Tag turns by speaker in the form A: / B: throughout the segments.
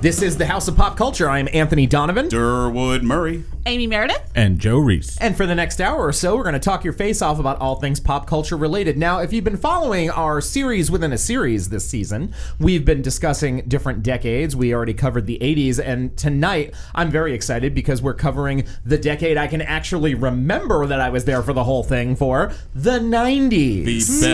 A: This is the House of Pop Culture. I am Anthony Donovan.
B: Durwood Murray.
C: Amy Meredith.
D: And Joe Reese.
A: And for the next hour or so, we're going to talk your face off about all things pop culture related. Now, if you've been following our series within a series this season, we've been discussing different decades. We already covered the 80s, and tonight I'm very excited because we're covering the decade I can actually remember that I was there for the whole thing for the 90s.
B: The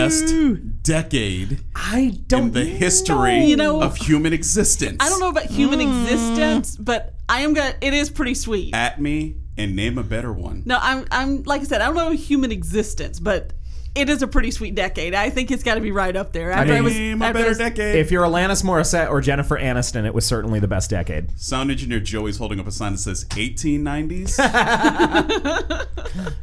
B: best decade
A: I don't
B: in the history
C: You know-
B: of human existence.
C: I don't know about human
B: Mm.
C: existence, but I am gonna. It is pretty sweet.
B: At me and name a better one.
C: No, I'm. I'm like I said. I don't know human existence, but it is a pretty sweet decade. I think it's got to be right up there. After I,
A: mean,
C: was,
B: Name a
C: after I
B: better
C: was-
B: decade.
A: If you're Alanis Morissette or Jennifer Aniston, it was certainly the best decade.
B: Sound engineer Joey's holding up a sign that says 1890s. uh,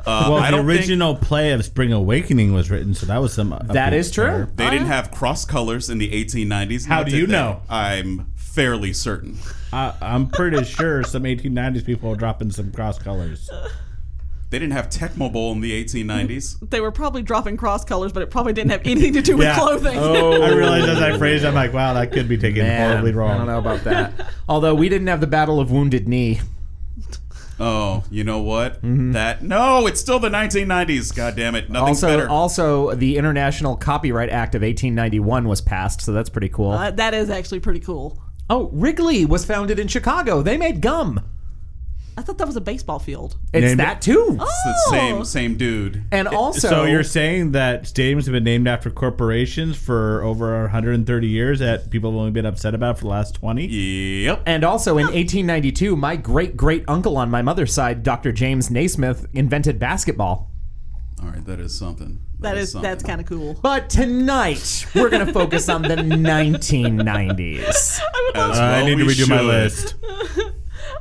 D: well,
B: I
D: the
B: don't think
D: original play of Spring Awakening was written, so that was some.
A: That is true.
B: they didn't have cross colors in the 1890s.
D: How
B: Now,
D: do
B: did
D: you
B: they?
D: know?
B: I'm fairly certain.
D: I, I'm pretty sure some 1890s people were dropping some cross colors.
B: They didn't have Tecmo Bowl in the 1890s.
C: They were probably dropping cross colors, but it probably didn't have anything to do with clothing.
B: Oh.
D: Oh. I realized as I phrased, it, I'm like, wow, that could be taken
A: Man,
D: horribly wrong.
A: I don't know about that. Although we didn't have the Battle of Wounded Knee.
B: Oh, you know what?
D: Mm-hmm.
B: That no, it's still the 1990s. God damn it, nothing's
A: Also,
B: better.
A: also the International Copyright Act of 1891 was passed, so that's pretty cool.
C: Uh, that is actually pretty cool.
A: oh, Wrigley was founded in Chicago. They made gum.
C: I thought that was a baseball field.
A: It's
D: Named Eh,
A: that too.
B: it's the
C: Oh.
B: same same dude.
A: And also,
D: so you're saying that stadiums have been named after corporations for over 130 years that people have only been upset about for the last 20?
B: Yep.
A: and also in 1892, my great great uncle on my mother's side, Dr. James Naismith, invented basketball.
B: All right, that is something.
C: That is that's kind of cool.
A: But tonight, we're going to focus on the 1990s.
B: As
D: Uh, I
B: well
D: need to
B: we
D: redo my
B: should.
D: list.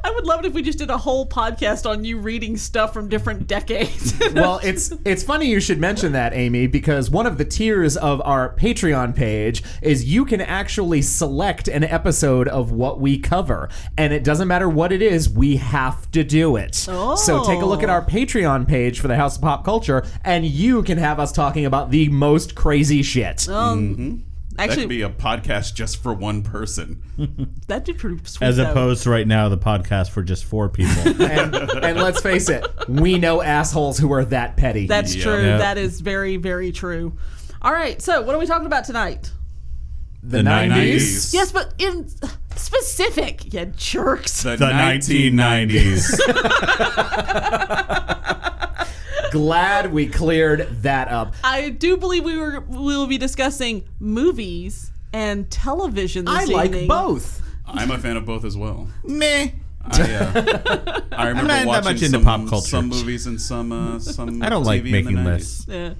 C: I would love it if we just did a whole podcast on you reading stuff from different decades.
A: well, it's it's funny you should mention that, Amy, because one of the tiers of our Patreon page is you can actually select an episode of what we cover, and it doesn't matter what it is, we have to do it. So take a look at
C: Oh.
A: our Patreon page for the House of Pop Culture, and you can have us talking about the most crazy shit.
C: Oh.
B: Mm-hmm. That
C: Actually,
B: could be a podcast just for one person.
C: that'd be pretty sweet.
D: As
C: though.
D: opposed to right now, the podcast for just four people.
A: And, and let's face it, we know assholes who are that petty.
C: That's
B: Yeah.
C: true.
D: Yeah.
C: That is very, very true. All right. So, what are we talking about tonight?
A: the,
D: The
A: 90s.
C: Yes, but in specific, you jerks.
B: The,
D: The
B: 1990s.
A: Glad we cleared that up.
C: I do believe we were we will be discussing movies and television. This
A: I like
C: evening.
A: both.
B: I'm a fan of both as well.
D: Meh.
B: I, uh, I remember
D: not that
B: watching
D: much
B: some,
D: into pop culture.
B: some movies and some uh, some.
D: I don't
B: TV
D: like
B: in the
D: making
B: 90s.
D: lists.
C: Yeah.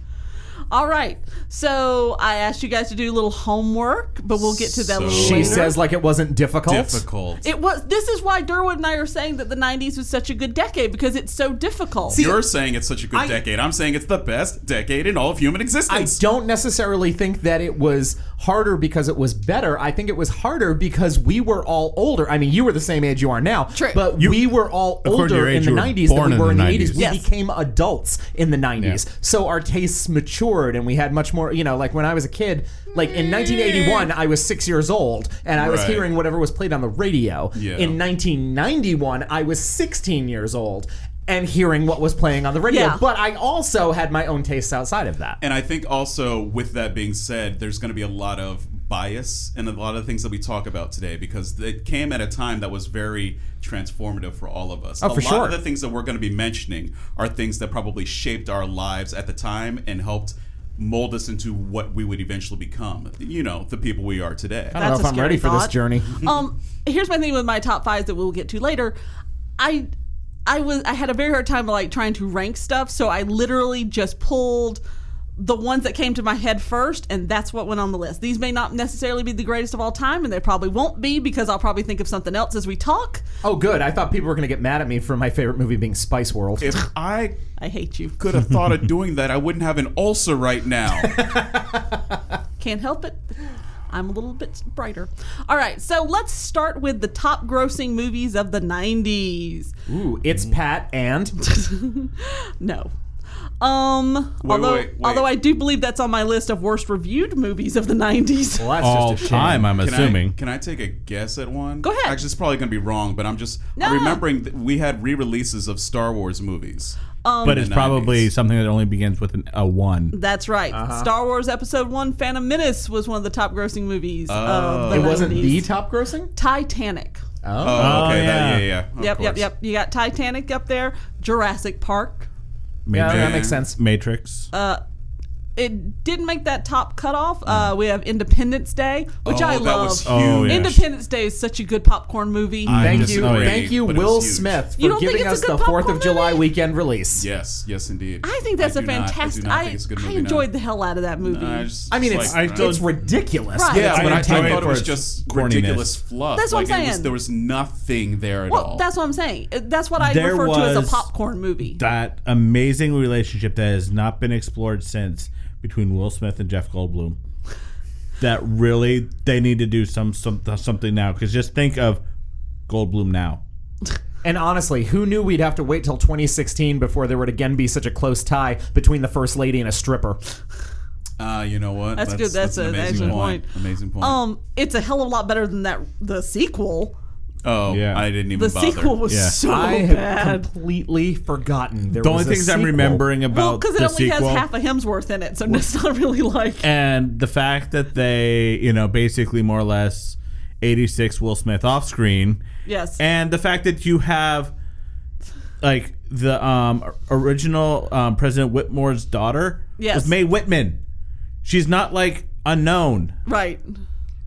C: All right. So I asked you guys to do a little homework, but we'll get to that. a little
B: So-
A: She
C: later.
A: says like it wasn't difficult.
B: Difficult.
C: It was. This is why Durwood and I are saying that the '90s was such a good decade because it's so difficult.
B: You're saying it's such a good decade. I'm saying it's the best decade in all of human
A: I
B: existence.
A: don't necessarily think that it was harder because it was better. I think it was harder because we were all older. I mean, you were the same age you are now,
C: True.
A: but we were all
D: according to
A: older
D: your
A: in
D: age,
A: the
D: you were
A: 90s than
D: born
A: we
D: in
A: were in the
D: the
A: 80s.
D: 90s.
A: We
C: Yes.
A: became adults in the 90s.
D: Yeah.
A: So our tastes matured and we had much more, you know, like when I was a kid, like in 1981, I was six years old and I was
B: Right.
A: hearing whatever was played on the radio.
B: Yeah.
A: In 1991, I was 16 years old. And hearing what was playing on the radio,
C: Yeah.
A: but I also had my own tastes outside of that.
B: and I think also with that being said, there's going to be a lot of bias and a lot of things that we talk about today because it came at a time that was very transformative for all of us.
A: Oh,
B: a
A: for
B: lot
A: sure.
B: of the things that we're going to be mentioning are things that probably shaped our lives at the time and helped mold us into what we would eventually become. You know, the people we are today.
A: I don't
C: That's
A: know
C: a
A: if I'm
C: scary
A: ready for this
C: thought.
A: journey.
C: um, here's my thing with my top fives that we'll get to later. I I was I had a very hard time like trying to rank stuff, so I literally just pulled the ones that came to my head first, and that's what went on the list. These may not necessarily be the greatest of all time, and they probably won't be because I'll probably think of something else as we talk.
A: Oh, good. I thought people were going to get mad at me for my favorite movie being Spice World.
B: If I
C: I hate you.
B: could have thought of doing that, I wouldn't have an ulcer right now.
C: Can't help it. I'm a little bit brighter. All right, so let's start with the top grossing movies of the 90s.
A: Ooh, it's Pat and
C: No. Um,
B: Wait,
C: although,
B: wait, wait.
C: although I do believe that's on my list of worst reviewed movies of the '90s.
A: Well, that's
D: all
A: just a shame.
D: time. I'm
B: Can
D: assuming.
B: I, can I take a guess at one?
C: Go ahead.
B: Actually, it's probably going to be wrong, but I'm just
C: No.
B: I'm remembering that we had re-releases of Star Wars movies.
C: Oh.
D: but it's
B: the
D: probably
B: 90s.
D: something that only begins with an, a one.
C: That's right.
B: Uh-huh.
C: Star Wars Episode One: Phantom Menace was one of the top grossing movies of the
A: It wasn't
C: 90s.
A: the top grossing?
C: Titanic.
B: oh,
D: Oh,
B: okay. that-
D: yeah.
B: yeah, yeah. of
C: yep, yep,
B: course.
C: yep. You got Titanic up there. Jurassic Park.
A: Yeah,
D: Matrix.
A: that makes sense.
D: Matrix.
C: Uh, It didn't make that top cutoff. Uh, we have Independence Day, which
B: Mm. Oh,
C: I
B: that
C: love.
B: was huge.
D: Oh, yeah.
C: Independence Day is such a good popcorn movie.
A: Thank
B: just
A: you,
B: agree,
A: thank you,
B: but it
A: Will
B: was huge.
A: Smith,
C: You
A: for
C: don't think
A: giving
C: it's a
A: us
C: good
A: the Fourth
C: popcorn
A: of July
C: movie?
A: weekend release.
B: Yes, yes, indeed.
C: I think that's a
B: do not-
C: fantastic.
B: I, do not
C: I,
B: think it's a good
C: I
B: movie
C: enjoyed
B: now.
C: the hell out of that movie.
B: I, just,
A: I mean,
B: just
A: it's
B: like, uh,
D: don't-
A: it's ridiculous.
C: Right.
B: yeah,
C: I
B: but I, I
D: enjoyed it
B: thought it
D: for
B: was
D: its
B: just
D: corniness.
B: ridiculous fluff.
C: That's what I'm
B: Like, it was-
C: saying.
B: there was nothing there at
C: well,
B: all.
C: that's what I'm saying. Uh, That's what I
D: There
C: refer to as a
D: was-
C: popcorn movie.
D: that amazing relationship that has not been explored since between Will Smith and Jeff Goldblum. That really they need to do some, some something now because just think of Goldblum now.
A: And honestly, who knew we'd have to wait till 2016 before there would again be such a close tie between the first lady and a stripper?
B: uh, you know what?
C: That's good. That's
B: an
C: an
B: amazing
C: excellent
B: point.
C: point.
B: Amazing point.
C: Um, it's a hell of a lot better than that the sequel.
B: oh,
D: yeah.
B: I didn't even
C: The
B: bother.
C: sequel was
D: Yeah.
C: so
A: I have
C: bad.
A: completely forgotten. There
D: The
A: was
D: only
A: a
D: things I'm
A: sequel.
D: remembering about
C: Well, because it
D: the
C: only
D: sequel
C: has half a Hemsworth in it, so it's not really like.
D: and the fact that they, you know, basically more or less 86 Will Smith off screen.
C: Yes.
D: And the fact that you have like the um, original um, President Whitmore's daughter
C: Yes.
D: was Mae Whitman. She's not like unknown.
C: Right.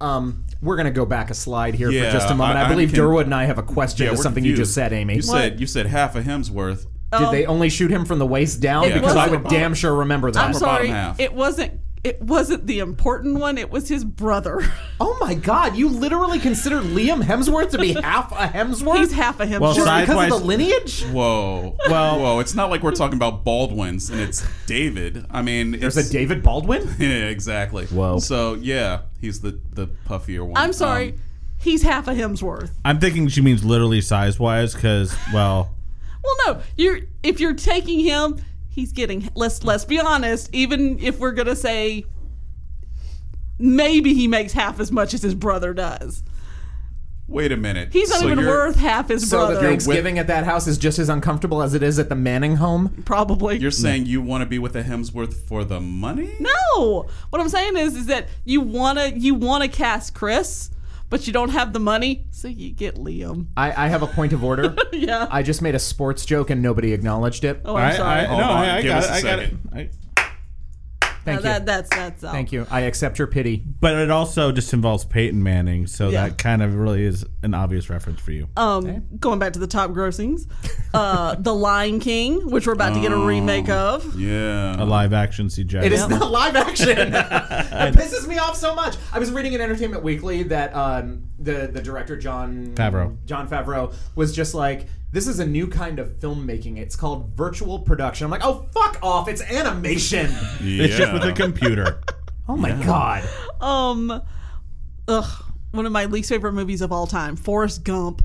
A: Um, we're going to go back a slide here
B: Yeah,
A: for just a moment. I,
B: I- I'm
A: believe
B: con-
A: Durwood and I have a question
B: Yeah,
A: to
B: we're
A: something you
B: confused.
A: just said, Amy.
B: You said you said half a Hemsworth.
A: Did they only shoot him from the waist down?
C: It
A: because I would
C: wasn't-
A: damn sure remember that.
C: I'm sorry.
B: half.
C: It wasn't. It wasn't the important one. It was his brother.
A: Oh my God! You literally considered Liam Hemsworth to be half a Hemsworth?
C: He's half a Hemsworth.
D: Well,
A: just because
D: Size-wise-
A: of the lineage.
B: Whoa.
D: Well-
B: whoa. It's not like we're talking about Baldwin's and it's David. I mean,
A: There's a David Baldwin.
B: Yeah, exactly.
D: Whoa.
B: So yeah, he's the the puffier one.
C: I'm sorry.
B: Um,
C: He's half a Hemsworth.
D: I'm thinking she means literally size wise because, well,
C: Well, no, you're if you're taking him, he's getting. Let's let's be honest. Even if we're gonna say, maybe he makes half as much as his brother does.
B: wait a minute.
C: He's not
B: So
C: even
B: you're-
C: worth half his
A: So the
C: brother.
A: Thanksgiving at that house is just as uncomfortable as it is at the Manning home.
C: probably.
B: You're saying you want to be with a Hemsworth for the money?
C: no. What I'm saying is, is that you wanna you wanna cast Chris, but you don't have the money, so you get Liam.
A: I, I have a point of order.
C: Yeah.
A: I just made a sports joke and nobody acknowledged it.
C: oh, I'm sorry.
D: I, I,
B: Hold
D: no,
B: on,
D: I, I
B: give
D: got
B: us
D: it.
B: a
D: I got it. I-
A: Thank
C: Uh,
A: you.
C: that, that's that's all.
A: Thank you. I accept your pity.
D: but it also just involves Peyton Manning, so
C: Yeah.
D: that kind of really is an obvious reference for you.
C: Um, going back to the top grossings, uh, The Lion King, which we're about to get
A: Oh.
C: a remake of.
B: Yeah.
C: Um,
D: a live action CGI.
A: It is not live action. that pisses me off so much. I was reading in Entertainment Weekly that um, the the director John
D: Favreau.
A: John Favreau was just like, "This is a new kind of filmmaking. It's called virtual production." I'm like, "Oh fuck off! It's animation."
B: Yeah.
D: It's just with a computer.
A: oh my god.
C: Um, ugh, one of my least favorite movies of all time, Forrest Gump.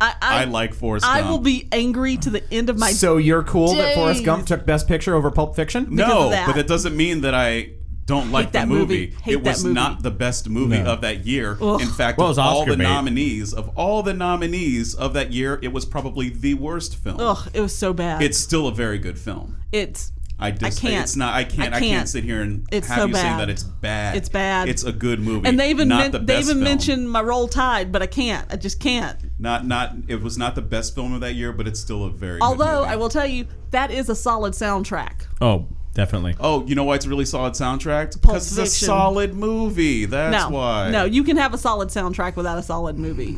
C: I I,
B: I like Forrest
C: I
B: Gump.
C: will be angry to the end of my.
A: So you're cool that Forrest
C: Jeez.
A: Gump took Best Picture over Pulp Fiction?
C: because of
B: No,
C: that.
B: but that doesn't mean that I don't like
C: that
B: the movie.
C: movie. Hate
B: It was
C: that movie.
B: not the best movie
D: No.
B: of that year. In fact,
D: Well, it was
B: of all the
D: Oscar bait.
B: nominees, of all the nominees of that year, it was probably the worst film.
C: ugh, it was so bad.
B: It's still a very good film.
C: it's
B: I just
C: can't.
B: It's not. I can't. I can't,
C: can't.
B: sit here and
C: It's
B: have
C: so
B: you saying
C: bad.
B: that it's bad.
C: It's bad.
B: It's a good movie.
C: and they even
B: not
C: men-
B: the
C: they
B: best
C: even
B: film.
C: mentioned my roll tide, but I can't. I just can't.
B: not not. It was not the best film of that year, but it's still a very. good
C: Although
B: movie.
C: I will tell you that is a solid soundtrack.
D: Oh, definitely.
B: Oh, you know why it's a really solid soundtrack? Because it's a
C: Fiction.
B: solid movie. That's
C: no,
B: why.
C: no, you can have a solid soundtrack without a solid movie.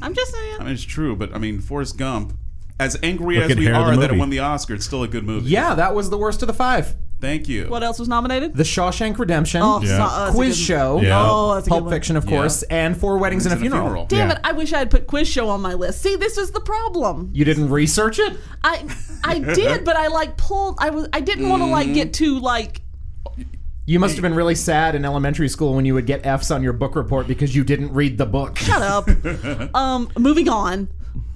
C: I'm just saying.
B: I mean, it's true, but I mean, Forrest Gump, as angry
D: Look
B: as
D: at
B: we
D: Hair, the
B: are that it
D: movie.
B: won the Oscar, it's still a good movie.
A: Yeah, that was the worst of the five.
B: Thank you.
C: what else was nominated?
A: The Shawshank Redemption,
C: Oh, so- oh, that's a
A: Quiz
C: good-
A: Show,
D: Yeah.
C: Oh, that's a good
A: Pulp
C: one.
A: Fiction, of
B: Yeah.
A: course, and Four Weddings and a,
B: And
A: funeral.
C: Damn
D: Yeah.
C: it! I wish I had put quiz show on my list. See, this is the problem.
A: You didn't research it?
C: I I did, but I like pulled. I was I didn't want to like
A: Mm.
C: get too like.
A: You must have been really sad in elementary school when you would get F's on your book report because you didn't read the book.
C: Shut up. um, moving on.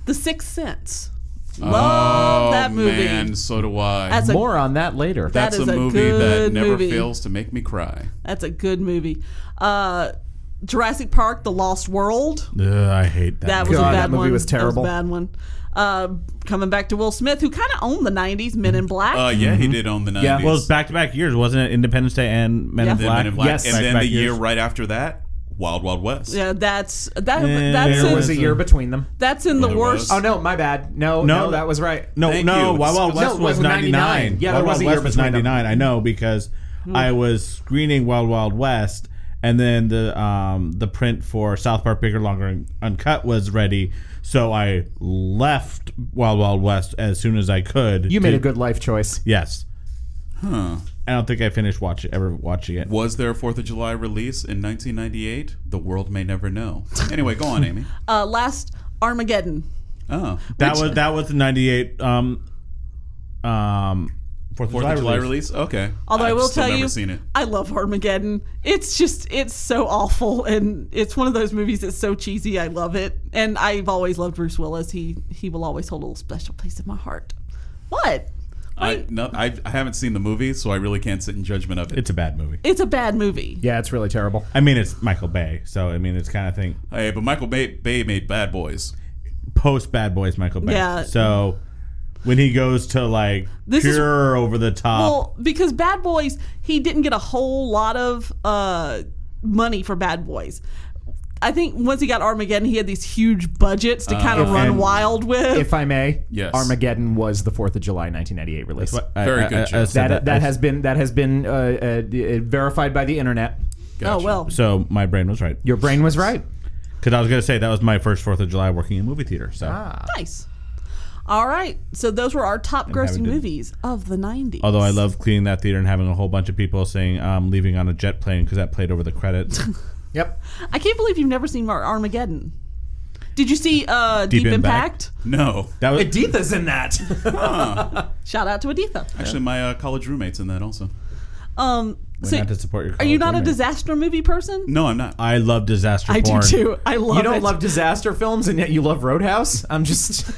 C: The Sixth Sense. Love that that movie.
B: Oh, man, so do I.
C: That's a
A: More on that later.
B: That's
C: that is
B: a
C: a
B: movie that
C: good
B: never
C: movie.
B: fails to make me cry.
C: that's a good movie. Uh, Jurassic Park: The Lost World.
D: Ugh, I hate that.
C: That
D: movie.
C: was
A: God,
C: a bad
A: that movie
C: one.
A: was terrible.
C: That was a bad one. Uh, coming back to Will Smith, who kind of owned the '90s, Men in Black.
B: Uh, yeah, he did own the 90s.
A: Yeah,
D: Well, it was back to back years, wasn't it? Independence Day and Men,
C: Yeah.
D: in,
B: then
D: Black.
B: Men in Black.
A: Yes.
B: and then
D: Back-to-back
B: the year
D: years.
B: right after that, Wild Wild West.
C: yeah, that's that.
D: Yeah,
C: that's
D: there
A: There
C: in,
A: was a year between them.
C: that's in the
B: There
C: worst.
B: was.
A: Oh no, my bad. No, no,
D: No.
A: that was right.
D: No,
B: Thank
D: no,
B: you.
D: Wild Wild
B: No,
D: West
A: it was
D: was 99.
A: 99. Yeah, there
D: Wild
A: was
D: Wild
A: a year
D: West was
A: between them. Hmm.
D: 99. I know because I was screening Wild Wild West and then the um, the print for South Park Bigger Longer and Uncut was ready. So I left Wild Wild West as soon as I could.
A: You made
D: to-
A: a good life choice.
D: Yes.
B: Huh.
D: I don't think I finished watch ever watching it.
B: Was there a 4th of July release in 1998? The world may never know. Anyway, go on, Amy.
C: Uh, last Armageddon.
B: Oh.
D: That was that was the 98 um um 4th of
B: 4th of July release? Okay.
C: Although i
B: I've
C: will
B: still
C: tell
B: never
C: you,
B: seen it.
C: I love Armageddon. It's just, it's so awful, and it's one of those movies that's so cheesy. I love it, and I've always loved Bruce Willis. He he will always hold a little special place in my heart. What?
B: I, no, I, I haven't seen the movie, so I really can't sit in judgment of it.
D: It's a bad movie.
C: It's a bad movie.
A: Yeah, it's really terrible.
D: I mean, it's Michael Bay, so I mean, it's kind of thing.
B: hey, but Michael Bay, Bay made Bad Boys.
D: post Bad Boys Michael Bay.
C: Yeah.
D: So when he goes to like
C: This is-
D: pure over the top,
C: Well, because Bad Boys, he didn't get a whole lot of uh, money for Bad Boys. I think once he got Armageddon, he had these huge budgets to kind of
A: if-
C: run
A: and-
C: wild with.
A: If I may,
B: Yes.
A: Armageddon was the Fourth of July, 1998 release.
D: That's what- I-
B: Very
D: I-
B: good
D: I- I
B: choice.
D: said
A: that that, has been that has been uh, uh, d- uh, verified by the internet.
C: oh
B: Gotcha.
C: well,
D: so my brain was right
A: Your brain was right.
D: because I was gonna say that was my first Fourth of July working in a movie theater. So
A: Ah.
C: nice. All right, so those were our top grossing
D: having to-
C: movies of the '90s.
D: although I love cleaning that theater and having a whole bunch of people saying um, "leaving on a jet plane" because that played over the credits.
A: Yep.
C: I can't believe you've never seen Mar- Armageddon. Did you see uh, Deep,
D: Deep
C: Impact?
D: Impact.
B: No.
D: That was
A: Uh, Editha's in that.
C: Shout out to Aditha.
B: Actually, my uh, college roommate's in that also.
C: Um, so,
D: not to support your.
C: are you
D: college
C: not a
D: roommate.
C: disaster movie person?
B: No, I'm not.
D: I love disaster
C: I do
D: porn.
C: too. I love
A: you don't
C: it.
A: love disaster films, and yet you love Roadhouse. I'm just.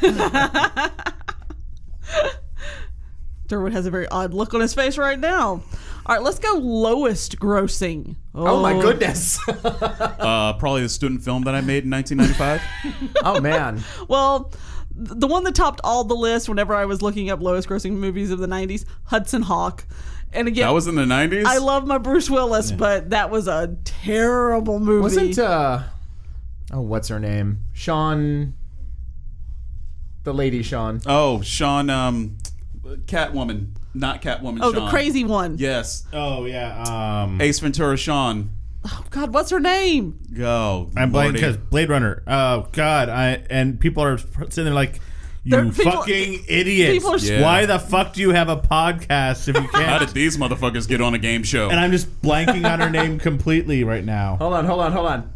C: Derwood has a very odd look on his face right now. All right, let's go lowest grossing.
A: Oh my goodness.
B: Uh, probably the student film that I made in 1995.
A: oh man.
C: Well, th- the one that topped all the list whenever I was looking up lowest grossing movies of the 90s, Hudson Hawk. And again,
B: that was in the 90s?
C: I love my Bruce Willis, but that was a terrible movie.
A: Wasn't uh, oh what's her name? Sean. The lady Sean.
B: Oh, Sean, um, Catwoman, not Catwoman.
C: oh,
B: Sean.
C: the crazy one.
B: Yes,
D: Oh yeah. Um,
B: Ace Ventura, Sean.
C: Oh, God, what's her name?
B: Go.
D: I'm blanking
B: Lordy.
D: because Blade Runner. Oh God! I and people are sitting there like,
C: They're-
D: you
C: people-
D: fucking idiots!
C: people are-
B: Yeah.
D: Why the fuck do you have a podcast if you
B: How
D: can't?
B: did these motherfuckers get on a game show?
D: and I'm just blanking on her name completely right now.
B: Oh,
A: Hold on, hold on, hold on.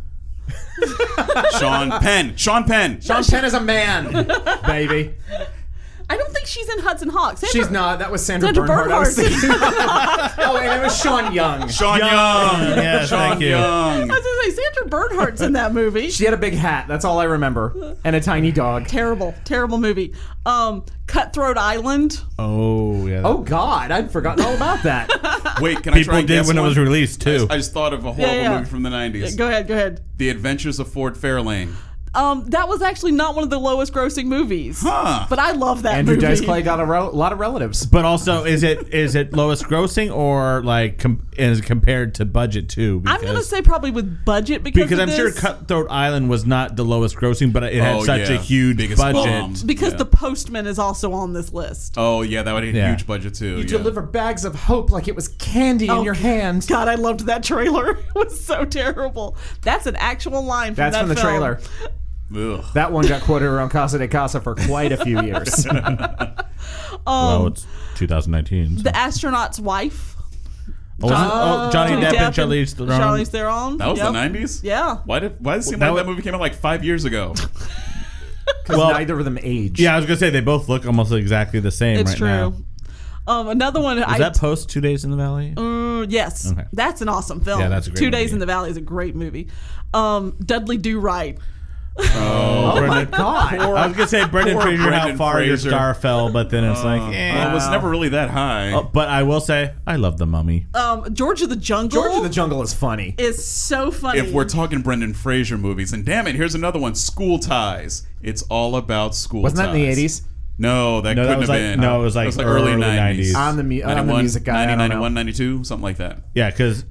B: Sean Penn. Sean Penn.
A: Sean Penn is a man, baby.
C: I don't think she's in Hudson Hawk. Sandra-
A: She's not. That was Sandra,
C: Sandra
A: Bernhard. I was
C: Bernhard.
A: thinking of. oh, and it was Sean Young.
B: Sean Young.
D: Yeah,
B: Sean
D: thank you.
B: Young.
C: I was going to say, Sandra Bernhardt's in that movie.
A: She had a big hat. That's all I remember, and a tiny dog.
C: terrible, terrible movie. Um, Cutthroat Island.
D: Oh yeah.
A: Oh God, I'd forgotten all about that.
B: Wait, can I try
D: people
B: and
D: did
B: guess
D: when it
B: one?
D: was released too.
B: I just thought of a horrible
C: Yeah, yeah.
B: movie from the 90s.
C: Go ahead, go ahead.
B: the Adventures of Ford Fairlane.
C: Um, that was actually not one of the lowest grossing movies.
B: Huh.
C: But I love that
A: Andrew
C: movie.
A: Dice Clay got a ro- lot of relatives.
D: but also, is it is it lowest grossing or like com- is compared to budget too?
C: I'm gonna say probably with budget because
D: because
C: of
D: I'm sure
C: this.
D: Cutthroat Island was not the lowest grossing, but it had
B: Oh,
D: such
B: yeah.
D: a huge
B: Biggest
D: budget.
B: bomb.
C: because
B: Yeah.
C: the Postman is also on this list.
B: Oh, yeah, that would have a
D: Yeah.
B: huge budget, too.
A: You
B: yeah.
A: deliver bags of hope like it was candy in your hand.
C: God, I loved that trailer. It was so terrible. That's an actual line from
A: That's
C: that
A: from the
C: film.
A: trailer.
B: Ugh.
A: That one got quoted around Casa de Casa for quite a few years.
D: well, it's
C: Um,
D: 2019. so-
C: The astronaut's wife.
D: Oh, wasn't- oh, Johnny
C: Johnny
D: Depp and
C: Uh, Depp
D: Charlize Theron.
C: Charlize Theron.
B: That was
C: Yep.
B: the 90s?
C: Yeah.
B: Why, did, why does it seem
D: That
B: like that
D: was-
B: movie came out like five years ago?
A: well, neither of them aged.
D: Yeah, I was gonna say they both look almost exactly the same.
C: It's
D: right
C: true.
D: Now.
C: Um, another one. I
D: Is that post Two Days in the Valley?
C: Mm, yes,
D: Okay.
C: that's an awesome film.
D: Yeah, that's a great
C: Two
D: movie,
C: Days in
D: yeah.
C: the Valley is a great movie. Um, Dudley Do Right.
A: Oh my god!
D: I was gonna say Brendan
B: poor
D: Fraser how
B: Brendan
D: far your
B: Fraser. Uh,
D: star fell, but then it's like, eh.
B: I was never really that high.
D: Oh, but I will say, I love the Mummy.
C: Um, George of the Jungle
A: George of the Jungle is funny.
C: is so funny.
B: if we're talking Brendan Fraser movies, and damn it, here's another one: School Ties. It's all about school.
A: Wasn't that in the 80s?
B: ties. No, that
D: No, that
B: couldn't
D: was
B: have
D: like-
B: been.
D: no, it was like early 90s.
A: I'm the mu- I'm the
B: 91,
A: music guy, I don't know.
B: 91, 92, something like that.
D: Yeah, because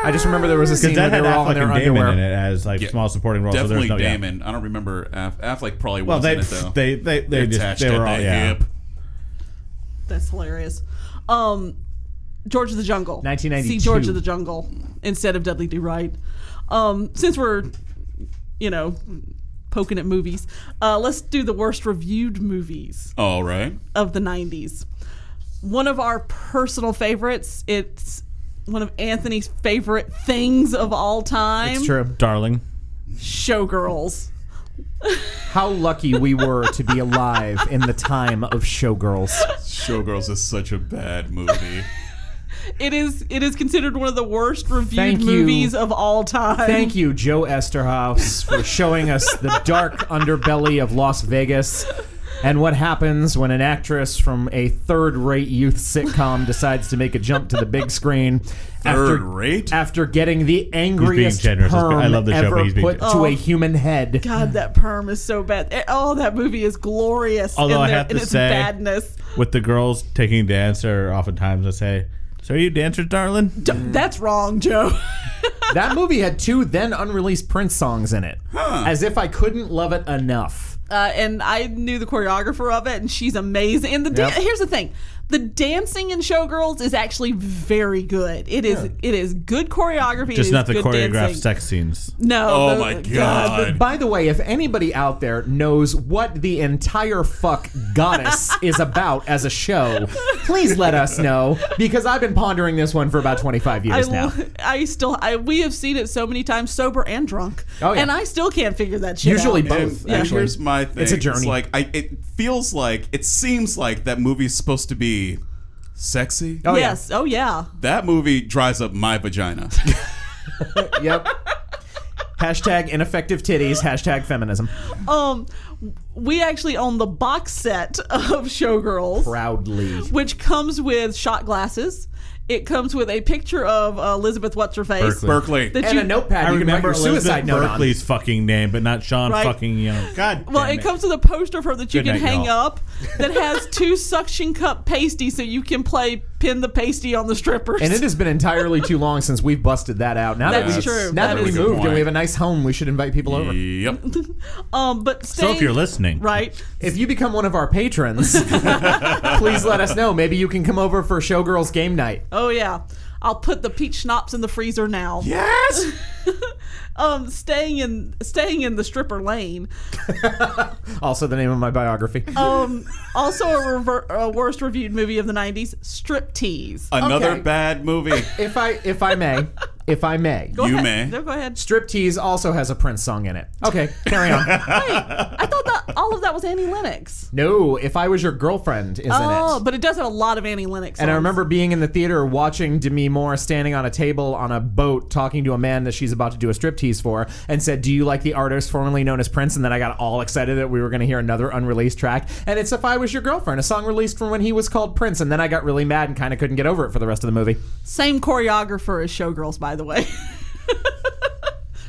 A: I just remember there was a scene where
D: that
A: they
D: had
A: were all in
D: Affleck
A: their
D: and Damon
A: underwear.
D: in it as like
B: Yeah.
D: small supporting roles. so
B: Definitely
D: there's no, yeah.
B: Damon. I don't remember Aff- Affleck probably
D: Well,
B: was
D: they,
B: in it though.
D: they they they just
B: Attached
D: they
B: at
D: were all
B: the
D: yeah.
B: hip.
C: That's hilarious. Um, George of the Jungle.
A: 1992.
C: See George of the Jungle instead of Dudley Do Right. Um, since we're, you know, poking at movies, uh, let's do the worst reviewed movies
B: All right.
C: of the 90s. One of our personal favorites. It's one of Anthony's favorite things of all time.
A: It's true.
D: Darling,
C: Showgirls.
A: How lucky we were to be alive in the time of showgirls.
B: Showgirls is such a bad movie.
C: It is. It is considered one of the worst reviewed
A: Thank you.
C: movies of all time.
A: Thank you, Joe Esterhaus, for showing us the dark underbelly of Las Vegas and what happens when an actress from a third rate youth sitcom decides to make a jump to the big screen.
B: Third
A: after,
B: rate.
A: after getting the angriest
D: generous.
A: perm
D: I love the show,
A: ever
D: but he's being
A: put
D: generous.
A: to a human head.
C: God, that perm is so bad. Eh, Oh, that movie is glorious.
D: Although
C: in,
D: I
C: their-
D: have to
C: in its
D: say-
C: badness.
D: with the girls taking dancer, oftentimes I say, "So are you dancers, darling?"
C: D- That's wrong, Joe.
A: That movie had two then unreleased Prince songs in it. As if I couldn't love it enough.
C: Uh, and I knew the choreographer of it, and she's amazing. And the dan-
A: Yep.
C: here's the thing: the dancing in Showgirls is actually very good. It is it is good choreography. it
D: Just
C: is
D: not the
C: good
D: choreographed
C: dancing.
D: sex scenes.
C: No.
B: Oh
C: the-
B: my
C: the-
B: god.
A: Uh, By the way, if anybody out there knows what the entire fuck goddess is about as a show, please let us know because I've been pondering this one for about 25
C: I,
A: years now.
C: l- I still I we have seen it so many times sober and drunk,
A: Oh, yeah.
C: and I still can't figure that shit
A: Usually
C: out.
A: both.
B: And
A: actually,
B: here's my thing.
A: It's a journey.
B: like I, it feels like it seems like that movie's supposed to be sexy.
A: oh, yeah.
C: yes, oh yeah,
B: That movie dries up my vagina.
A: Yep. Hashtag ineffective titties. Hashtag feminism.
C: um, we actually own the box set of Showgirls.
A: Proudly.
C: which comes with shot glasses. It comes with a picture of uh, Elizabeth what's her face.
B: Berkeley.
D: Berkley.
C: That
A: And
C: you,
A: a notepad.
D: I
A: you can write
D: remember
A: your suicide
D: Elizabeth
A: note on.
D: Berkley's fucking name, but not Sean
C: Right.
D: fucking Young. God.
C: Well,
D: damn
C: it comes with a poster of her that you
D: Good
C: can
D: night,
C: hang
D: y'all.
C: up that has two suction cup pasties so you can play pin the pasty on the strippers.
A: And it has been entirely too long since we've busted that out. Now that
C: That's
A: we,
C: true.
A: Now that,
C: That
A: we
C: is-
A: moved and
B: Point.
A: we have a nice home, we should invite people over.
B: Yep.
C: um, but staying,
D: So if you're listening,
C: right,
A: If you become one of our patrons, please let us know. Maybe you can come over for Showgirls game night.
C: oh yeah, I'll put the peach schnapps in the freezer now.
B: Yes.
C: Um, staying in staying in the stripper lane.
A: Also, the name of my biography.
C: Um, also a, rever- a worst reviewed movie of the '90s, Strip Tease.
B: Another
A: Okay.
B: bad movie.
A: If I, if I may, if I may,
C: Go
B: you
C: ahead.
B: may.
C: No, go ahead.
A: Striptease also has a Prince song in it. Okay, carry on.
C: I thought that all of that was Annie Lennox.
A: no, if I was your girlfriend is
C: Oh,
A: in it.
C: but it does have a lot of Annie Lennox.
A: And I
C: songs.
A: remember being in the theater watching Demi Moore standing on a table on a boat talking to a man that she's about to do a striptease for and said, Do you like the artist formerly known as Prince? And then I got all excited that we were going to hear another unreleased track. And it's If I Was Your Girlfriend, a song released from when he was called Prince. And then I got really mad and kind of couldn't get over it for the rest of the movie.
C: same choreographer as Showgirls, by the way.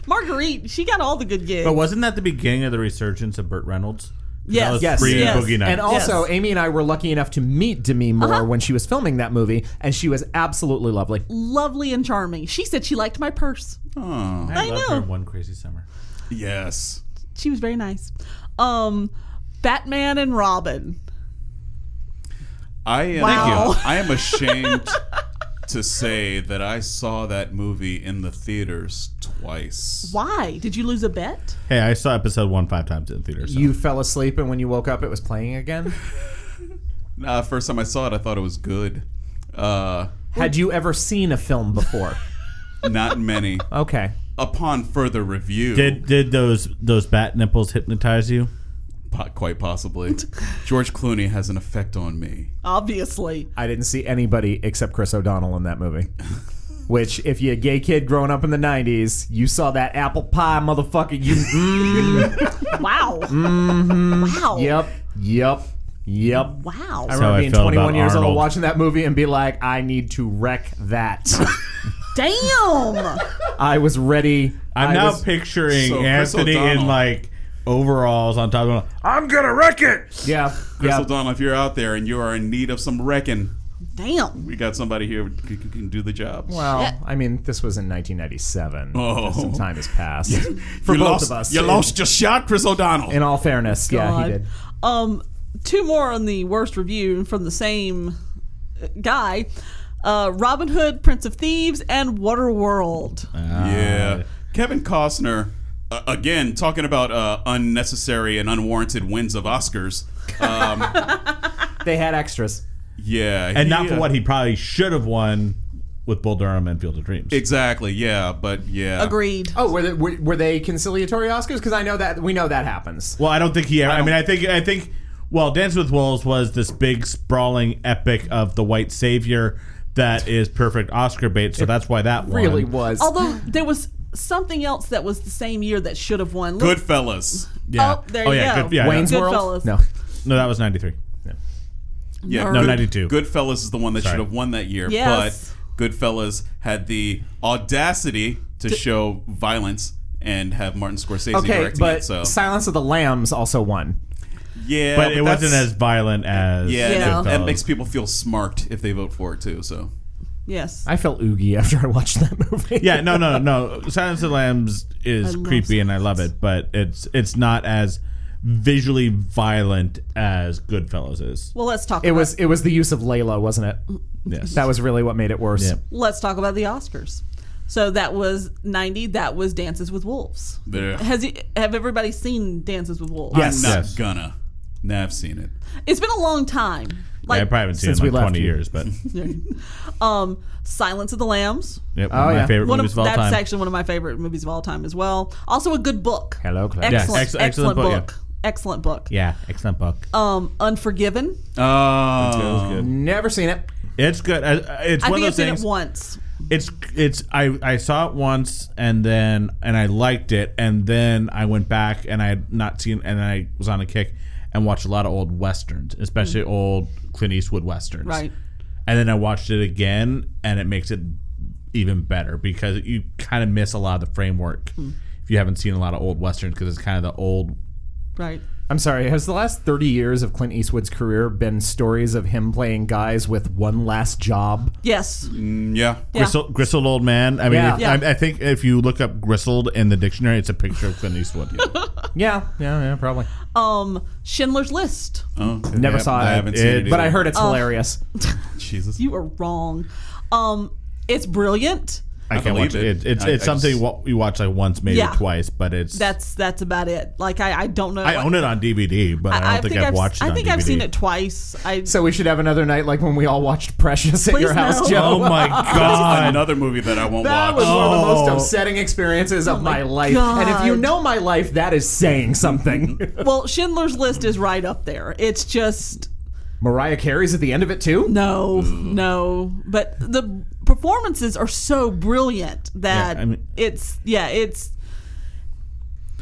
C: Marguerite, she got all the good gigs.
D: But wasn't that the beginning of the resurgence of Burt Reynolds? 'Cause
C: Yes.
D: that was
A: Yes.
D: pre
A: Yes.
D: Boogie Nights.
A: And also, Amy and I were lucky enough to meet Demi Moore when she was filming that movie, and she was absolutely lovely.
C: Lovely and charming. She said she liked my purse.
B: Oh,
D: I, loved
C: know.
D: her in One Crazy Summer.
B: yes.
C: She was very nice. Um, Batman and Robin.
B: I am.
C: Wow.
B: I am ashamed to say that I saw that movie in the theaters twice.
C: Why did you lose a bet?
D: Hey, I saw episode one five times in theaters.
A: You fell asleep, and when you woke up, it was playing again.
B: Uh, first time I saw it, I thought it was good. Uh,
A: Had you ever seen a film before?
B: not many.
A: Okay.
B: Upon further review,
D: did did those those bat nipples hypnotize you?
B: po- quite possibly George Clooney has an effect on me.
C: Obviously,
A: I didn't see anybody except Chris O'Donnell in that movie. Which, if you're a gay kid growing up in the '90s, you saw that apple pie motherfucker. You, mm,
C: Wow. Wow.
A: Mm-hmm. yep, yep, yep.
C: Wow.
A: I remember
D: I
A: being
D: felt about
A: 21 years old
D: Arnold.
A: watching that movie and be like, I need to wreck that.
C: Damn.
A: I was ready.
D: I'm
A: I
D: now
A: was-
D: picturing
B: So, Chris
D: Anthony in
B: O'Donnell.
D: like overalls on top of. I'm gonna wreck it.
A: yeah,
B: Chris
A: yeah.
B: O'Donnell, if you're out there and you are in need of some wrecking,
C: Damn.
B: we got somebody here who can, can- can do the job.
A: Well,
C: Shit.
A: I mean, this was in 1997.
B: Oh.
A: Some time has passed for both
B: you lost,
A: of us.
B: You
A: in,
B: lost your shot, Chris O'Donnell.
A: In all fairness, yeah, he did.
C: Um, two more on the worst review from the same guy. Uh, Robin Hood, Prince of Thieves, and Waterworld.
A: Uh,
D: Ah.
B: yeah. Kevin Costner, uh, again, talking about uh, unnecessary and unwarranted wins of Oscars.
A: They had extras.
B: Yeah.
D: And not for
B: uh,
D: what he probably should have won with Bull Durham and Field of Dreams.
B: Exactly, yeah, but yeah.
C: Agreed.
A: Oh, were they, were, were they conciliatory Oscars? Because I know that we know that happens.
D: Well, I don't think he. Ever, I,
B: don't-
D: mean, I think I think. Well, Dance with Wolves was this big sprawling epic of the white savior that is perfect Oscar bait. So that's why that won.
A: Really was.
C: Although there was something else that was the same year that should have won. Look-
B: Goodfellas.
D: Yeah.
C: Oh, there
D: oh,
C: you
D: yeah,
C: go.
D: Good, yeah,
A: Wayne's
D: yeah.
A: World.
C: Goodfellas.
A: No,
D: No, that was ninety three.
B: Yeah,
C: Nerd.
D: No, 92.
B: Goodfellas is the one that
D: Sorry.
B: should have won that year,
C: Yes.
B: but Goodfellas had the audacity to show violence and have Martin Scorsese
A: okay,
B: directing
A: but
B: it. So
A: Silence of the Lambs also won.
B: yeah,
D: But it wasn't
B: that's-
D: as violent as
B: yeah.
C: Yeah.
B: and That
D: Goodfellas.
B: makes people feel smart if they vote for it too. So
C: Yes.
A: I felt oogie after I watched that movie.
D: Yeah, no, no, no. Silence of the Lambs is
C: love
D: creepy and I love it, but it's it's not as visually violent as Goodfellas is.
C: well, let's talk.
A: It
C: about,
A: was it was the use of Layla, wasn't it?
D: Yes.
A: That was really what made it worse.
D: Yeah.
C: Let's talk about the Oscars. So that was ninety. That was Dances with Wolves.
B: Blech.
C: Has he, have everybody seen Dances with Wolves?
A: Yes.
B: I'm not
D: Yes.
B: gonna. Nah, I've seen it.
C: It's been a long time.
D: Yeah, I
C: Like
D: probably haven't seen it
A: Since
D: in
A: we
D: like
A: left
D: twenty
A: you.
D: years, but
C: um, Silence of the Lambs.
D: yep, one
A: Oh,
D: of my
A: yeah.
D: favorite
C: One
D: movies
C: of,
D: of all
C: that's
D: time.
C: actually one of my favorite movies of all time as well. Also a good book.
A: Hello, Claire.
C: Excellent,
D: ex-
C: excellent,
D: excellent
C: book.
D: book, yeah.
C: Excellent book.
D: yeah, excellent book.
C: Um, Unforgiven.
B: Oh,
A: Never seen it.
D: It's good. Uh, uh, It's
C: I think
D: one of
C: I've
D: those
C: seen
D: things.
C: it once.
D: It's it's I I saw it once and then and I liked it and then I went back and I had not seen and I was on a kick and watched a lot of old westerns, especially old Clint Eastwood westerns.
C: Hmm. Right.
D: And then I watched it again and it makes it even better because you kind of miss a lot of the framework
C: Hmm.
D: if you haven't seen a lot of old westerns because it's kind of the old
C: Right.
A: I'm sorry. Has the last 30 years of Clint Eastwood's career been stories of him playing guys with one last job?
C: Yes.
B: Mm, yeah.
C: Yeah.
D: gristle, gristled old man. I mean,
A: Yeah.
D: if-
A: Yeah.
D: I, I think if you look up gristled in the dictionary, it's a picture of Clint Eastwood.
A: Yeah, yeah, yeah, probably.
C: Um, Schindler's List.
B: Oh,
A: Never
B: yeah,
A: saw
B: I
A: it.
B: haven't seen it,
D: It-
A: But I
B: either.
A: heard it's hilarious.
B: Jesus.
C: You are wrong. Um, it's brilliant.
D: I, can't
B: believe
D: watch it.
B: it.
D: It- It's,
B: I-
D: it's
B: I
D: something
B: just-
D: wa- you watch like once, maybe
C: Yeah.
D: twice, but it's.
C: That's that's about it. Like I, I don't know.
D: I own it on DVD, but I, don't think, I've, watched it.
C: I
D: on
C: think I've
D: DVD.
C: seen it twice. I
A: So we should have another night like when we all watched Precious at
C: Please
A: your house,
C: no.
A: Joe.
D: Oh my god!
B: Another movie that I won't
A: That was
B: watch.
A: one of the most
D: Oh.
A: upsetting experiences of my, life.
C: Oh God.
A: And if you know my life, that is saying something.
C: well, Schindler's List is right up there. It's just
A: Mariah Carey's at the end of it, too?
C: no,
D: Mm.
C: no. But the performances are so brilliant that
D: Yeah, I mean-
C: it's yeah, it's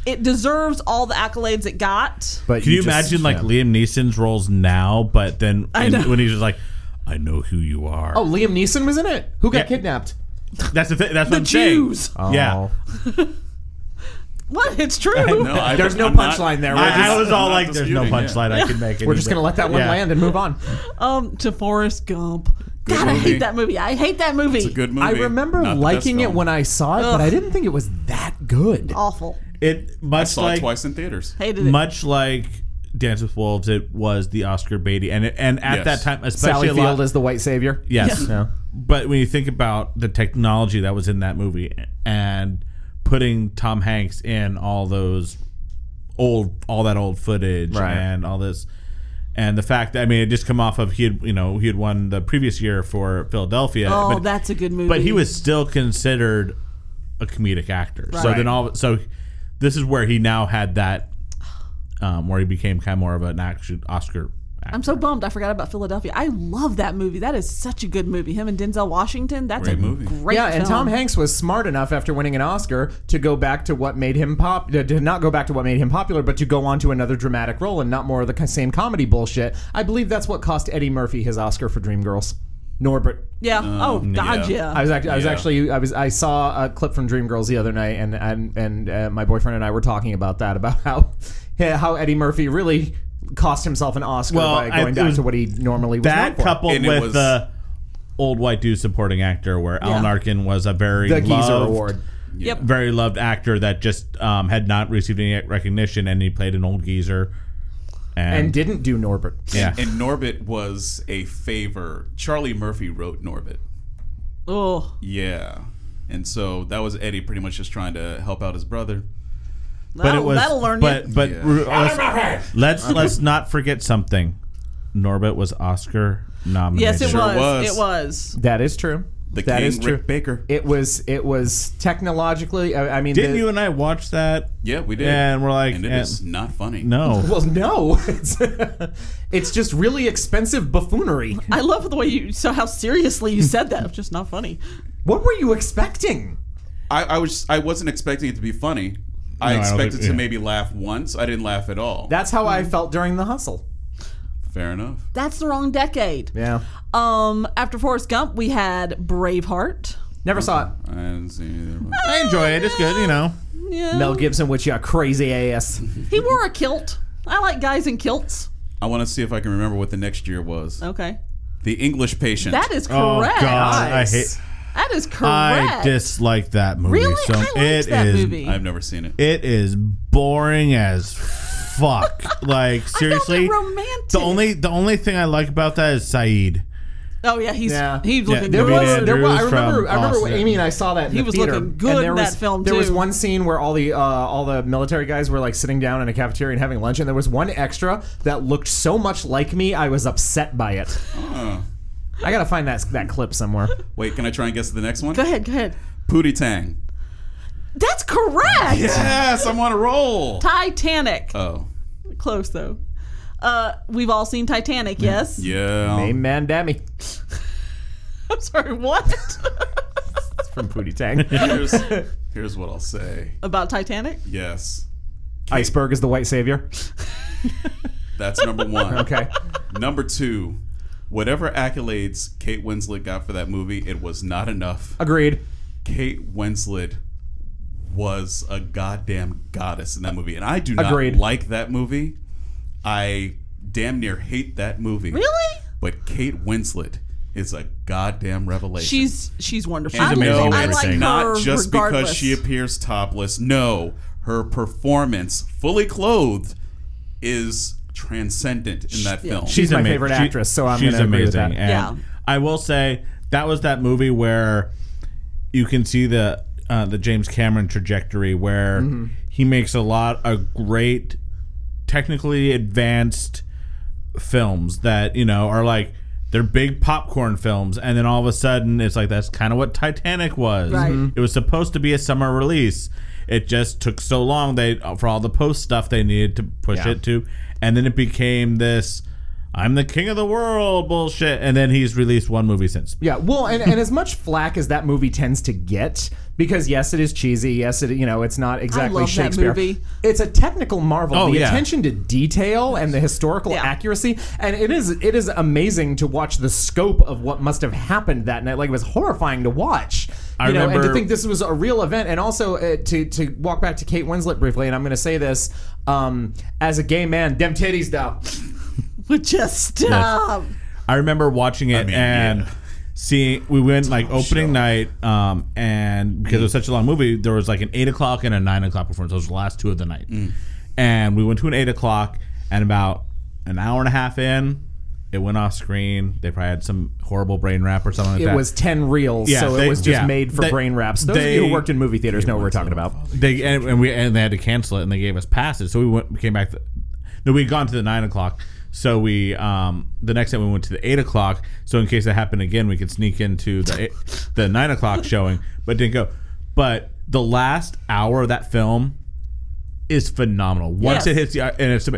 C: it deserves all the accolades it got.
A: But
D: Can you,
A: just-
D: imagine like
A: yeah.
D: Liam Neeson's roles now, but then
C: I
D: and
C: know.
D: when he's just like, "I know who you are."
A: Oh, Liam Neeson was in it? Who got
D: Yeah.
A: kidnapped?
D: that's the thing. That's what I'm
C: Jews.
D: saying. Yeah,
C: What? It's true.
B: No, I-
A: There's no
B: I'm not-
A: punchline there. We're
D: I,
A: just-
D: I was all
B: I'm not
D: like, "There's no
B: disputing,
D: punchline I can make."
A: We're just gonna let that one
D: Yeah.
A: land and move on.
C: Um, to Forrest Gump. God, I
B: movie.
C: hate that movie. I hate that movie.
B: It's a good movie.
A: I remember
B: Not the best
A: liking it
B: film.
A: when I saw it, but I didn't think it was that good.
C: Awful.
D: It much
B: saw it
D: like
B: twice in theaters.
C: Hated it.
D: much like Dance with Wolves, it was the Oscar Beatty, and it, and
B: Yes.
D: at that time, especially
A: Sally
D: a lot,
A: Field is the white savior.
D: Yes.
A: Yeah. No.
D: But when you think about the technology that was in that movie and putting Tom Hanks in all those old, all that old footage
A: Right.
D: and all this, and the fact that I mean, it just come off of he had, you know, he had won the previous year for Philadelphia.
C: Oh,
D: but,
C: that's a good movie.
D: But he was still considered a comedic actor. So
A: Right.
D: then all, so this is where he now had that, um, where he became kind of more of an action Oscar
C: I'm so bummed I forgot about Philadelphia. I love that movie. That is such a good movie. Him and Denzel Washington. That's
B: Great
C: a
B: movie.
C: great
A: yeah, and
C: film.
A: Tom Hanks was smart enough after winning an Oscar to go back to what made him pop, to- to not go back to what made him popular, but to go on to another dramatic role and not more of the same comedy bullshit. I believe that's what cost Eddie Murphy his Oscar for Dreamgirls. Norbert.
C: Yeah. oh God.
B: Um, yeah.
C: Yeah.
A: I was, act- I was
B: Yeah.
A: actually I was I saw a clip from Dreamgirls the other night, and and and uh, my boyfriend and I were talking about that about how yeah, how Eddie Murphy really cost himself an Oscar
D: Well,
A: by
D: I-
A: going
D: it
A: back
D: was-
A: to what he normally was known
D: that
A: for.
D: coupled
B: And it
D: with
B: was-
D: the old white dude supporting actor, where Al
C: Yeah.
D: Narkin was a very
A: the Geezer
D: loved-
A: Award.
C: Yep.
D: very loved actor that just um, had not received any recognition, and he played an old geezer, and,
A: and didn't do Norbert.
D: yeah,
B: And Norbit was a favor. Charlie Murphy wrote Norbit.
C: Oh.
B: Yeah. And so that was Eddie pretty much just trying to help out his brother.
D: but it
C: that'll-
D: was
C: that'll learn
D: but
C: you.
D: but
B: Yeah.
D: re- let's let's, let's not forget something. Norbit was Oscar nominated.
C: Yes, it
B: Sure
C: was.
B: was.
C: It was.
A: That is true.
B: The
A: That
B: King
A: is true.
B: Rick Baker.
A: It was. It was technologically. I, I mean,
D: Didn't
A: the-
D: you and I watch that?
B: Yeah, we did.
D: And we're like,
B: and it
D: eh,
B: is not funny.
D: no.
A: Well, no. It's, it's just really expensive buffoonery.
C: I love the way you. So how seriously you said that. It's just not funny.
A: What were you expecting?
B: I, I was I wasn't expecting it to be funny.
D: I
B: I
D: don't
B: expected
D: think-
B: to
D: yeah.
B: maybe laugh once. I didn't laugh at all.
A: That's how I felt during the hustle.
B: Fair enough.
C: That's the wrong decade.
A: Yeah.
C: Um. After Forrest Gump, we had Braveheart.
A: Never saw it.
B: I didn't see either. one.
D: I enjoy it. It's good, you know.
C: Yeah.
A: Mel Gibson, with your crazy ass.
C: He wore a kilt. I like guys in kilts.
B: I want to see if I can remember what the next year was.
C: Okay.
B: The English Patient.
C: Oh. That is correct.
D: Oh God,
A: Nice.
D: I hate.
C: That is correct.
D: I dislike that movie.
C: Really?
D: So
C: I liked
D: it
C: that
D: is-
C: movie.
B: I've never seen it.
D: It is boring as fuck. like seriously,
C: I found it romantic.
D: the only the only thing I like about that is Saeed.
C: Oh yeah, he's
A: Yeah.
C: he's
D: Yeah,
C: looking
D: there
C: good.
D: David
A: was, there was, I
D: Andrews
A: remember.
D: from
A: I remember when
D: Austin.
A: Amy and I saw that. In
C: He
A: the
C: was
A: theater,
C: looking good
A: and there
C: in
A: was,
C: that film,
A: There was
C: too.
A: one scene where all the uh, all the military guys were like sitting down in a cafeteria and having lunch, and there was one extra that looked so much like me, I was upset by it. I gotta find that that clip somewhere.
B: Wait, can I try and guess the next one?
C: Go ahead, go ahead.
B: Pootie Tang.
C: That's correct.
B: Yes, I'm on a roll.
C: Titanic.
B: Oh.
C: Close though. Uh, we've all seen Titanic, yes? Um.
B: Yeah.
A: Amen, Dammy.
C: I'm sorry, what?
A: It's from Pootie Tang.
B: Here's, here's what I'll say.
C: About Titanic?
B: Yes.
A: Iceberg is the white savior.
B: That's number one.
A: Okay.
B: Number two, whatever accolades Kate Winslet got for that movie, it was not enough.
A: Agreed.
B: Kate Winslet was a goddamn goddess in that movie, and I do not
A: Agreed.
B: like that movie. I damn near hate that movie.
C: Really?
B: But Kate Winslet is a goddamn revelation.
C: She's she's wonderful.
B: And
C: I
D: amazing
C: like-
D: in
B: No,
C: I
B: it's
C: like her
D: everything.
B: not just
C: regardless.
B: because she appears topless. No, her performance, fully clothed, is transcendent in that
C: yeah.
B: film.
A: She's my
D: ama-
A: favorite
D: she-
A: actress, so I'm
D: she's
A: gonna agree with
D: amazing.
A: that.
D: And
C: Yeah.
D: I will say that was that movie where you can see the uh, the James Cameron trajectory where
A: Mm-hmm.
D: he makes a lot of great, technically advanced films that you know are like they're big popcorn films, and then all of a sudden it's like that's kind of what Titanic was.
C: Right. Mhm.
D: It was supposed to be a summer release. It just took so long they for all the post stuff they needed to push
A: Yeah.
D: it to, and then it became this. I'm the king of the world bullshit, and then he's released one movie since.
A: Yeah, well, and, and as much flack as that movie tends to get, because yes, it is cheesy. Yes, it you know it's not exactly
C: love that
A: Shakespeare.
C: movie.
A: It's a technical marvel.
D: Oh,
A: the
D: yeah.
A: attention to detail and the historical
C: Yeah.
A: accuracy, and it is it is amazing to watch the scope of what must have happened that night. Like it was horrifying to watch.
D: I
A: you know, and to
D: remember-
A: think this was a real event, and also uh, to to walk back to Kate Winslet briefly, and I'm going to say this um, as a gay man, them titties though.
C: Would just stop.
D: I remember watching it
B: mean,
D: and
B: yeah.
D: seeing we went like opening night, um, and because it was such a long movie, there was like an eight o'clock and a nine o'clock performance. Those were the last two of the night,
B: Mm.
D: and we went to an eight o'clock, and about an hour and a half in, it went off screen. They probably had some horrible brain wrap or something like
A: It
D: that.
A: was ten reels,
D: Yeah,
A: so it
D: they-
A: was just
D: yeah.
A: made for
D: They-
A: brain wraps. Those of
D: they-
A: you who worked in movie theaters know what we're talking about.
D: They and, and we and they had to cancel it, and they gave us passes. So we went, we came back. To, no, we had gone to the nine o'clock. So we um, the next time we went to the eight o'clock. So in case that happened again, we could sneak into the eight, the nine o'clock showing, but didn't go. But the last hour of that film is phenomenal. Once
C: Yes.
D: it hits the and it's.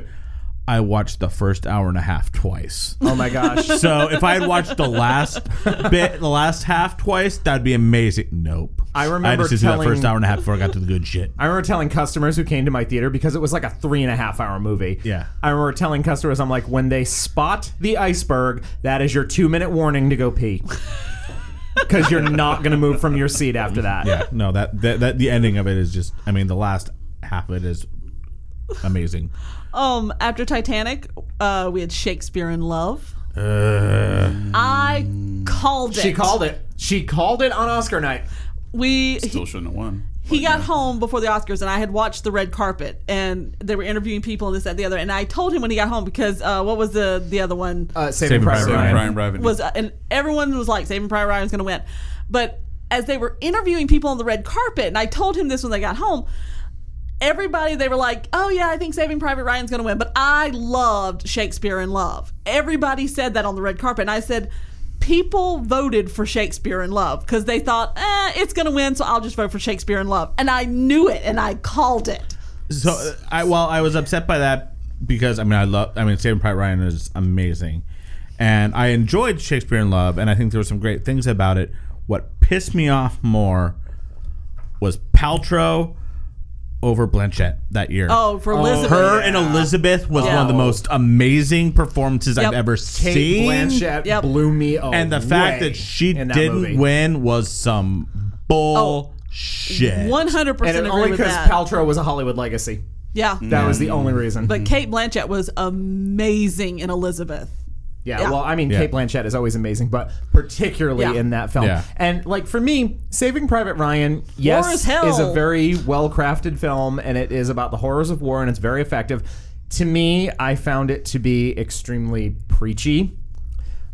D: I watched the first hour and a half twice.
A: Oh my gosh.
D: So if I had watched the last bit, the last half twice, that'd be amazing. Nope.
A: I
D: I
A: remember
D: just did that
A: telling-
D: first hour and a half before I got to the good shit.
A: I remember telling customers who came to my theater because it was like a three and a half hour movie.
D: Yeah.
A: I remember telling customers, I'm like, when they spot the iceberg, that is your two minute warning to go pee. Because you're not going to move from your seat after that.
D: Yeah, no, that, that that the ending of it is just. I mean, the last half of it is amazing.
C: Um, after Titanic, uh, we had Shakespeare in Love. I called it.
A: She called it. She called it on Oscar night.
C: We
B: Still shouldn't have won.
C: he got home before the Oscars, and I had watched the red carpet, and they were interviewing people and this that, and the other. And I told him when he got home because uh, what was the the other one
A: Uh, Saving,
D: Saving
A: Private
D: Private
A: Ryan.
B: Saving Ryan Private.
C: was, uh, and everyone was like, "Saving Private Ryan's going to win," but as they were interviewing people on the red carpet, and I told him this when they got home. Everybody, they were like, "Oh yeah, I think Saving Private Ryan's going to win," but I loved Shakespeare in Love. Everybody said that on the red carpet, and I said. People voted for Shakespeare in Love because they thought, eh, it's going to win, so I'll just vote for Shakespeare in Love. And I knew it and I called it.
D: So uh, I well, I was upset by that because I mean I love I mean Saving Private Ryan is amazing, and I enjoyed Shakespeare in Love, and I think there were some great things about it. What pissed me off more was Paltrow over Blanchett that year.
C: Oh, for Elizabeth.
D: her and Elizabeth was one of the most amazing performances
C: Yep.
D: I've ever
A: Kate
D: seen.
A: Blanchett
C: Yep.
A: blew me away.
D: and the fact that she
A: in that
D: didn't
A: movie.
D: win was some bullshit.
C: Oh, One hundred
A: And
C: percent
A: it
C: agree
A: only
C: with
A: because
C: that.
A: Paltrow was a Hollywood legacy.
C: yeah,
A: That was the only reason.
C: but Kate Blanchett was amazing in Elizabeth.
A: Yeah,
C: Yeah.
A: well, I mean,
D: Yeah.
A: Kate Blanchett is always amazing, but particularly
C: Yeah.
A: in that film.
D: Yeah.
A: And like for me, Saving Private Ryan, yes,
C: as hell.
A: is a very well-crafted film, and it is about the horrors of war, and it's very effective. To me, I found it to be extremely preachy.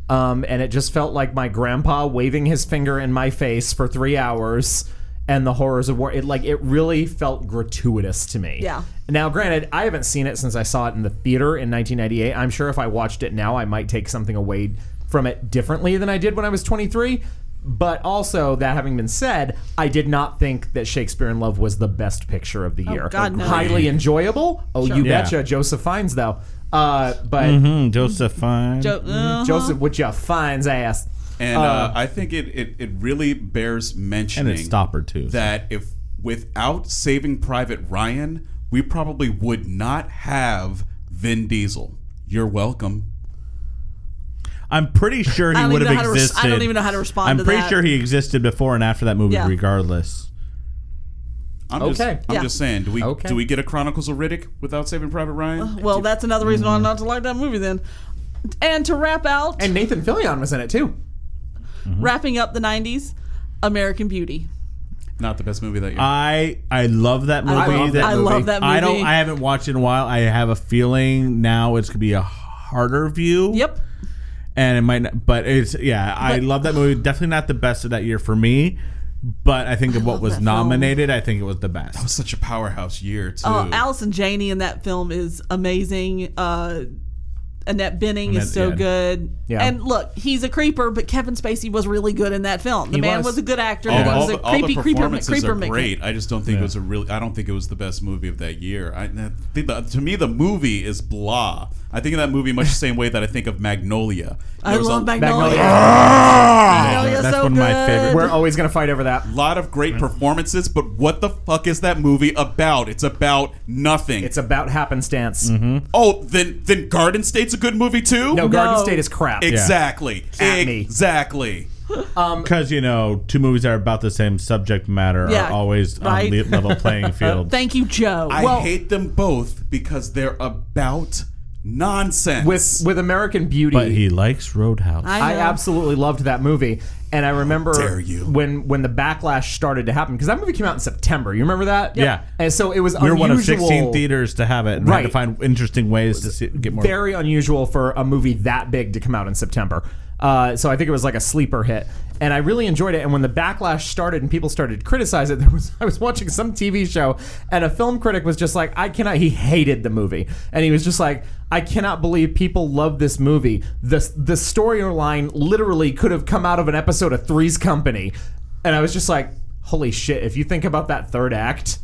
A: Um, and it just felt like my grandpa waving his finger in my face for three hours and the horrors of war. It like it really felt gratuitous to me.
C: Yeah.
A: Now, granted, I haven't seen it since I saw it in the theater in 1998. I'm sure if I watched it now, I might take something away from it differently than I did when I was 23. But also, that having been said, I did not think that Shakespeare in Love was the best picture of the year.
C: Oh, God, no.
A: Highly enjoyable. Oh, you
D: Yeah.
A: betcha. Joseph Fiennes, though. Uh, but
D: Mm, Josephine.
C: Jo-
A: Mm-hmm.
C: uh,
A: Joseph, with your Fiennes ass.
B: And uh, I think it, it, it really bears mentioning
D: and it stopper too.
B: that if without Saving Private Ryan, we probably would not have Vin Diesel. You're welcome.
D: I'm pretty sure he
C: I don't
D: would
C: even know
D: have
C: how to res- I
D: existed.
C: don't even know how to respond
D: I'm
C: to
D: pretty
C: that.
D: sure he existed before and after that movie,
C: Yeah.
D: regardless.
B: I'm
A: Okay.
B: just I'm
C: Yeah.
B: just saying, do we
A: Okay.
B: do we get a Chronicles of Riddick without Saving Private Ryan?
C: well, that's another reason why I'm not to like that movie. Then, and to wrap out,
A: And Nathan Fillion was in it too.
C: wrapping up the '90s, American Beauty.
B: Not the best movie that year.
D: I I love that movie.
A: love that
C: I
A: movie.
C: love that movie.
D: I don't. I haven't watched it in a while. I have a feeling now it's gonna be a harder view.
C: yep.
D: and it might not, but it's yeah i love that movie definitely not the best of that year for me but i think of what was
C: that film.
D: nominated i think it was the best
B: It's such a powerhouse year too.
C: Uh, Allison Janney in that film is amazing. Uh, Annette Benning is
D: Annette-
C: so
D: yeah.
C: good.
A: Yeah.
C: And look, he's a creeper, but Kevin Spacey was really good in that film. The
A: He
C: man
A: was.
C: was. a good actor.
B: all,
C: he
B: all
C: was
B: the,
C: a
B: all
C: creepy
B: the
C: creeper,
B: performances
C: creeper
B: are
C: maker.
B: great. I just don't think it was a really. I don't think it was the best movie of that year. I, that- the, the, to me, the movie is blah. I think of that movie much the same way that I think of Magnolia.
C: I
B: There was
C: love
B: a Ah!
C: Magnolia. Magnolia's
D: That's
C: so
D: one of my
C: good.
D: favorite-
A: We're always going to fight over that.
B: lot of great performances, but what the fuck is that movie about? It's about nothing.
A: It's about happenstance.
D: Mm-hmm.
B: oh, then then Garden State's a good movie too.
A: No, Garden
C: No.
A: State is crap.
B: exactly,
A: At me.
B: exactly.
D: because you know two movies that are about the same subject matter
C: Yeah,
D: are always
C: right?
D: on the level playing field
C: Thank you, Joe.
B: I
A: Well-
B: hate them both because they're about nonsense.
A: With with American Beauty,
D: but he likes roadhouse
A: I
C: know.
A: absolutely loved that movie. And I remember
B: dare you.
A: when when the backlash started to happen because that movie came out in September. You remember that?
D: Yeah.
A: And so it was
D: we were
A: unusual.
D: one of 16 theaters to have it and had to
A: Right.
D: find interesting ways to see, get more
A: very unusual for a movie that big to come out in September. Uh, so I think it was like a sleeper hit, and I really enjoyed it. And when the backlash started and people started to criticize it, there was I was watching some TV show, and a film critic was just like, "I cannot." He hated the movie, and he was just like, "I cannot believe people love this movie. the The storyline literally could have come out of an episode of Three's Company," and I was just like, "Holy shit!" If you think about that third act.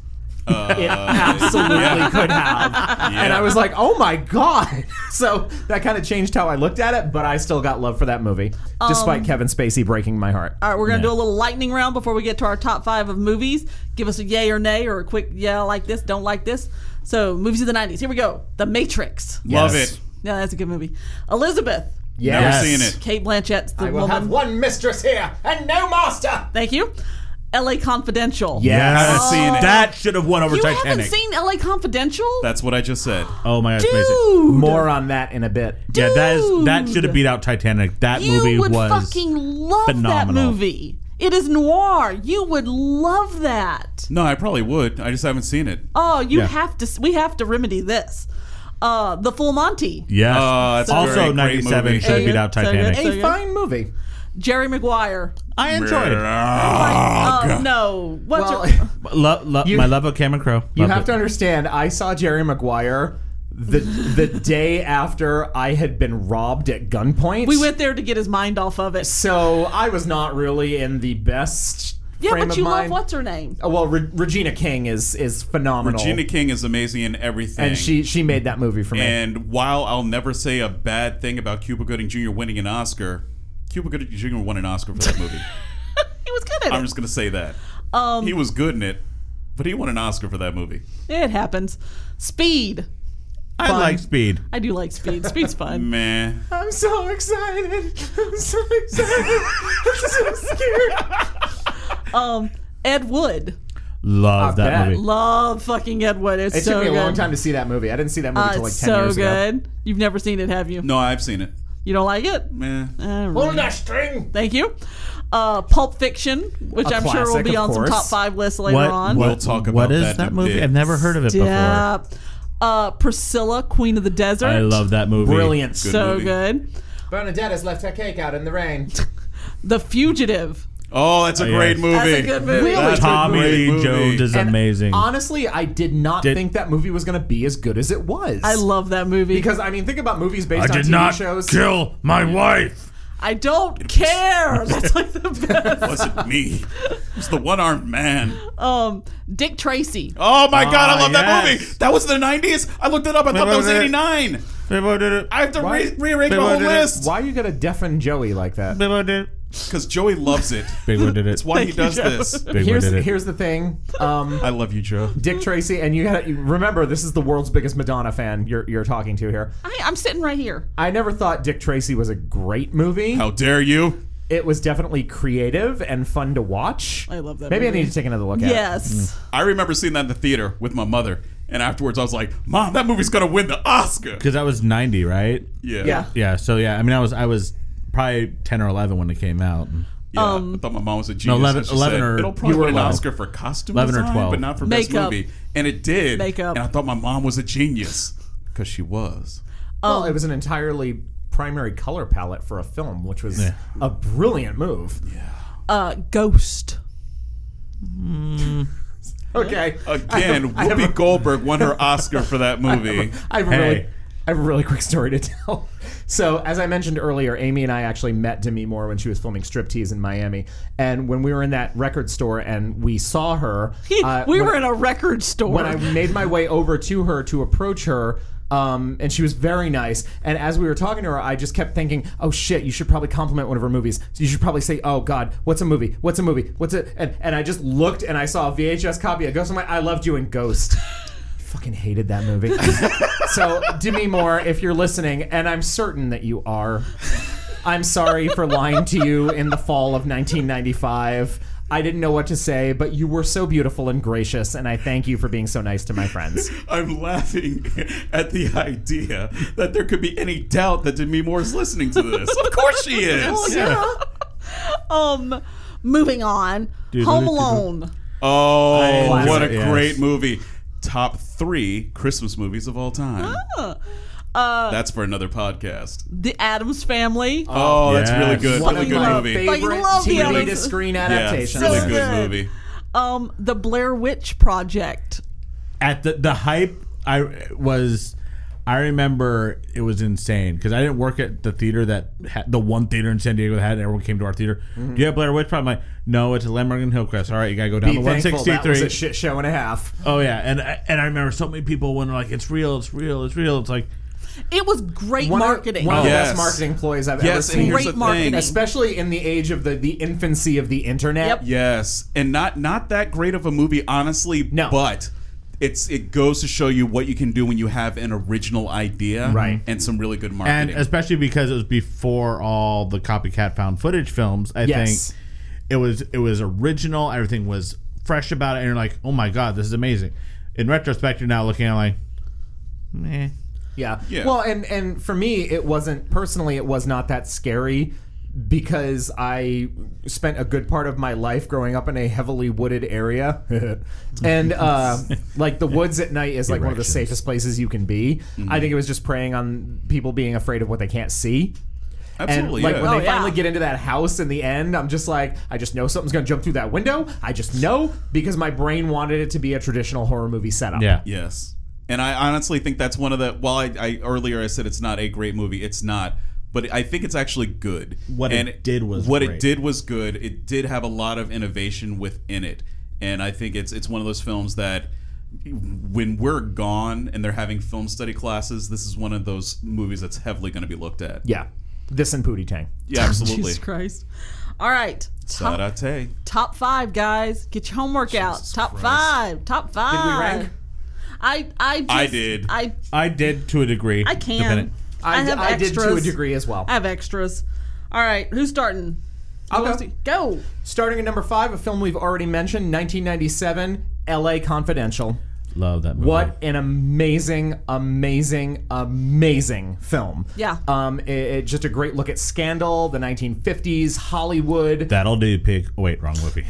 B: Uh,
A: It absolutely
B: yeah.
A: could have. And
B: Yeah.
A: I was like, oh my God. So that kind of changed how I looked at it, but I still got love for that movie,
C: Um,
A: despite Kevin Spacey breaking my heart.
C: All right, we're gonna
D: Yeah.
C: do a little lightning round before we get to our top five of movies. Give us a yay or nay or a quick yeah I like this, don't like this. So movies of the '90s. Here we go. The Matrix.
B: Love
A: Yes.
B: it.
C: Yeah, that's a good movie. Elizabeth.
B: Never
A: Yes.
B: seen it.
C: Kate Blanchett's the
A: I will
C: woman.
A: have one mistress here and no master.
C: Thank you. L.A. Confidential.
A: Yes.
B: Haven't seen it.
D: That should have won over
C: You
D: Titanic.
C: haven't seen L.A. Confidential?
B: That's what I just said.
D: oh my gosh, amazing.
C: Dude,
A: More on that in a bit.
D: Yeah, that is that
C: Dude.
D: should have beat out Titanic. That
C: you
D: movie
C: would
D: was
C: fucking love that
D: phenomenal.
C: movie. It is noir. You would love that.
B: No, I probably would. I just haven't seen it.
C: Oh, you
D: Yeah.
C: have to. We have to remedy this. Uh, the Full Monty.
D: yes.
B: Oh, that's a very
D: also,
B: great
D: ninety seven
B: movie.
D: should have
C: Yeah,
D: beat out
C: so good.
D: Titanic.
C: So
A: A
C: good.
A: fine movie.
C: Jerry Maguire.
D: I enjoyed.
B: Oh,
C: Uh,
B: God.
C: no. What's
A: Well,
C: your,
D: Lo- lo-
A: You-
D: my love of Cameron Crowe.
A: you
D: Loved
A: have
D: it.
A: to understand, I saw Jerry Maguire the the day after I had been robbed at gunpoint.
C: we went there to get his mind off of it.
A: So I was not really in the best
C: Yeah,
A: frame
C: but
A: of
C: you love
A: mind.
C: what's her name?
A: Uh, Well, Re- Regina King is is phenomenal.
B: Regina King is amazing in everything.
A: and she she made that movie for me.
B: And while I'll never say a bad thing about Cuba Gooding Jr. winning an Oscar, Cuba Gooding Jr. won an Oscar for that movie.
C: He was good at
B: I'm
C: it.
B: just gonna say that. he was good in it, but he won an Oscar for that movie.
C: It happens. Speed.
D: I like Speed.
C: I do like Speed. Speed's fun.
B: Meh.
A: I'm so excited. I'm so excited. I'm so scared.
C: Um, Ed Wood.
D: Love
A: I
D: that
A: bet.
D: movie.
C: Love fucking Ed Wood. It's
A: It
C: so
A: took me a
C: good.
A: long time to see that movie. I didn't see that movie
C: Uh,
A: until like
C: it's
A: ten
C: so
A: years ago.
C: good. You've never seen it, have you?
B: No, I've seen it.
C: You don't like it?
B: Meh.
C: All right.
A: Pull that string.
C: Thank you. Uh, Pulp Fiction, which
A: A
C: I'm sure will
A: classic,
C: be
A: of
C: on some
A: course.
C: top five lists later on.
B: We'll talk about
D: what is
B: that
D: that,
B: in a
D: movie?
B: bit.
D: I've never heard of it before.
C: Yeah. Uh, Priscilla, Queen of the Desert.
D: I love that movie.
A: Brilliant.
B: Good
C: So
B: movie.
C: good.
A: Bernadetta's left her cake out in the rain.
C: The Fugitive.
B: Oh, that's a
D: yes.
B: great movie.
C: That's a good movie.
A: Really?
B: That's a
D: Tommy
B: great
D: Lee
B: movie.
D: Jones is
A: And
D: amazing.
A: Honestly, I did not
D: Did-
A: think that movie was going to be as good as it was.
C: I love that movie
A: because I mean, think about movies based
D: I
A: on
D: did
A: TV
D: not
A: shows.
D: kill my wife.
C: I don't care. That's like the best.
B: wasn't me. It's the one armed man.
C: Um, Dick Tracy.
B: Oh my god, I
D: Ah,
B: love that
D: yes.
B: movie. That was the nineties. I looked it up. I thought that was eighty nine. I have to re- rearrange
D: Wait,
B: my
D: wait,
B: whole
D: wait, wait.
B: list
A: Why are you gonna deafen Joey like that?
B: because Joey loves it.
D: Big One did it.
B: That's why he does
C: Joe.
B: this.
D: Big One
A: here's
D: did it.
A: here's the thing. Um,
B: I love you, Joe.
A: Dick Tracy, and you gotta you remember this is the world's biggest Madonna fan you're you're talking to here.
C: I, I'm sitting right here.
A: I never thought Dick Tracy was a great movie.
B: How dare you?
A: It was definitely creative and fun to watch.
C: I love that
A: Maybe
C: movie.
A: I need to take another look at it.
C: Yes.
B: I remember seeing that in the theater with my mother, and afterwards I was like, "Mom, that movie's gonna win the Oscar."
D: Because that was ninety, right?
A: Mm.
B: Yeah,
C: Yeah.
D: Yeah. So yeah, I mean, I was I was probably ten or eleven when it came out.
B: Yeah.
A: Um,
B: I thought my mom was a genius.
D: 11
B: and she
D: 11
B: said,
D: or-
B: it'll probably
D: you were
B: win an
D: 11.
B: Oscar for costume
D: 11 or
B: design,
D: 12.
B: but not for
C: Makeup.
B: best movie. And it did.
C: Makeup.
B: And I thought my mom was a genius because she was.
C: um,
A: Well, it was an entirely primary color palette for a film, which was
D: Yeah.
A: a brilliant move.
C: Uh, Ghost.
A: Okay.
B: Again,
A: I have
B: Whoopi
A: a-
B: Goldberg won her Oscar for that movie.
A: I have a
D: Hey.
A: really, I have a really quick story to tell. So, as I mentioned earlier, Amy and I actually met Demi Moore when she was filming Striptease in Miami, and when we were in that record store and we saw her, uh,
C: we
A: when-
C: were in a record store.
A: when I made my way over to her to approach her. Um, and she was very nice. And as we were talking to her, I just kept thinking, "Oh shit, you should probably compliment one of her movies. You should probably say, oh god, what's a movie? What's a movie? What's it?" And, and I just looked and I saw a VHS copy of Ghost. I'm like, "I loved you in Ghost." Fucking hated that movie. so Demi Moore, if you're listening, and I'm certain that you are, I'm sorry for lying to you in the fall of 1995. I didn't know what to say, but you were so beautiful and gracious, and I thank you for being so nice to my friends.
B: I'm laughing at the idea that there could be any doubt that Demi Moore is listening to this. Of course she is.
C: Oh, um, moving on. Home Alone.
B: Oh,
D: I-
B: what a
D: Yes.
B: great movie. Top three Christmas movies of all time.
A: Ah. Uh,
B: That's for another podcast.
C: The Adams Family.
B: Oh, that's
D: Yes.
B: really good.
A: One
B: Really
A: of
B: good
A: my
B: movie.
C: fa-
A: favorite
C: Fucking love the
A: TV to
C: Adams-
A: screen
B: yeah, it's
A: adaptations.
B: really
C: So
B: good
C: good.
B: movie.
C: Um, The Blair Witch Project.
D: At the the hype, I was. I remember it was insane because I didn't work at the theater that had the one theater in San Diego that had everyone came to our theater.
A: Mm-hmm.
D: Do you have Blair Witch Problem? I'm like, no, it's a Lemberg and Hillcrest. All right, you gotta go down
A: Be
D: the
A: thankful that was a
D: 163.
A: shit show and a half.
D: Oh yeah, and I- and I remember so many people when like it's real, it's real, it's real. It's like
C: It was great
A: One of-
C: marketing. Oh,
A: one of the
B: Yes.
A: best marketing ploys I've ever
B: Yes, and
A: seen.
B: here's
C: Great
B: the
C: marketing.
B: thing.
A: especially in the age of the, the infancy of the internet.
C: Yep.
B: Yes, and not not that great of a movie, honestly.
A: No.
B: but it's it goes to show you what you can do when you have an original idea,
A: Right.
B: And some really good
D: and
B: marketing.
D: especially because it was before all the copycat found footage films. I
A: Yes.
D: think it was it was original. Everything was fresh about it, and you're like, oh my god, this is amazing. In retrospect, you're now looking at it like, meh.
A: Yeah.
B: Yeah.
A: Well, and and for me, it wasn't personally. It was not that scary because I spent a good part of my life growing up in a heavily wooded area, and uh, like the woods at night is like one of the
D: Erections.
A: safest places you can be. I think it was just preying on people being afraid of what they can't see.
B: Absolutely,
A: and like
B: yeah.
A: when
C: Oh,
A: they
C: yeah.
A: finally get into that house in the end, I'm just like, I just know something's gonna jump through that window. I just know because my brain wanted it to be a traditional horror movie setup.
D: yeah.
B: yes, and I honestly think that's one of the. While I, I earlier I said it's not a great movie, it's not. But I think it's actually good.
D: What it
B: and
D: did was
B: what
D: great.
B: it did was good. It did have a lot of innovation within it, and I think it's it's one of those films that when we're gone and they're having film study classes, this is one of those movies that's heavily going to be looked at.
A: Yeah. This and Pootie Tang.
B: Yeah, absolutely.
C: Jesus Christ. All right. Top,
B: Sarate.
C: top five, guys. Get your homework out.
B: Jesus
C: Top
B: Christ.
C: five. Top five.
A: rank?
C: I I just,
B: I did.
C: I
D: I did to a degree.
C: I can.
D: dependent.
A: I,
C: have
A: I did
C: extras.
A: to a degree as well.
C: I have extras. All right. Who's starting? Who
A: I'll go.
C: wants to- Go.
A: Starting at number five, a film we've already mentioned, 1997, L.A. Confidential.
D: Love that movie.
A: What an amazing, amazing, amazing film.
C: Yeah.
A: Um, it, it- just a great look at scandal, the 1950s, Hollywood.
D: That'll do, pig. Oh, wait, wrong movie.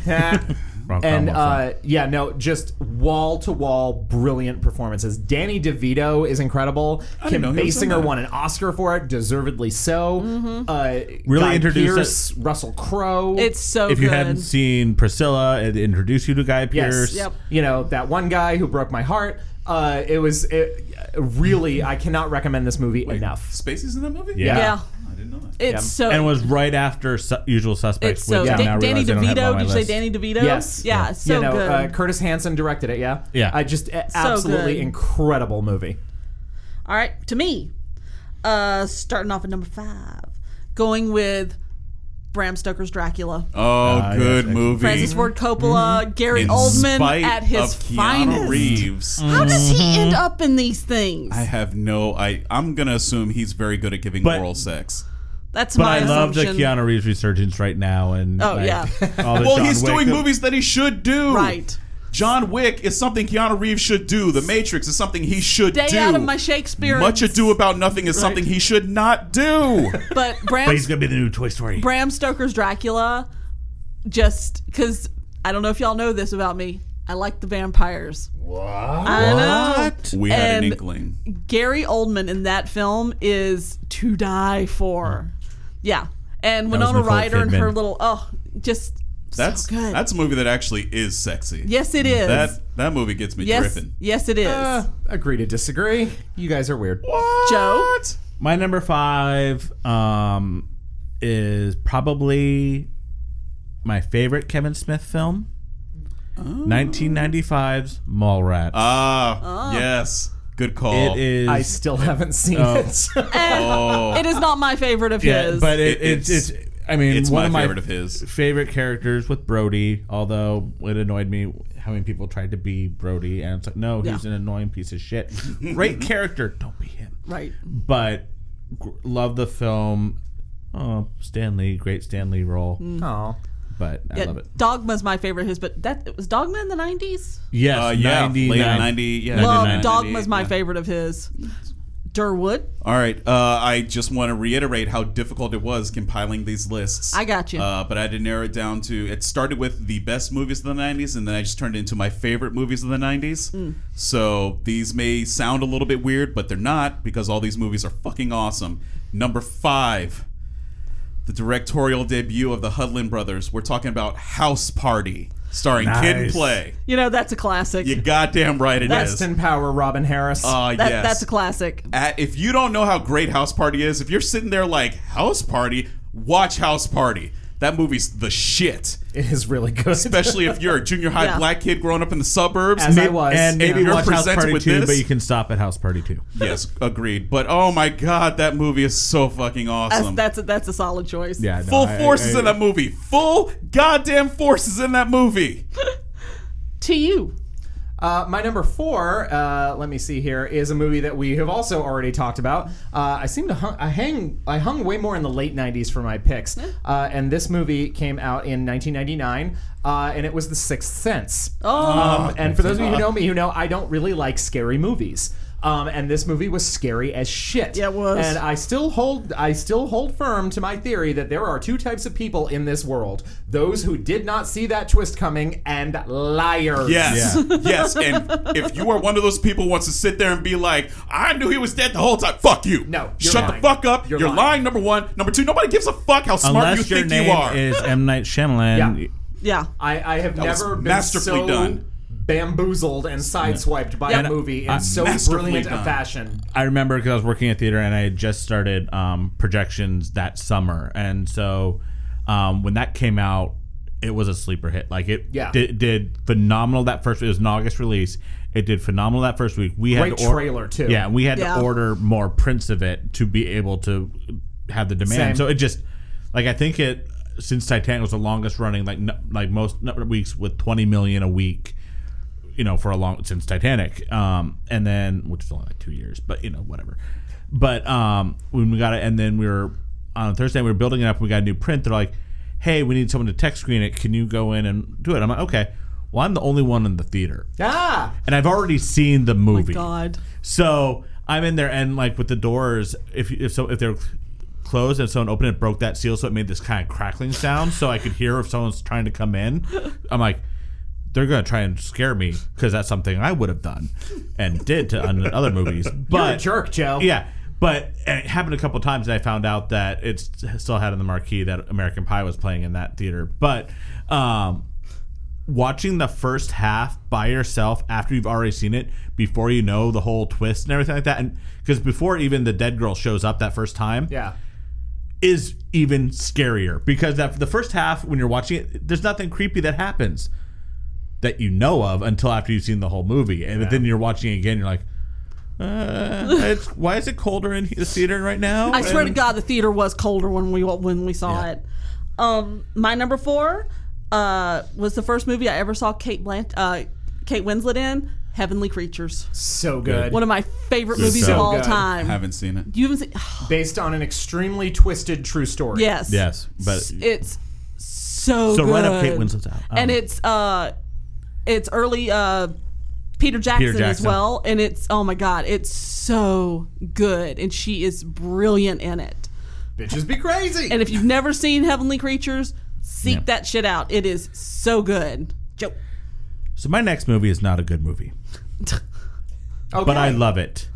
D: wrong
A: and
D: combo, sorry.
A: uh, yeah, no, just wall to wall brilliant performances. Danny DeVito is incredible. Kim
B: didn't know he was in
A: Basinger
B: that.
A: won an Oscar for it, deservedly so. Uh,
D: Really
A: Guy
D: introduced
A: Pearce, Russell Crowe.
C: It's so
D: if
C: good.
D: you hadn't seen Priscilla, it introduced you to Guy
A: Yes.
D: Pearce.
C: Yep.
A: You know that one guy who broke my heart. Uh, it was it, really. I cannot recommend this movie enough.
B: Spacey's in that movie?
D: Yeah.
C: yeah.
B: I didn't know that.
C: It's
A: Yeah.
C: so.
D: And was right after Su- Usual Suspects,
C: it's so.
D: which I
A: yeah.
D: now
C: Da- Danny
D: realize I don't
C: DeVito.
D: have on my
C: Did you say
D: list.
C: Danny DeVito?
A: Yes.
C: Yeah. it's So
A: you know,
C: good.
A: Uh, Curtis Hanson directed it. Yeah.
D: Yeah.
A: I just a- absolutely
C: good.
A: incredible movie.
C: All right, to me, uh, starting off at number five, going with Bram Stoker's Dracula,
B: Oh,
D: Ah, yes,
B: good
D: excellent.
B: movie.
C: Francis Ford Coppola,
D: Mm-hmm.
C: Gary
B: In
C: Oldman
B: spite
C: at his
B: of Keanu
C: finest.
B: Reeves.
C: How does
D: Mm-hmm.
C: he end up in these things?
B: I have no. I I'm gonna assume he's very good at giving
D: But-
B: oral sex.
C: That's
D: But
C: my
D: I love the
C: assumption.
D: Keanu Reeves resurgence right now, and
C: Oh,
D: like,
C: yeah.
D: all the
B: Well,
D: John
B: he's doing
D: Wick-
B: movies that he should do.
C: Right.
B: John Wick is something Keanu Reeves should do. The Matrix is something he should
C: Day
B: do.
C: out of my Shakespeare.
B: Much ado about nothing is something he should not do.
C: but
D: But
C: Bram
D: he's gonna be the new Toy Story.
C: Bram Stoker's Dracula, just because I don't know if y'all know this about me. I like the vampires. What? I know.
B: we had an
C: And-
B: inkling.
C: Gary Oldman in that film is to die for. Yeah. And
D: was
C: Winona
D: Nicole
C: Ryder and
D: Kidman.
C: her little oh, just
B: That's
C: so good.
B: that's a movie that actually is sexy.
C: yes, it is.
B: That that movie gets me
C: yes,
B: dripping.
C: yes, it is.
A: Uh, agree to disagree. You guys are weird.
C: Joe,
D: My number five um, is probably my favorite Kevin Smith film,
C: Oh.
D: 1995's Mallrats.
B: Ah, yes. Good call.
D: it is.
A: I still haven't seen it.
C: And
B: Oh,
C: it is not my favorite of
D: yeah,
C: his.
D: but it,
B: It-
D: it's, it's
B: it's-
D: I mean,
B: it's
D: one
B: my
D: of my
B: favorite of his.
D: favorite characters with Brody. Although it annoyed me how many people tried to be Brody, and it's like, no, he's
C: Yeah.
D: an annoying piece of shit. Great character, don't be him.
C: right,
D: But gr- love the film. Oh, Stanley, great Stanley role.
A: Oh.
D: But I
C: yeah,
D: love it.
C: Dogma's my favorite of his. But that it was Dogma in the nineties.
D: Yes,
B: Uh, yeah, late
D: 99.
B: 90, yeah.
C: Love
D: 99.
C: Dogma's my
B: Yeah.
C: favorite of his. Durwood,
B: All right. Uh, I just want to reiterate how difficult it was compiling these lists.
C: I got you.
B: Uh, but I had to narrow it down to it started with the best movies of the 90s, and then I just turned it into my favorite movies of the 90s.
C: Mm.
B: So these may sound a little bit weird, but they're not because all these movies are fucking awesome. Number five, the directorial debut of the Hudlin brothers. We're talking about House Party. starring Kid and
D: Nice.
B: Play.
C: You know, that's a classic.
B: You goddamn right it is.
A: Preston Power, Robin Harris.
B: Uh,
C: that,
B: yes.
C: That's a classic.
B: At- if you don't know how great House Party is, if you're sitting there like House Party, watch House Party. That movie's the shit.
A: it is really good.
B: Especially if you're a junior high
C: Yeah.
B: black kid growing up in the suburbs.
A: As I
B: Maybe-
A: was.
D: and maybe
B: If you're
D: watch House
B: presented
D: Party
B: with
D: Two,
B: this-
D: but you can stop at House Party Two.
B: yes, agreed. But oh my god, that movie is so fucking
C: That's,
B: awesome.
C: that's, a, that's a solid choice.
D: Yeah, no,
B: Full
D: I-
B: force
D: I-
B: is in that movie. Full goddamn force is in that movie.
C: To you.
A: Uh, my number four, uh, let me see here, is a movie that we have also already talked about. Uh, I seem to hung, I hang I hung way more in the late '90s for my picks, uh, and this movie came out in 1999, uh, and it was The Sixth Sense.
C: Oh.
A: Um, and for those of you who know me, you know I don't really like scary movies. Um, and this movie was scary as shit.
C: Yeah, it was.
A: And I still hold I still hold firm to my theory that there are two types of people in this world: those who did not see that twist coming, and liars.
B: Yes.
D: Yeah.
B: Yes. And if you are one of those people who wants to sit there and be like, I knew he was dead the whole time, fuck you.
A: No, you're
B: Shut
A: lying.
B: the fuck up.
A: You're
B: You're,
A: lying.
B: lying. number one. Number two, nobody gives a fuck how smart
D: Unless
B: you
D: your
B: think
D: name
B: you are.
D: is M Night Shyamalan.
A: Yeah.
C: Yeah.
A: I, I have
B: That was
A: never been
B: masterfully
A: so
B: done.
A: bamboozled and sideswiped by
C: Yeah.
A: a movie in
D: Uh,
A: so
B: masterfully
A: brilliant a
B: done.
A: fashion.
D: I remember because I was working at theater and I had just started um, projections that summer, and so um, when that came out, it was a sleeper hit. Like it
A: Yeah.
D: did, did phenomenal that first. It was an August release. It did phenomenal that first week. We
A: Great
D: had to or-
A: trailer too.
D: Yeah, we had
C: Yeah.
D: to order more prints of it to be able to have the
A: Same.
D: demand. So it just like I think it since Titanic was the longest running like n- like most n- weeks with 20 million a week you know, for a long since Titanic. Um, and then which is only like two years, but you know, whatever. But um, when we got it, and then we were on Thursday, we were building it up. We got a new print. They're like, "Hey, we need someone to tech screen it. Can you go in and do it?" I'm like, "Okay." Well, I'm the only one in the theater,
A: Ah,
D: and I've already seen the
C: Oh My
D: movie.
C: God.
D: So I'm in there, and like with the doors, if if so, if they're closed and someone opened it, broke that seal, so it made this kind of crackling sound, so I could hear if someone's trying to come in. I'm like, they're gonna try and scare me because that's something I would have done and did to on other movies. But
A: you're a jerk, Joe.
D: yeah, but and it happened a couple times, and I found out that it's still had on the marquee that American Pie was playing in that theater. But um, watching the first half by yourself after you've already seen it, before you know the whole twist and everything like that, and because before even the dead girl shows up that first time,
A: Yeah.
D: is even scarier because that the first half when you're watching it, there's nothing creepy that happens that you know of until after you've seen the whole movie, and then you're watching it again, you're like. Uh, it's, why is it colder in the theater right now?
C: I swear to
D: And-
C: God, the theater was colder when we when we saw it. Um, my number four uh, was the first movie I ever saw Kate Blanch- uh, Kate Winslet in Heavenly Creatures.
A: So good.
C: One of my favorite movies
D: stuff.
C: of
A: So
C: all
A: good.
B: I
C: time.
B: haven't seen it.
C: you haven't seen?
A: Based on an extremely twisted true story.
C: yes.
D: Yes, but
C: It's so.
D: So right up
C: good.
D: Kate Winslet's alley. Um,
C: and it's uh, it's early uh, Peter Jackson, as
D: Jackson.
C: well, and it's oh my God, it's so good, and she is brilliant in it.
A: Bitches be crazy.
C: And if you've never seen Heavenly Creatures, seek
D: Yeah.
C: that shit out. It is so good. Joe.
D: so my next movie is not a good movie,
A: okay.
D: but I love it,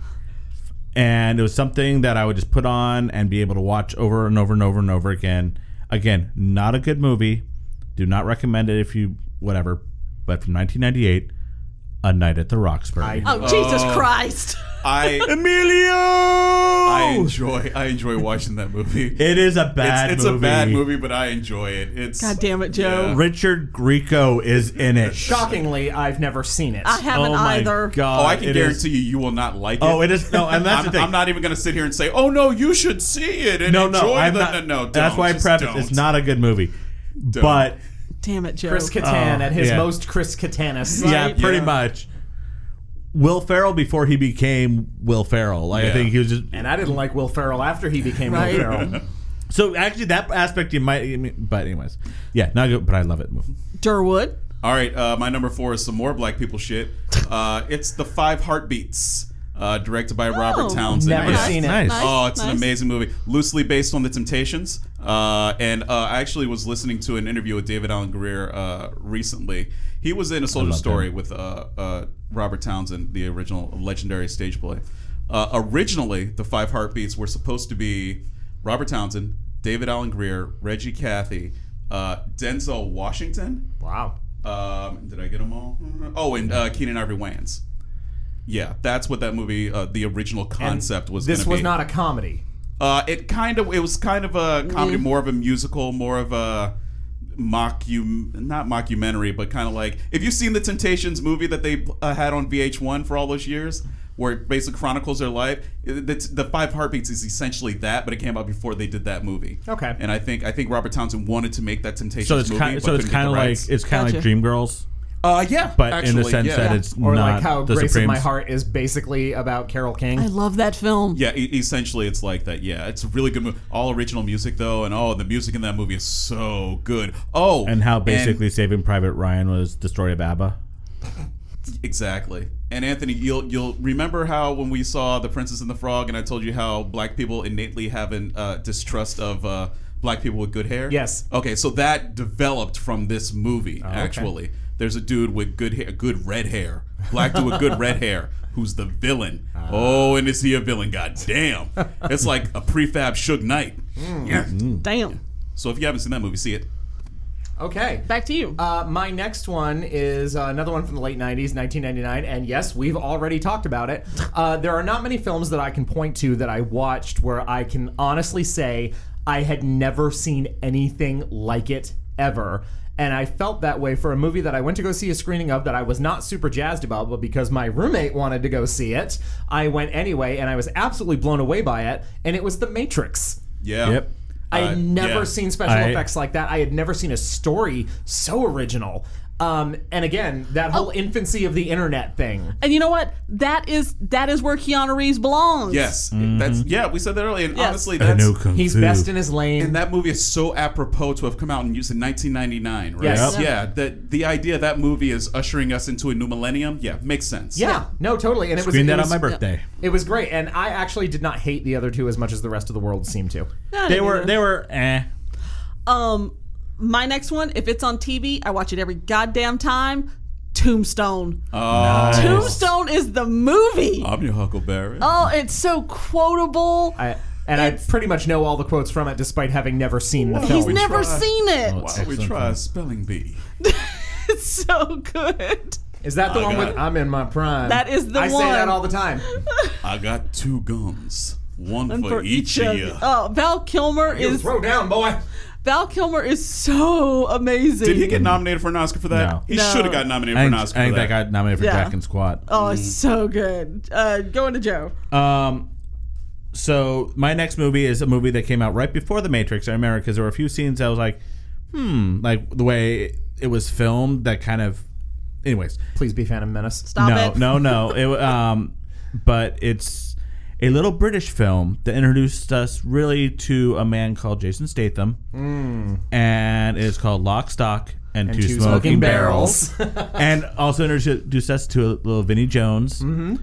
D: and it was something that I would just put on and be able to watch over and over and over and over again. Again, not a good movie. Do not recommend it if you whatever. But from 1998, A Night at the Roxbury.
A: I-
C: Oh, Jesus Christ.
B: I
D: Emilio.
B: I enjoy I enjoy watching that movie.
D: it is a
B: it's
D: bad.
B: it's
D: movie.
B: a bad movie, but I enjoy it. It's
C: God damn it, Joe.
D: Richard Grieco is in it.
A: Shockingly, I've never seen it.
C: I haven't
D: oh my
C: either.
D: God!
B: Oh, I can
D: uh, it
B: guarantee
D: is-
B: you, you will not like it.
D: Oh, it is no, and that's
B: I'm,
D: the thing.
B: I'm not even going to sit here and say, "Oh no, you should see it and
D: no,
B: enjoy
D: no, I'm
B: the
D: not.
B: no, no." Don't,
D: that's why I
B: Just
D: preface
B: don't.
D: it's not a good movie, but
C: Damn it, Joe.
A: Chris Kattan at his
D: Oh, yeah.
A: most Chris Kattanist.
D: yeah,
C: Right.
D: pretty
B: Yeah.
D: much. Will Ferrell before he became Will Ferrell, like I
B: Yeah.
D: think he was just.
A: And I didn't like Will Ferrell after he became
C: Right.
A: Will Ferrell.
D: So actually, that aspect you might, I mean, but anyways, yeah, not good. But I love it.
C: Durwood.
B: All right, uh, my number four is some more black people shit. Uh, it's the Five Heartbeats, uh, directed by
C: Oh,
B: Robert Townsend.
A: never
B: Yeah.
A: seen it.
D: Nice.
B: Oh, it's
C: nice.
B: an amazing movie. Loosely based on The Temptations. Uh, and uh, I actually was listening to an interview with David Allen Greer uh, recently. He was in A Soldier
D: love
B: Story
D: him.
B: with uh, uh, Robert Townsend, the original legendary stage play. Uh, originally, the Five Heartbeats were supposed to be Robert Townsend, David Allen Greer, Reggie Cathy, uh, Denzel Washington,
A: Wow.
B: Um, did I get them all? Oh, and uh, Keenan Ivory Wayans. Yeah, that's what that movie, uh, the original concept was.
A: This
B: gonna
A: was
B: be.
A: not a comedy.
B: Uh, it kind of it was kind of a comedy, more of a musical, more of a mockum not mockumentary, but kind of like if you've seen the Temptations movie that they uh, had on VH1 for all those years, where it basically chronicles their life. It, the, the Five Heartbeats is essentially that, but it came out before they did that movie.
A: Okay.
B: and I think I think Robert Townsend wanted to make that Temptations
D: So it's
B: movie,
D: kind.
B: but
D: So it's
B: couldn't get
D: kind
B: the
D: of like
B: rights.
D: it's kind of like
C: Gotcha.
D: Dreamgirls,
B: uh, yeah,
D: but in the
B: actually,
D: sense
B: yeah.
D: that it's
A: Or
D: not
A: like how
D: the
A: Grace
D: Supremes.
A: of My Heart is basically about Carol King.
C: I love that film.
B: Yeah, e- essentially, it's like that. Yeah, it's a really good movie. All original music, though, and oh, the music in that movie is so good. Oh,
D: and how basically Saving Private Ryan was the story of ABBA.
B: exactly. And Anthony, you'll you'll remember how when we saw The Princess and the Frog, and I told you how black people innately have an uh, distrust of uh, black people with good hair.
A: Yes.
B: Okay, so that developed from this movie. actually, there's a dude with good hair, good red hair, black dude with good red hair, who's the villain. Oh, and is he a villain? God damn! It's like a prefab Suge Knight. Yeah.
C: Mm-hmm. Damn.
B: So if you haven't seen that movie, see it.
A: Okay.
C: Back to you.
A: Uh, my next one is uh, another one from the late 90s, 1999. And yes, we've already talked about it. Uh, there are not many films that I can point to that I watched where I can honestly say I had never seen anything like it ever. And I felt that way for a movie that I went to go see a screening of that I was not super jazzed about, but because my roommate wanted to go see it, I went anyway, and I was absolutely blown away by it. And it was The Matrix.
B: Yeah.
D: Yep.
A: I
B: Uh,
A: had never
B: yeah.
A: seen special
D: I-
A: effects like that. I had never seen a story so original. Um, and again, that
C: Oh.
A: whole infancy of the internet thing.
C: and you know what? That is that is where Keanu Reeves belongs.
B: Yes, that's yeah. We said that earlier, and
C: Yes.
B: honestly, that's
A: He's best in his lane.
B: and that movie is so apropos to have come out and used in 1999, right?
A: Yes. Yep.
B: Yeah, that the idea that movie is ushering us into a new millennium, yeah, makes sense.
A: yeah, no, totally. And it was,
D: Screen
A: it
D: that
A: was
D: on my birthday.
A: It was great, and I actually did not hate the other two as much as the rest of the world seemed to.
C: Not
D: They were
C: either.
D: they were eh.
C: Um, my next one, if it's on TV, I watch it every goddamn time. Tombstone.
D: Oh.
B: Uh,
C: Tombstone is the movie.
B: I'm your Huckleberry.
C: oh, it's so quotable.
A: I, and I pretty much know all the quotes from it, despite having never seen the
C: He's
A: film.
C: never
B: tried.
C: seen it.
D: Oh,
B: Why don't we
D: Excellent.
B: try a spelling bee?
C: It's so good.
A: Is that the
B: I
A: one
B: got
A: with
B: it.
A: "I'm in my prime"?
C: That is the
A: I
C: one.
A: say that all the time.
B: I got two gums, one, for,
C: For
B: each of you.
C: Oh, Val Kilmer is
A: Throw down, boy.
C: Val Kilmer is so amazing.
B: Did he get nominated for an Oscar for that?
D: No.
B: He
C: No.
B: should have got nominated
D: I
B: for
D: think,
B: an
D: I
B: Oscar
D: think
B: for
D: that
B: that.
D: got nominated for
C: Yeah.
D: Jack and Squat.
C: oh, it's so good. Uh, going to Joe.
D: Um, so my next movie is a movie that came out right before The Matrix. I remember because there were a few scenes I was like, hmm, like the way it was filmed that kind of. Anyways,
A: Please be Phantom Menace.
C: Stop
D: no,
C: it.
D: no, no, It wa- um, but it's a little British film that introduced us really to a man called Jason Statham, and it's called Lock, Stock, Hmm. and, Two, Smoking, Barrels, and also introduced us to a little Vinnie Jones. Mm-hmm.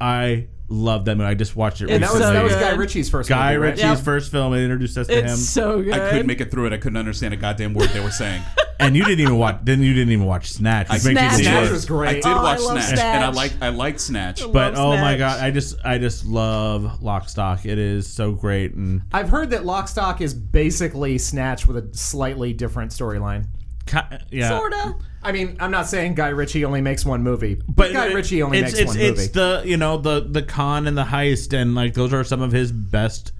D: I love that movie. I just watched it
A: And that was
D: recently.
A: that was Guy
C: good.
A: Ritchie's first.
D: Guy
A: movie, right?
D: Ritchie's
C: Yep.
D: first film. It introduced us to
C: It's
D: him,
C: so good.
B: I couldn't make it through it. I couldn't understand a goddamn word they were saying.
D: and you didn't even watch. Then you didn't even watch Snatch. which
B: I
D: makes
B: did.
D: you
C: Snatch
D: jealous.
A: was great.
B: I did
C: Oh, I
B: watch
C: love
B: Snatch, and I
C: Snatch.
B: like I liked Snatch.
D: But
C: Love
D: oh my
C: Snatch.
D: god, I just I just love Lock, Stock. It is so great and
A: I've heard that Lockstock is basically Snatch with a slightly different storyline.
D: Ki- yeah,
C: Sorta.
A: I mean, I'm not saying Guy Ritchie only makes one movie, but,
D: But
A: Guy
D: it-
A: Ritchie only
D: it's,
A: makes
D: it's,
A: one
D: it's
A: movie.
D: the you know the the con and the heist and like those are some of his best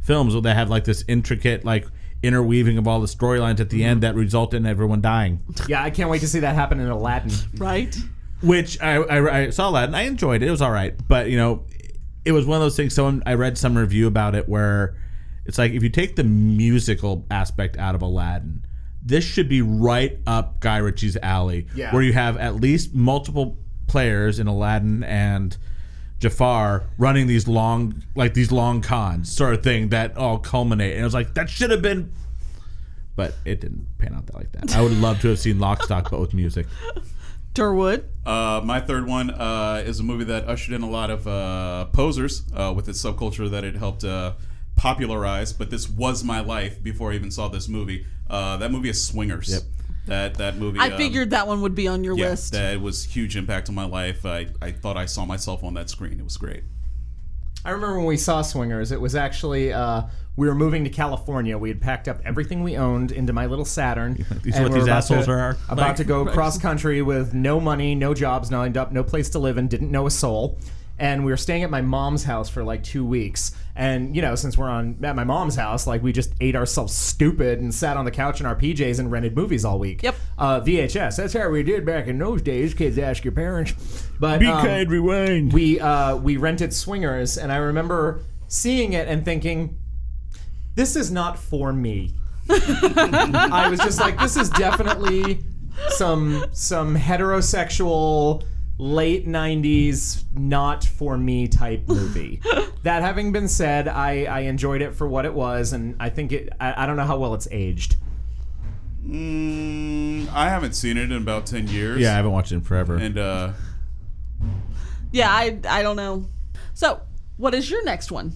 D: films where they have like this intricate like interweaving of all the storylines at the end
C: Mm-hmm.
D: that result in everyone dying.
A: yeah, I can't wait to see that happen in Aladdin.
C: Right?
D: which I, I, I saw that and I enjoyed it. It was all right, but you know, it was one of those things. Someone I read some review about it where it's like if you take the musical aspect out of Aladdin, this should be right up Guy Ritchie's alley,
A: Yeah.
D: where you have at least multiple players in Aladdin and. Jafar running these long, like these long cons sort of thing that all culminate, and it was like that should have been, but it didn't pan out that like that. I would love to have seen Lock, Stock, but with music.
C: Durwood.
B: Uh, my third one uh, is a movie that ushered in a lot of uh, posers uh, with its subculture that it helped uh, popularize. But this was my life before I even saw this movie. Uh, that movie is Swingers.
D: Yep.
B: That that movie.
C: I
B: um,
C: figured that one would be on your
B: Yeah,
C: list.
B: that was huge impact on my life. I, I thought I saw myself on that screen. It was great.
A: I remember when we saw Swingers, it was actually uh, we were moving to California. We had packed up everything we owned into my little Saturn.
D: These are
A: and we
D: what
A: were
D: these
A: about
D: assholes
A: to,
D: are,
A: About
D: like-
A: to go cross country with no money, no jobs, lined up, no place to live in, didn't know a soul. And we were staying at my mom's house for like two weeks. And you know, since we're on at my mom's house, like we just ate ourselves stupid and sat on the couch in our PJs and rented movies all week.
C: Yep.
A: Uh, VHS. That's how we did back in those days. Kids ask your parents. But um,
D: rewind.
A: we uh, we rented Swingers, and I remember seeing it and thinking, "This is not for me." I was just like, "This is definitely some some heterosexual." Late '90s, not for me type movie. that having been said, I, I enjoyed it for what it was, and I think it. I, I don't know how well it's aged.
B: Mm, I haven't seen it in about ten years.
D: yeah, I haven't watched it in forever.
B: and uh,
C: Yeah, I I don't know. So, what is your next one?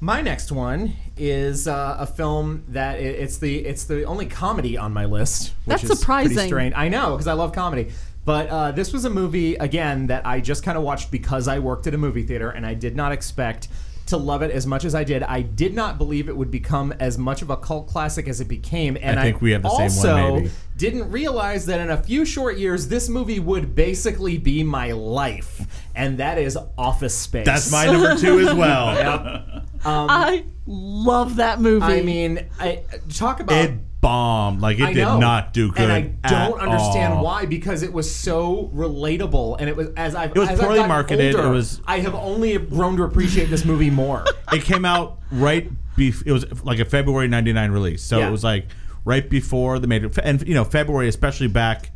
A: My next one is uh, a film that i- it's the it's the only comedy on my list. Which
C: That's
A: is pretty
C: surprising.
A: strange. I know because I love comedy, but uh, this was a movie again that I just kind of watched because I worked at a movie theater and I did not expect to love it as much as I did. I did not believe it would become as much of a cult classic as it became, and I
D: think we have the same one,
A: also
D: maybe.
A: didn't realize that in a few short years this movie would basically be my life, and that is Office Space.
D: That's my number two as well.
C: I love that movie.
A: Um, I mean, I talk about
D: It bombed. Like it
A: I
D: did
A: know.
D: not do good.
A: and I
D: at
A: don't understand
D: all.
A: why because it was so relatable, and it was as I've it
D: was poorly marketed, it was-
A: I have only grown to appreciate this movie more.
D: It came out right. Bef- it was like a February '99 release, so
A: Yeah.
D: it was like right before the major. And you know, February, especially back,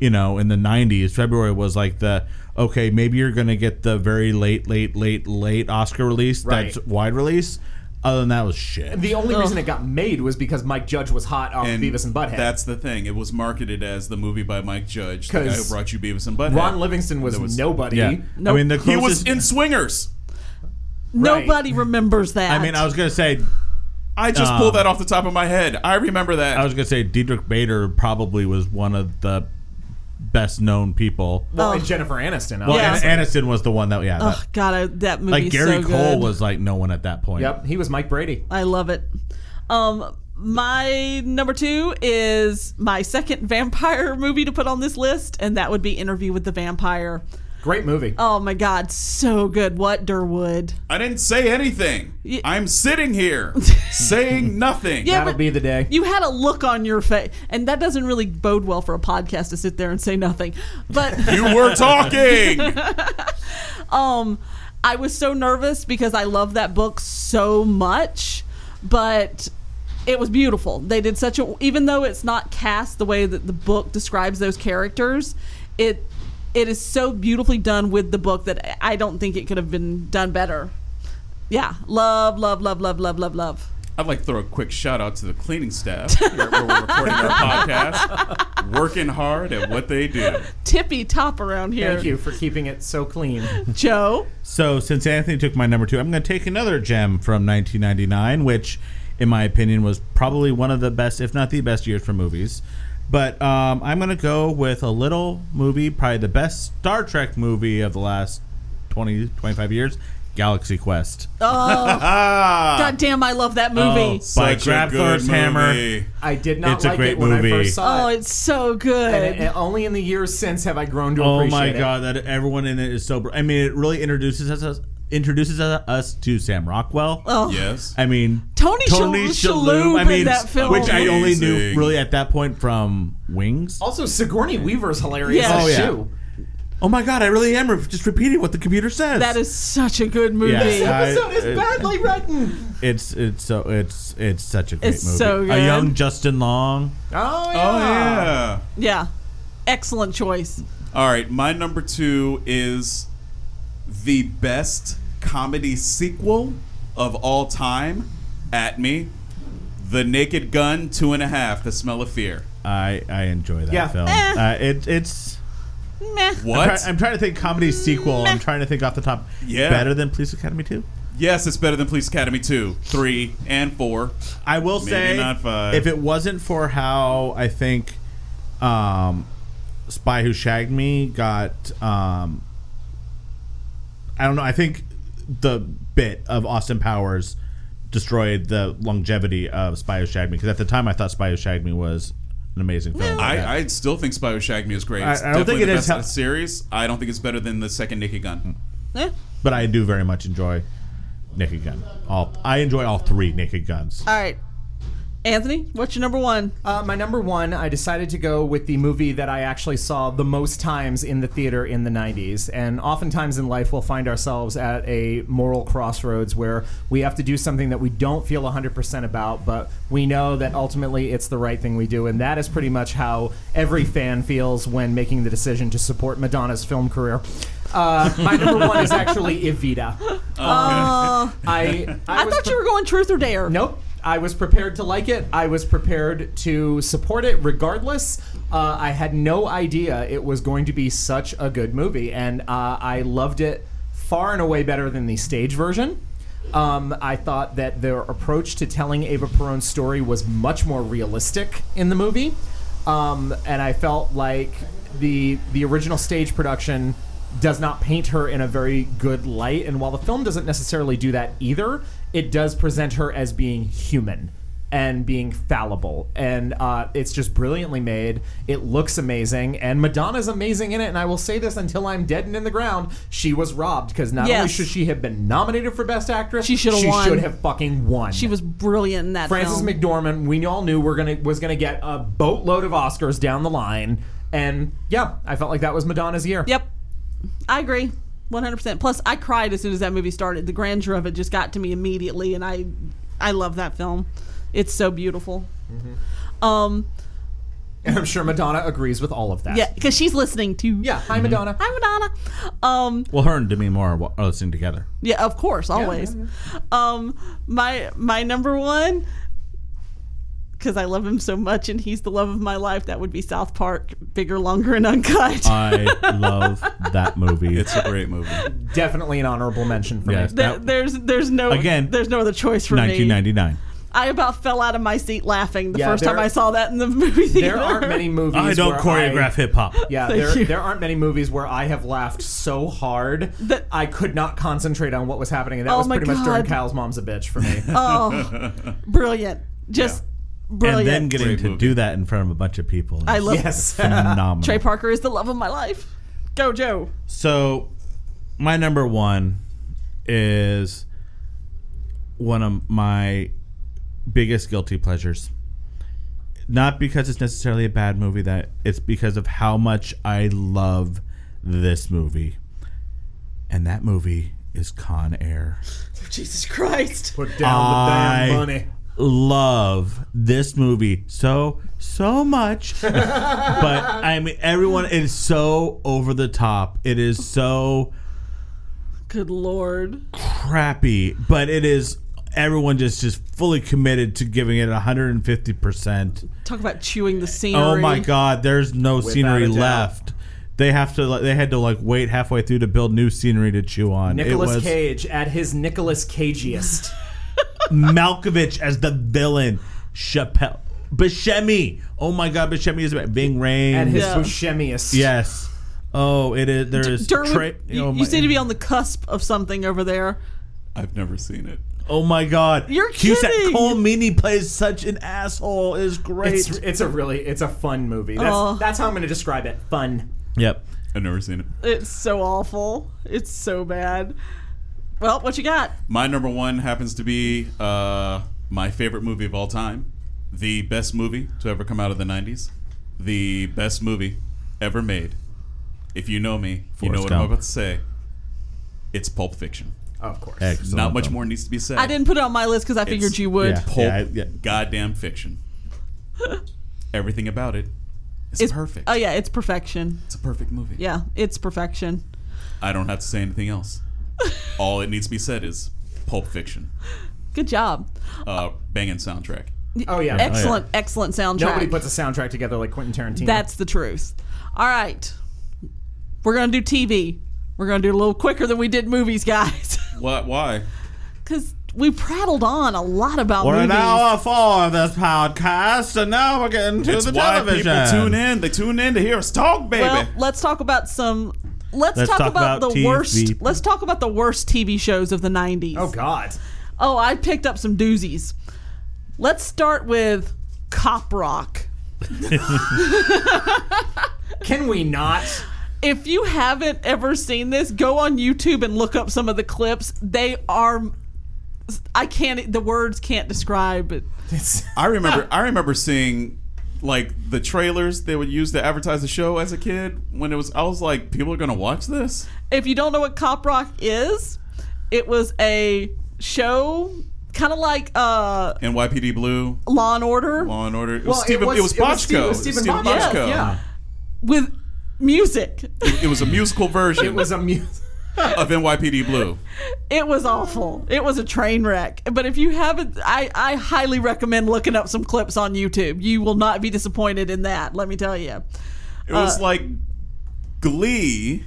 D: you know, in the '90s, February was like the okay. Maybe you're gonna get the very late, late, late, late Oscar release.
A: Right.
D: That's wide release. Other than that, was shit.
A: the only reason it got made was because Mike Judge was hot off
B: and
A: Beavis and Butthead.
B: That's the thing. It was marketed as the movie by Mike Judge, the guy
A: 'Cause
B: who brought you Beavis and Butthead.
A: Ron Livingston was,
B: There was-
A: nobody.
D: yeah. I mean, the
B: He
D: closest
B: was in Swingers.
C: nobody remembers that.
D: I mean, I was gonna say,
B: I just
D: Uh,
B: pulled that off the top of my head. I remember that.
D: I was gonna say, Diedrich Bader probably was one of the best known people.
A: Well, and
C: Ugh.
A: Jennifer Aniston.
D: Well,
C: Yeah.
D: An- Aniston was the one that, yeah, that,
C: Ugh, God, I, that movie.
D: like Gary
C: so
D: Cole
C: good.
D: was like no one at that point.
A: Yep, he was Mike Brady.
C: I love it. Um, my number two is my second vampire movie to put on this list, and that would be Interview with the Vampire.
A: Great movie.
C: Oh my God, so good. What Durwood?
B: I didn't say anything. I'm sitting here saying nothing.
C: Yeah,
A: That'll
C: but
A: be the day.
C: You had a look on your face, and that doesn't really bode well for a podcast to sit there and say nothing. But
B: You were talking.
C: um, I was so nervous because I love that book so much, but it was beautiful. They did such a even though it's not cast the way that the book describes those characters, it it is so beautifully done with the book that I don't think it could have been done better. Yeah, love, love, love, love, love, love, love.
B: I'd like to throw a quick shout out to the cleaning staff where, where we're recording our podcast, working hard at what they do.
C: Tippy top around here.
A: Thank you for keeping it so clean.
C: Joe.
D: So since Anthony took my number two, I'm going to take another gem from 1999, which, in my opinion, was probably one of the best, if not the best, years for movies. But um, I'm going to go with a little movie, probably the best Star Trek movie of the last 20, 25 years, Galaxy Quest.
C: Um, God
A: Ah.
C: damn, I love that movie.
D: Oh. By Ah, Grab Thor's hammer.
A: I did not
D: It's a
A: like
D: great
A: it when
D: movie.
A: I first
C: Oh,
A: saw it.
C: it's so good.
A: And it- and only in the years since have I grown to
D: Oh
A: appreciate
D: my
A: it.
D: god, that everyone in it is so. Br- I mean, it really introduces us introduces us to Sam Rockwell.
C: oh.
B: Yes.
D: I mean,
C: Tony Shal- Shalhoub in that film.
D: which I only knew
B: Amazing.
D: really at that point from Wings.
A: Also, Sigourney Weaver's hilarious
C: Yeah.
A: as
D: Oh, yeah.
A: Shu.
D: Oh my god, I really am re- just repeating what the computer says.
C: That is such a good movie.
D: Yes, I-
A: episode is
D: it-
A: badly written.
D: It's it's so it's it's such a great
C: It's
D: movie.
C: so good.
D: A young Justin Long.
A: Oh yeah.
D: Ah.
B: Oh, yeah.
C: Yeah. Excellent choice.
B: All right. My number two is the best comedy sequel of all time at me The Naked Gun, Two and a Half, The Smell of Fear.
D: I I enjoy that
A: Yeah.
D: film.
C: Eh.
D: Uh, it it's.
C: Meh.
B: What?
D: I'm trying to think comedy sequel. I'm trying to think off the top.
B: Yeah.
D: Better than Police Academy two.
B: yes, it's better than Police Academy 2, 3, and 4.
D: I will
B: Maybe
D: say,
B: not five.
D: if it wasn't for how I think um, Spy Who Shagged Me got, um, I don't know. I think the bit of Austin Powers destroyed the longevity of Spy Who Shagged Me because at the time I thought Spy Who Shagged Me was an amazing film.
B: I, I still think Spy Who Shagged Me is great.
D: I-
B: It's
D: I don't think
B: definitely
D: it
B: the
D: is
B: best
D: Hmm.
B: of
D: hel-
B: the series. I don't think it's better than the second Nicky Gun.
C: Eh.
D: but I do very much enjoy Naked Gun. All I enjoy all three Naked Guns.
C: All right. Anthony, what's your number one?
A: Uh, my number one, I decided to go with the movie that I actually saw the most times in the theater in the 90s. And oftentimes in life, we'll find ourselves at a moral crossroads where we have to do something that we don't feel 100% about, but we know that ultimately it's the right thing we do. And that is pretty much how every fan feels when making the decision to support Madonna's film career. Uh, my number one is actually Evita. I,
C: Oh. I
A: was
C: thought
A: pre-
C: you were going truth or dare.
A: Nope. I was prepared to like it. I was prepared to support it regardless. Uh, I had no idea it was going to be such a good movie, and uh, I loved it far and away better than the stage version. Um, I thought that their approach to telling Ava Peron's story was much more realistic in the movie, um, and I felt like the the original stage production does not paint her in a very good light. And while the film doesn't necessarily do that either, it does present her as being human and being fallible. And uh, it's just brilliantly made. It looks amazing. And Madonna's amazing in it. And I will say this until I'm dead and in the ground she was robbed because not only
C: Yes.
A: should she have been nominated for Best Actress,
C: She should've
A: she
C: won.
A: should have fucking won.
C: She was brilliant in that
A: Frances
C: film.
A: McDormand, we all knew we're gonna was gonna get a boatload of Oscars down the line, and yeah, I felt like that was Madonna's year.
C: Yep. I agree. 100%. Plus, I cried as soon as that movie started. The grandeur of it just got to me immediately, and I I love that film. It's so beautiful.
A: Mm-hmm.
C: Um,
A: And I'm sure Madonna agrees with all of that.
C: yeah, because she's listening to.
A: Yeah. Hi, Madonna.
C: Hi, Madonna. Um,
D: Well, her and Demi Moore are- are listening together.
C: yeah, of course, always. Um, my my number one, because I love him so much, and he's the love of my life. That would be South Park, bigger, longer, and uncut.
D: I love that movie.
B: It's a great movie.
A: Definitely an honorable mention for
D: Yes.
A: me.
C: There-
D: that-
C: there's there's no
D: Again,
C: there's no other choice for me.
D: 1999.
C: I about fell out of my seat laughing the
A: Yeah,
C: first
A: there-
C: time I saw that in the movie theater.
A: There aren't many movies.
D: I don't
A: where
D: choreograph hip hop.
A: Yeah,
C: Thank
A: there,
C: you.
A: there aren't many movies where I have laughed so hard
C: That-
A: that I could not concentrate on what was happening, and that
C: Oh
A: was
C: my
A: pretty much during
C: God.
A: Kyle's mom's a bitch for me.
C: Oh, brilliant! Just
D: And
C: brilliant.
D: then getting
B: Great
D: to
B: movie.
D: do that in front of a bunch of people.
C: I
D: is
C: love
A: yes.
D: phenomenal.
C: Trey Parker is the love of my life. Go Joe.
D: So, my number one is one of my biggest guilty pleasures. Not because it's necessarily a bad movie, that it's because of how much I love this movie. And that movie is Con Air.
C: Jesus Christ!
A: Put down the
D: I
A: damn money.
D: love this movie so so much but i mean everyone it is so over the top it is so
C: Good Lord!
D: crappy, but it is everyone just just fully committed to giving it 150%.
C: Talk about chewing the scenery.
D: Oh my god, there's no scenery
A: a doubt.
D: left. They have to like, they had to like wait halfway through to build new scenery to chew on. it
A: Nicholas
D: was
A: Cage at his Nicholas Cageiest.
D: Malkovich as the villain, Chappelle Buscemi. Oh my god, Buscemi is about Bing
A: at
D: Rain.
A: his
C: Yeah.
A: Buscemiest.
D: yes. Oh, it is there is
C: Derwin,
D: tra-
C: you,
D: oh,
C: you
D: my,
C: seem to be on the cusp of something over there.
B: I've never seen it.
D: oh my god.
C: You're
D: Cusack
C: kidding.
D: Cole Meany plays such an asshole is great.
A: It's, it's a really it's a fun movie. That's,
C: Oh.
A: that's how I'm going to describe it. Fun.
D: yep.
B: I've never seen it.
C: It's so awful. It's so bad. Well, what you got?
B: My number one happens to be uh, my favorite movie of all time, the best movie to ever come out of the '90s, the best movie ever made. If you know me, you know
D: Forrest
B: what I'm
D: Gump.
B: about to say. It's Pulp Fiction.
A: Of course.
D: Excellent.
B: Not much
D: film.
B: more needs to be said.
C: I didn't put it on my list because I figured you would.
D: yeah.
B: Pulp
D: I- yeah.
B: goddamn fiction. Everything about it is
C: It's-
B: perfect.
C: Oh yeah, it's perfection.
B: It's a perfect movie.
C: Yeah, it's perfection.
B: I don't have to say anything else. All it needs to be said is Pulp Fiction.
C: Good job.
D: Oh,
B: Uh, banging soundtrack.
A: Oh yeah.
C: Excellent, excellent soundtrack.
A: Nobody puts a soundtrack together like Quentin Tarantino.
C: That's the truth. All right. We're going to do TV. We're going to do it a little quicker than we did movies, guys.
B: What? Why?
C: Because we prattled on a lot about
D: We're
C: movies.
D: an hour four of this podcast, and now we're getting to
B: It's
D: the
B: why
D: television.
B: people tune in. They tune in to hear us talk, baby.
C: Well, let's talk about some Let's, talk, about, the
D: TV.
C: worst. Let's talk about the worst TV shows of the '90s.
A: Oh God.
C: Oh, I picked up some doozies. Let's start with Cop Rock.
A: Can we not?
C: If you haven't ever seen this, go on YouTube and look up some of the clips. They are. I can't. The words can't describe it.
A: It's,
B: I remember I remember seeing like the trailers they would use to advertise the show as a kid when it was I was like people are going to watch this.
C: if you don't know what Cop Rock is, it was a show kind of like uh,
B: NYPD Blue,
C: Law and Order
B: Law and Order. It was
A: Well, it
B: Stephen
A: was-
B: it was
A: it was Steve-
B: Bochco.
A: it was Stephen Bochco,
B: Bochco.
A: yeah.
C: with music.
B: It was a musical version
A: It was a mu-
B: of NYPD Blue.
C: It was awful. It was a train wreck. But if you haven't, I, I highly recommend looking up some clips on YouTube. You will not be disappointed in that, let me tell you.
B: It
A: Uh,
B: was like Glee.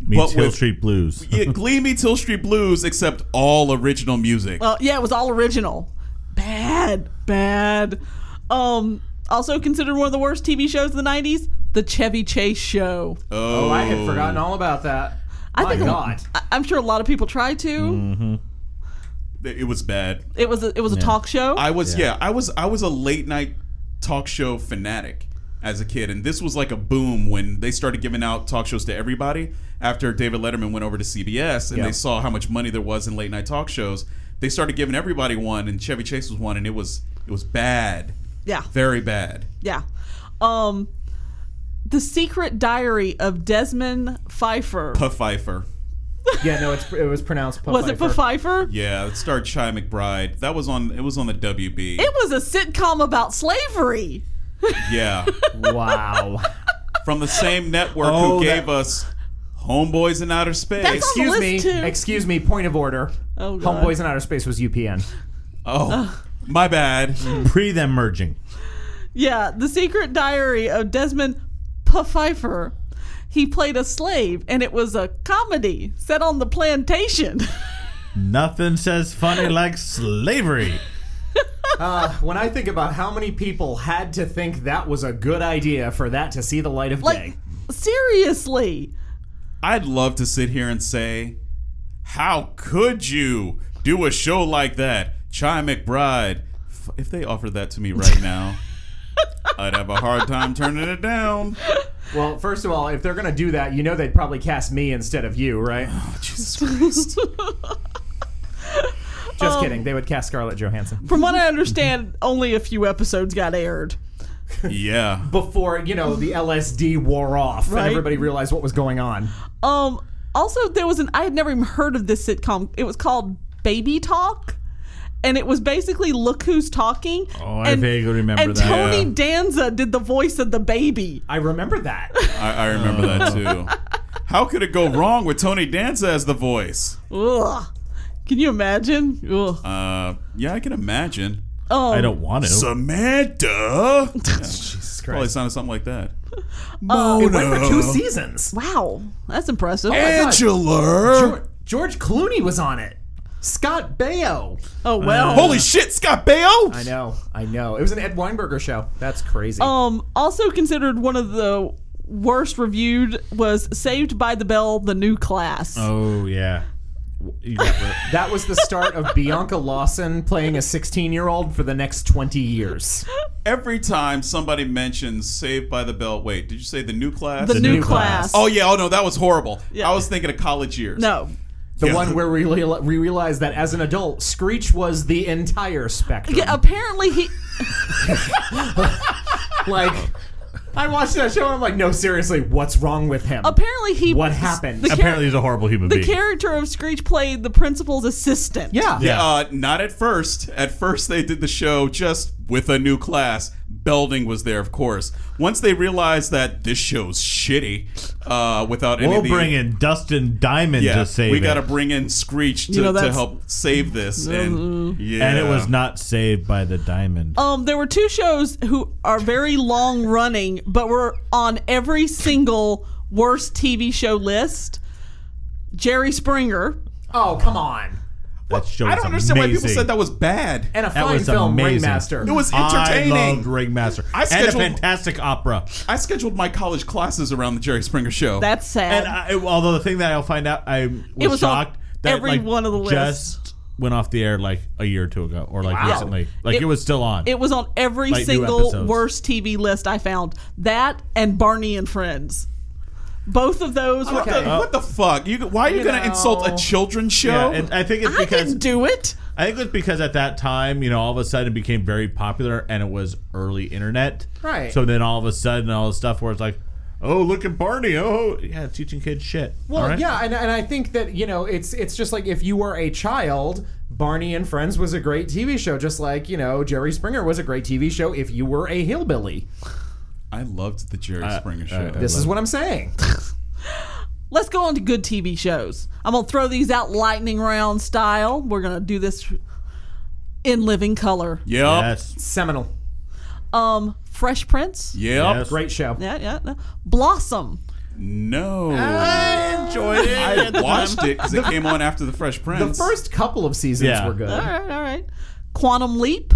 D: meets
B: but
D: Hill
B: with-
D: Street Blues.
B: Yeah, Glee meets Hill Street Blues, except all original music.
C: Uh, yeah, it was all original. Bad, bad. Um, also considered one of the worst TV shows of the 90s, The Chevy Chase Show.
A: Oh, I had forgotten all about that.
C: I
A: My
C: think a-
A: God.
C: I- I'm sure a lot of people try to.
B: It was bad.
C: It was a, it was a talk show.
B: I was yeah. I was I was a late night talk show fanatic as a kid, and this was like a boom when they started giving out talk shows to everybody. After David Letterman went over to CBS and
A: Yeah.
B: they saw how much money there was in late night talk shows, they started giving everybody one, and Chevy Chase was one, and it was it was bad,
C: yeah,
B: very bad.
C: yeah. Um, the Secret Diary of Desmond Pfeiffer.
B: Puff Pfeiffer,
A: Yeah, no, it's, it was pronounced Puff
C: was it for Pfeiffer?
B: yeah, it starred Chai McBride. That was on it was on the WB.
C: It was a sitcom about slavery.
B: yeah,
A: Wow.
B: from the same network
A: Oh,
B: who
A: that-
B: gave us Homeboys in Outer Space.
C: That's on-
A: Excuse
C: list
A: me.
C: too.
A: Excuse me. Point of order.
C: Oh, God.
A: Homeboys in Outer Space was UPN.
B: oh, my bad.
D: Pre them merging.
C: Yeah, The Secret Diary of Desmond Pfeiffer. He played a slave, and it was a comedy set on the plantation.
D: Nothing says funny like slavery.
A: Uh, When I think about how many people had to think that was a good idea for that to see the light of
C: like,
A: day.
C: seriously.
B: I'd love to sit here and say, how could you do a show like that? Chai McBride. F- If they offered that to me right now, I'd have a hard time turning it down.
A: Well, first of all, if they're going to do that, you know they'd probably cast me instead of you, right?
B: Jesus Christ.
C: Oh.
A: Just kidding. They would cast Scarlett Johansson.
C: From what I understand, only a few episodes got aired.
B: Yeah.
A: Before, you know, the LSD wore off
C: Right.
A: and everybody realized what was going on.
C: Um, also, there was an I had never even heard of this sitcom. It was called Baby Talk, and it was basically Look Who's Talking.
D: Oh, I
C: and,
D: vaguely remember
C: and
D: that.
C: Tony
B: Yeah.
C: Danza did the voice of the baby.
A: I remember that. Oh,
B: I, I remember that too. How could it go wrong with Tony Danza as the voice?
C: Ugh. Can you imagine? Ugh.
B: Uh, yeah, I can imagine.
C: Oh.
D: I don't want to.
B: Samantha. Yeah,
A: Jesus
B: probably
A: Christ.
B: sounded something like that.
A: Oh, It went Oh for two seasons.
C: wow, that's impressive.
B: Angela.
A: Geor- George Clooney was on it. Scott Baio.
C: oh well.
B: Holy shit, Scott Bale.
A: I know, I know. It was an Ed Weinberger show. That's crazy.
C: Um, also considered one of the worst reviewed was Saved by the Bell: The New Class.
D: Oh yeah. You got the-
A: That was the start of Bianca Lawson playing a 16 year old for the next 20 years.
B: every time somebody mentions Saved by the Bell, wait, did you say the new class?
C: the, new,
A: new class.
C: class.
B: oh yeah, oh no, that was horrible.
C: Yeah.
B: I was thinking of college years.
C: no.
A: The
B: Yeah.
A: one where we, real- we realized that as an adult, Screech was the entire spectrum.
C: Yeah, apparently he.
A: like, I watched that show and I'm like, no, seriously, what's wrong with him?
C: Apparently he.
A: What happened?
C: The, char-
D: Apparently, he's a horrible human
C: the
D: being.
C: character of Screech played the principal's assistant.
A: yeah.
D: Yeah.
B: Uh, not at first. At first, they did the show just with a new class. Belding was there, of course. Once they realized that this show's shitty, uh, without any
D: we'll
B: of the,
D: bring in Dustin Diamond
B: yeah,
D: to save
B: we
D: it.
B: got to bring in Screech to,
C: know,
B: to
C: that's- Mm-hmm.
B: help save this. And yeah,
D: and it was not saved by the diamond.
C: Um, there were two shows who are very long running, but were on every single worst TV show list. Jerry Springer
A: Oh, come on.
D: That show
B: I
D: is
B: don't understand why people
D: amazing.
B: said that was bad.
A: and a
D: That
A: fine
D: was
A: film,
D: amazing.
A: Ringmaster.
B: It was
D: I
B: entertaining.
D: loved Ringmaster.
B: I
D: and a
B: scheduled-
D: fantastic opera.
B: I scheduled my college classes around the Jerry Springer show.
C: That's sad.
D: And I, although the thing that I'll find out, I was,
C: It was on
D: shocked that
C: every
D: like,
C: one of the
D: just went off the air like a year or two ago, or like recently. Like it,
C: It-
D: was still on.
C: it was on every
D: Like new
C: single
D: episodes.
C: worst TV list I found. That and Barney and Friends. Both of those were.
B: what, the, what the fuck? You, why are you,
A: You
B: going to
A: know.
B: insult a children's
D: yeah,
B: show?
D: and I think it's
C: I
D: because
C: can do it.
D: I think it's because at that time, you know, all of a sudden it became very popular and it was early internet.
A: Right.
D: So then all of a sudden all the stuff where it's like, oh, look at Barney. Oh, yeah, teaching kids shit.
A: Well,
D: all right?
A: Oh, yeah, and, and I think that you know it's it's just like if you were a child, Barney and Friends was a great TV show, just like you know Jerry Springer was a great TV show. If you were a hillbilly,
B: I loved the Jerry Springer show.
D: I- I-
A: this is what I'm saying.
C: Let's go on to good TV shows. I'm going to throw these out lightning round style. We're going to do this in living color.
B: yep.
D: Yes.
A: Seminal,
C: Um, Fresh Prince.
B: Yep.
D: Yes.
A: great show.
C: Yeah, yeah. yeah. Blossom.
B: No.
D: I enjoyed it.
B: I watched it because it came on after the Fresh
A: The
B: Prince.
A: first couple of seasons
D: Yeah.
A: were good.
C: All right, all right. Quantum Leap.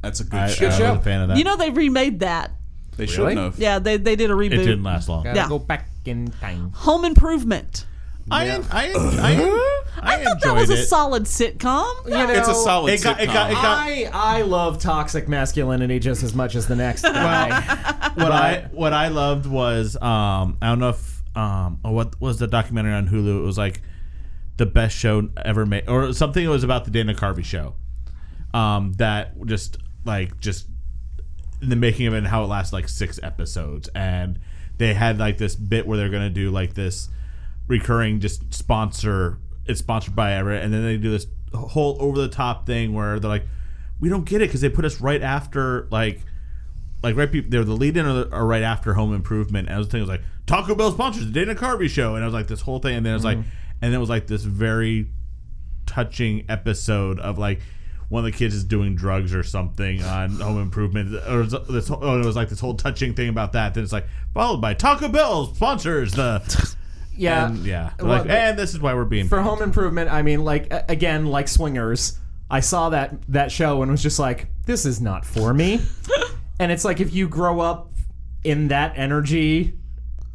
B: That's a good
D: I, uh,
B: show.
D: I
A: show.
D: was a fan of that.
C: You know they remade that.
B: They shouldn't have.
C: Yeah, they, they did a reboot.
D: it didn't last long.
A: Gotta
C: Yeah.
A: go back in time.
C: Home Improvement.
D: I, I, I, I,
C: I thought that
D: enjoyed
C: was a
D: it.
C: solid sitcom.
A: You know,
B: It's a solid
D: It got- it
B: sitcom.
D: got- it got-
A: I I love toxic masculinity just as much as the next guy.
D: what I what I loved was um I don't know if um or what was the documentary on Hulu? It was like the best show ever made or something. It was about the Dana Carvey show. Um, that just like just in the making of it and how it lasted like six episodes and they had like this bit where they're gonna do like this recurring just sponsor it's sponsored by Everett and then they do this whole over the top thing where they're like we don't get it because they put us right after like like right be- they're the lead in or, the, or right after Home Improvement and I was thinking it was like Taco Bell sponsors the Dana Carvey show and I was like this whole thing and then it was like
C: Mm-hmm.
D: and it was like this very touching episode of like one of the kids is doing drugs or something on Home Improvement, or is- this whole, oh, it was like this whole touching thing about that. Then it's like followed by Taco Bell sponsors the
A: Yeah,
D: and yeah,
A: Well,
D: like and this is why we're being
A: for Home Improvement, I mean, like a- again, like Swingers, I saw that that show and was just like, this is not for me. and it's like if you grow up in that energy,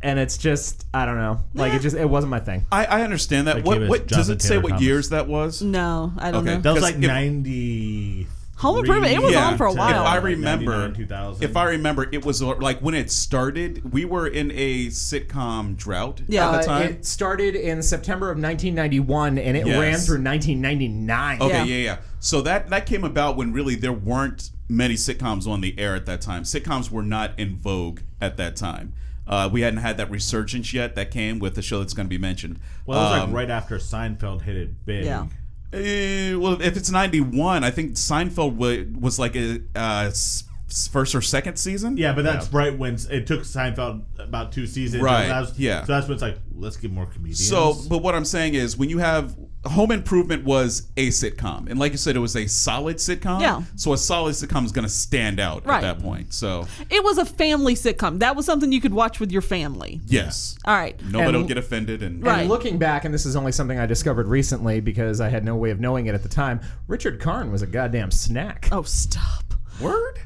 A: and it's just I don't know, like it just it wasn't my thing.
B: I, I understand that.
D: gave
B: What,
D: us
B: what does
D: Jonathan
B: it say?
D: Taylor
B: What
D: Thomas.
B: years that was?
C: No, I don't
B: Okay.
C: know.
D: that was
B: because
D: like
B: if-
D: ninety
C: Home Improvement, it was
B: Yeah.
C: on for a
B: If
C: while.
B: I remember,
D: 99, 2000.
B: if I remember, it was uh, like when it started. We were in a sitcom drought
C: Yeah.
B: at
A: Uh,
B: the time.
A: it started in September of 1991 and it
B: Yes. Oh,
A: ran through 1999.
B: Okay, yeah.
C: Yeah.
B: yeah, So that that came about when really there weren't many sitcoms on the air at that time. Sitcoms were not in vogue at that time. Uh, we hadn't had that resurgence yet that came with the show that's going to be mentioned.
D: well, it was
B: Um,
D: like right after Seinfeld hit it big.
C: Yeah.
B: eh, well, if it's '91, I think Seinfeld wa was like a uh, s- s- first or second season.
D: Yeah, but that's right when it took Seinfeld about two seasons.
B: Right,
D: So that's,
B: yeah.
D: So that's when it's like, let's get more comedians.
B: So, but what I'm saying is, when you have Home Improvement was a sitcom, and like you said, it was a solid sitcom.
C: Yeah.
B: So a solid sitcom is going to stand out
C: Right.
B: at that point. So
C: It was a family sitcom. That was something you could watch with your family.
B: yes,
C: All right.
B: nobody
A: And-
B: will get offended. And
C: Right.
A: And looking back, and this is only something I discovered recently because I had no way of knowing it at the time, Richard Karn was a goddamn snack.
C: Oh, stop.
B: word.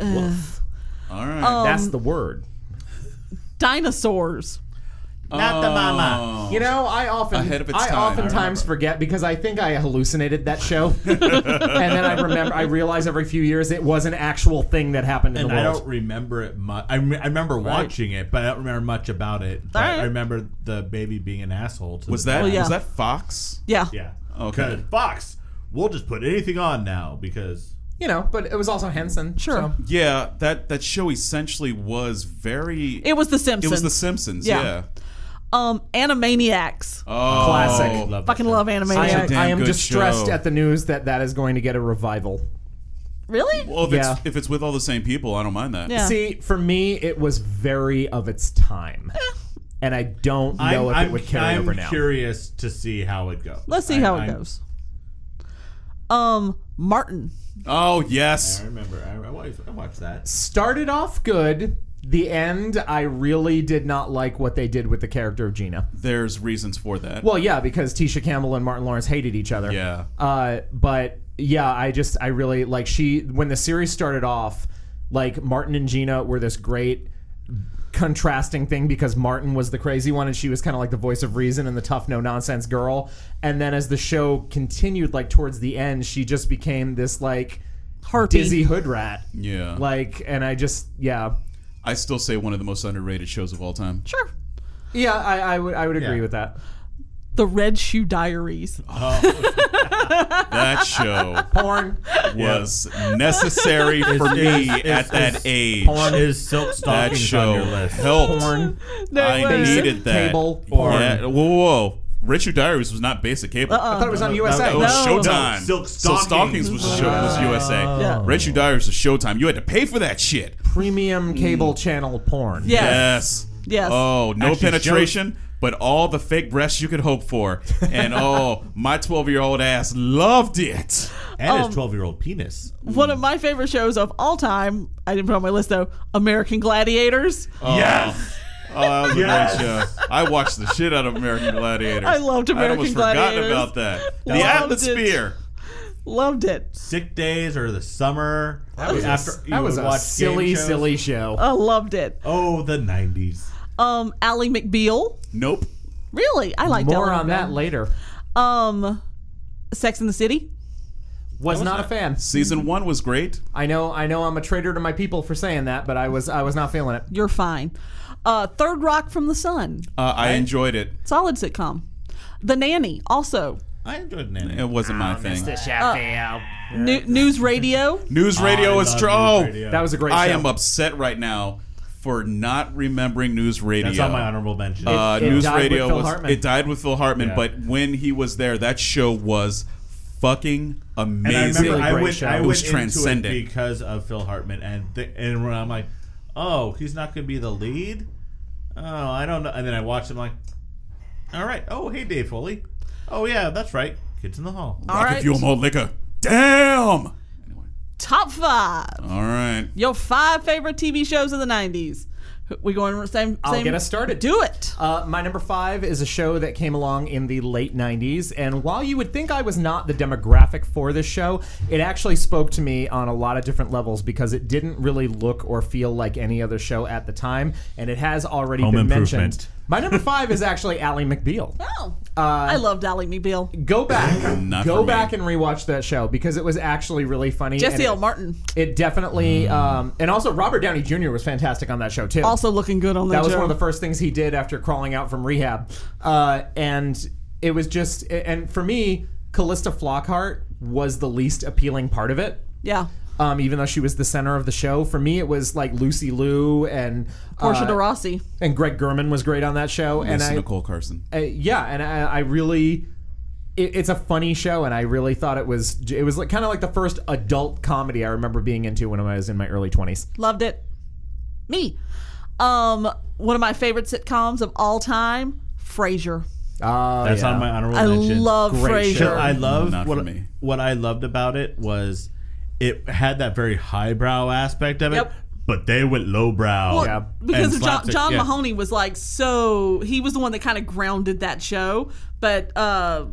A: Woof.
B: All right.
C: Um,
A: That's the word.
C: Dinosaurs.
D: not the mama.
A: You know, I often
B: Oh. Ahead of its
A: I
B: time, I
A: oftentimes
B: remember.
A: forget because I think I hallucinated that show, and then I remember I realize every few years it was an actual thing that happened in
D: And
A: the
D: I
A: world.
D: don't remember it much. I, rem- I remember watching it, but I don't remember much about it. But
C: Alright.
D: I remember the baby being an asshole. To
B: was
D: the
B: that
D: dad.
C: yeah.
B: was that Fox?
C: Yeah.
D: Yeah.
B: Okay.
D: 'Cause Fox, we'll just put anything on now because
A: you know, but it was also Henson.
C: Sure.
A: so-
B: Yeah. That that show essentially was very.
C: It was The
B: it
C: Simpsons.
B: was The Simpsons.
C: Yeah.
B: Yeah.
C: Um, Animaniacs.
B: Oh,
A: Classic.
D: love
C: Fucking
D: that
C: love
D: show.
A: I
B: a
A: am,
C: Animaniacs.
B: damn
A: I am
B: good
A: distressed
B: show.
A: at the news that that is going to get a revival.
C: Really?
B: Well, if
A: Yeah.
B: it's if it's with all the same people, I don't mind that.
C: Yeah.
A: See, for me, it was very of its time, and I don't know if it would carry
D: I'm
A: over now.
D: curious to see how it goes.
C: Let's see
D: I-
C: how it
D: I'm-
C: goes. Um, Martin.
B: Oh yes.
D: I remember. I, I, watched, I watched that.
A: Started off good, the end, I really did not like what they did with the character of Gina.
B: There's reasons for that.
A: Well, yeah, because Tisha Campbell and Martin Lawrence hated each other.
B: Yeah.
A: Uh, but yeah, I just I really like she when the series started off, like Martin and Gina were this great contrasting thing because Martin was the crazy one and she was kind of like the voice of reason and the tough no nonsense girl. And then as the show continued, like towards the end, she just became this like
C: Harpy.
A: dizzy hood rat.
B: Yeah.
A: Like, and I just yeah.
B: I still say one of the most underrated shows of all time.
C: Sure.
A: Yeah, I, I would I would agree
D: Yeah.
A: with that.
C: The Red Shoe Diaries.
B: That show
A: Porn.
B: was necessary for me
D: it's-
B: at that
D: it's
B: age.
D: Porn is silk
B: That
D: stockings on
B: show
D: your list.
B: helped.
A: Porn.
C: No, it
B: I
C: was-
B: needed that.
A: Cable.
D: Porn.
B: Yeah. Whoa, whoa, whoa. Richard Diaries was not basic cable.
A: I thought it was on
D: No, no,
A: USA.
B: That was
C: Um, Uh-uh. No.
B: Showtime.
D: No, Silk
B: So Stockings
D: Stockings.
B: was, show, was USA.
C: Yeah.
B: Red Shoe Diaries was Showtime. You had to pay for that shit.
A: premium cable channel porn.
B: Yes.
C: Yes. Yes.
B: Oh, no
D: Actually,
B: penetration, but all the fake breasts you could hope for. And oh, my 12 year old ass loved it.
D: And his 12 year old penis.
C: One of my favorite shows of all time. I didn't put it on my list though. American Gladiators.
B: Oh.
D: Yes.
B: Oh, that was
D: Yes.
B: a great show. I watched the shit out of American Gladiators.
C: I
B: I almost
C: loved American Gladiators.
B: forgotten about that. The
C: Loved
B: atmosphere.
C: Loved it.
D: Sick days or the summer. That
A: was a- that was a silly, silly show.
C: I loved it.
D: Oh, the 90s.
C: Um, Ally McBeal.
B: Nope.
C: Really, I liked
A: More
C: Ally
A: on that
C: McBeal.
A: later.
C: Um, Sex in the City.
A: Was, not a fan.
D: Mm-hmm.
B: Season one was great.
A: I know, I know, I'm a traitor to my people for saying that, but I was, I was not feeling it.
C: You're fine. Uh, Third Rock from the Sun.
B: Uh, I enjoyed it.
C: Solid sitcom. The Nanny. Also.
D: I enjoyed Nanny.
B: It wasn't
D: Ah,
B: my thing.
A: Uh,
C: New- news Radio.
B: News radio
D: Ah, I
B: is
D: love
B: true.
D: News Radio.
A: That was a great.
B: I
A: show.
B: am upset right now for not remembering news radio.
D: That's on my honorable mention.
B: Uh,
A: It- it
B: news
A: died with
B: radio
A: Phil
B: was
A: Hartman.
B: it died with Phil Hartman,
D: Yeah.
B: but when he was there, that show was fucking
D: and I
B: amazing.
D: remember
A: Really
D: I
A: great
D: went,
A: show.
D: I
A: It
D: went
B: was
D: into
B: transcendent.
D: it because of Phil Hartman, and th- and when I'm like, oh, he's not going to be the lead. Oh, I don't know. And then I watched him like, all right. Oh, hey, Dave Foley. Oh yeah, that's right. Kids in the Hall.
C: All
B: I'll
C: right.
B: give you more liquor. Damn. Anyway,
C: Top five.
B: all right.
C: Your five favorite TV shows of the '90s. We going same? same
A: I'll get us started.
C: Do it.
A: Uh, my number five is a show that came along in the late 90s. And while you would think I was not the demographic for this show, it actually spoke to me on a lot of different levels because it didn't really look or feel like any other show at the time. And it has already
D: Home
A: been mentioned.
D: Improvement.
A: My number five is actually Ally McBeal.
C: Oh,
A: Uh,
C: I loved Ally McBeal.
A: Go back,
B: Not for
A: go
B: me.
A: back and rewatch that show because it was actually really funny. and
C: Jesse
A: it-
C: L. Martin
A: It definitely, um, and also Robert Downey Jr. was fantastic on that show too.
C: also looking good on that.
A: that was
C: show.
A: one of the first things he did after crawling out from rehab, uh, and it was just, and for me, Callista Flockhart was the least appealing part of it.
C: yeah.
A: Um, even though she was the center of the show, for me it was like Lucy Liu and
C: Portia
A: uh,
C: de Rossi.
A: and Greg Gurman was great on that show, and
B: Lisa
A: I
B: Nicole Carson.
A: uh, yeah, and I, I really, it, it's a funny show, and I really thought it was it was like, kind of like the first adult comedy I remember being into when I was in my early twenties.
C: Loved it. Me. Um, one of my favorite sitcoms of all time, Frasier.
A: Uh,
D: That's
A: yeah.
D: on my honorable
C: I
D: mention.
C: love
A: Great
D: So
A: show.
C: Frasier.
D: I love
B: Not for
D: what
B: me.
D: what I loved about it was it had that very highbrow aspect of it,
C: Yep.
D: but they went lowbrow.
C: Well,
A: Yeah.
D: And
C: because of John,
D: slapstick,
C: John
D: yeah.
C: Mahoney was like so he was the one that kind of grounded that show. But uh,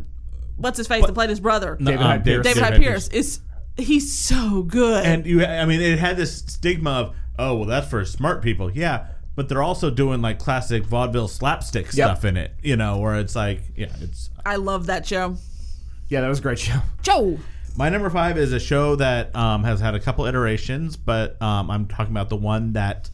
C: what's his face that played his brother,
D: Um,
A: David Hyde Pierce.
C: David Hyde Pierce, is he's so good.
D: And you, I mean, it had this stigma of oh, well, that's for smart people. Yeah, but they're also doing like classic vaudeville slapstick stuff in it, you know, where it's like, yeah, it's
C: I love that show.
A: yeah, that was a great show.
C: Joe.
D: My number five is a show that um, has had a couple iterations, but um, I'm talking about the one that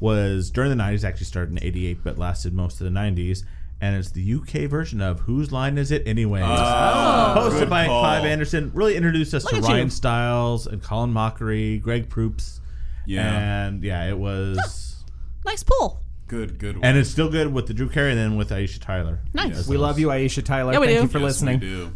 D: was during the 90s, actually started in 88, but lasted most of the 90s. And it's the UK version of Whose Line Is It Anyway?
A: Oh. Ah,
B: good
D: Hosted by
B: call.
D: Clive Anderson. Really introduced us
C: Look
D: to
C: at you.
D: Ryan Stiles and Colin Mockery, Greg Proops.
B: Yeah.
D: And yeah, it was.
C: Nice pull.
B: Good, good one.
D: And it's still good with the Drew Carey and then with Aisha Tyler.
C: Nice.
D: Yes,
A: We
D: it
A: love
D: was-
A: you, Aisha Tyler.
C: Yeah, we
A: Thank
C: do.
A: you for
B: Yes, we
A: listening.
B: do.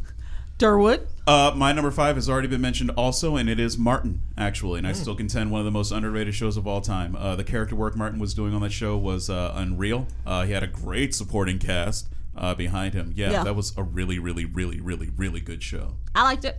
C: Durwood.
B: Uh, my number five has already been mentioned also, and it is Martin, actually. And I still contend one of the most underrated shows of all time. Uh, the character work Martin was doing on that show was uh, unreal. Uh, he had a great supporting cast uh, behind him. Yeah,
C: Yeah.
B: that was a really, really, really, really, really good show.
C: I liked it.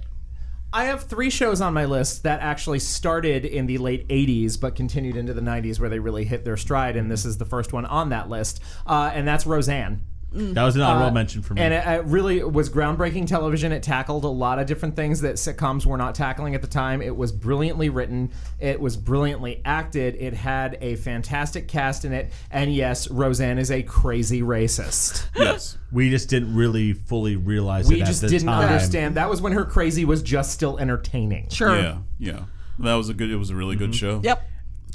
A: I have three shows on my list that actually started in the late 80s but continued into the 90s where they really hit their stride, and this is the first one on that list, uh, and that's Roseanne.
D: That was an honorable mention for me.
A: Uh, And it, it really was groundbreaking television. It tackled a lot of different things that sitcoms were not tackling at the time. It was brilliantly written, it was brilliantly acted, it had a fantastic cast in it, and yes, Roseanne is a crazy racist.
B: Yes.
D: we just didn't really fully realize
A: We
D: it at
A: just
D: the
A: didn't
D: time.
A: understand. That was when her crazy was just still entertaining.
C: Sure.
B: Yeah. Yeah. That was a good. It was a really good show.
C: Yep.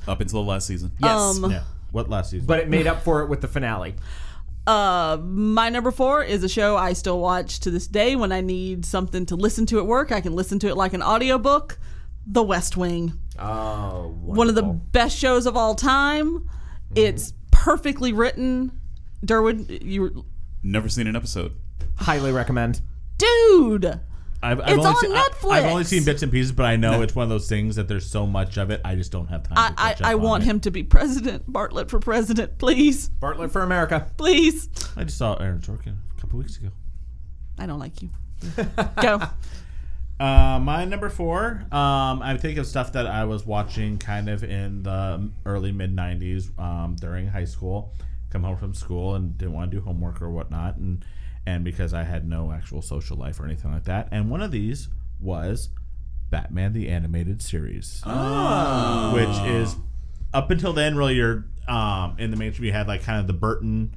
B: Up until the last season.
A: Yes.
C: Um,
D: Yeah. What last season?
A: but it made up for it with the finale.
C: Uh, my number four is a show I still watch to this day when I need something to listen to at work. I can listen to it like an audiobook. The West Wing.
A: Oh,
C: one of the best shows of all time.
D: Mm-hmm.
C: It's perfectly written. Derwood, you
B: Never seen an episode.
A: highly recommend.
C: dude.
D: I've, I've
C: It's
D: only
C: on
D: seen, I- I've
C: Netflix.
D: only seen bits and pieces, but I know it's one of those things that there's so much of it. I just don't have time.
C: I,
D: to catch
C: I, I
D: up on
C: want
D: it.
C: him to be president. Bartlett for president, please.
A: Bartlett for America.
C: Please.
D: I just saw Aaron Sorkin a couple weeks ago.
C: I don't like you. Go.
D: Uh, my number four, um, I think of stuff that I was watching kind of in the early mid 90s um, during high school. Come home from school and didn't want to do homework or whatnot, and and because I had no actual social life or anything like that. And one of these was Batman the Animated Series, which is up until then really your um, in the mainstream you had like kind of the Burton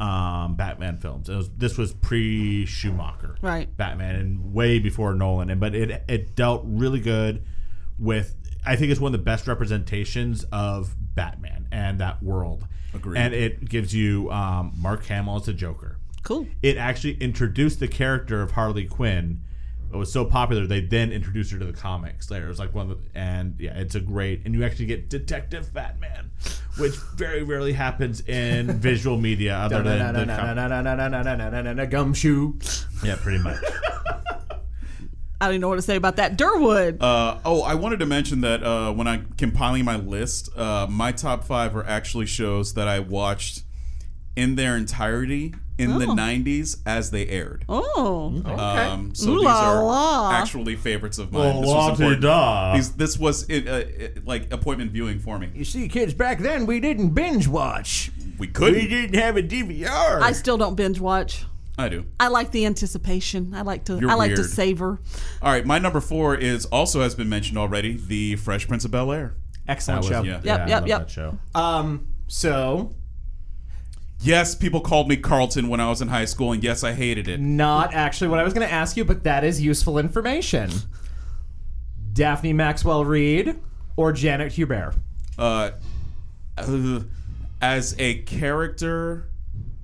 D: um, Batman films. It was, this was pre Schumacher.
C: Right.
D: Batman and way before Nolan. And but it it dealt really good with I think it's one of the best representations of Batman and that world.
B: Agreed.
D: And it gives you um, Mark Hamill as the Joker.
C: Cool.
D: It actually introduced the character of Harley Quinn. It was so popular they then introduced her to the comics later. It was like one of the, and yeah, it's a great and you actually get Detective Batman, which very rarely happens in visual media other than the com-
A: Gumshoe.
D: yeah, pretty much.
C: I don't even know what to say about that. Durwood.
B: Uh, oh, I wanted to mention that uh, when I'm compiling my list, uh, my top five are actually shows that I watched in their entirety in the
C: Oh.
B: 90s as they aired.
C: oh.
B: Um, so
C: Ooh
B: these
C: la
B: are
C: la.
B: actually favorites of
D: Well,
B: mine. This was,
D: la
B: important.
D: da.
B: These, this was it, uh, it, like appointment viewing for me.
A: You see, kids, back then we didn't binge watch.
B: We couldn't.
D: didn't have a DVR.
C: I still don't binge watch.
B: I do.
C: I like the anticipation. I like to.
B: You're
C: I like to
B: weird.
C: savor.
B: All right, my number four is also has been mentioned already. The Fresh Prince of Bel Air.
A: Excellent show.
D: yeah,
C: Yep,
D: yeah, I
C: yep,
D: love
C: yep.
D: that show.
A: Um, so
B: Yes, people called me Carlton when I was in high school, and yes, I hated it.
A: not actually what I was going to ask you, but that is useful information. Daphne Maxwell Reed or Janet Hubert?
B: uh, uh, as a character.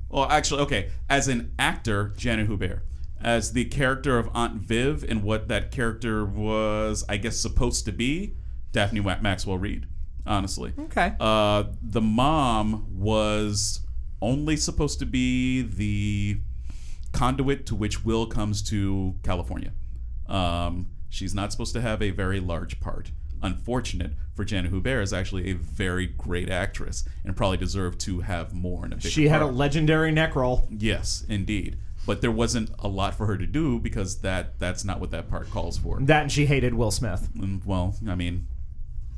B: Well, actually, okay. As an actor, Janet Hubert. As the character of Aunt Viv and what that character was, I guess, supposed to be, Daphne Wa- Maxwell Reed, honestly.
A: Okay.
B: Uh, the mom was only supposed to be the conduit to which Will comes to California. Um, she's not supposed to have a very large part. Unfortunate for Janet Hubert is actually a very great actress and probably deserved to have more. In a bigger
A: She had a
B: part.
A: legendary neck roll.
B: yes, indeed, but there wasn't a lot for her to do because that that's not what that part calls for.
A: That and she hated Will Smith.
B: Mm, well, I mean,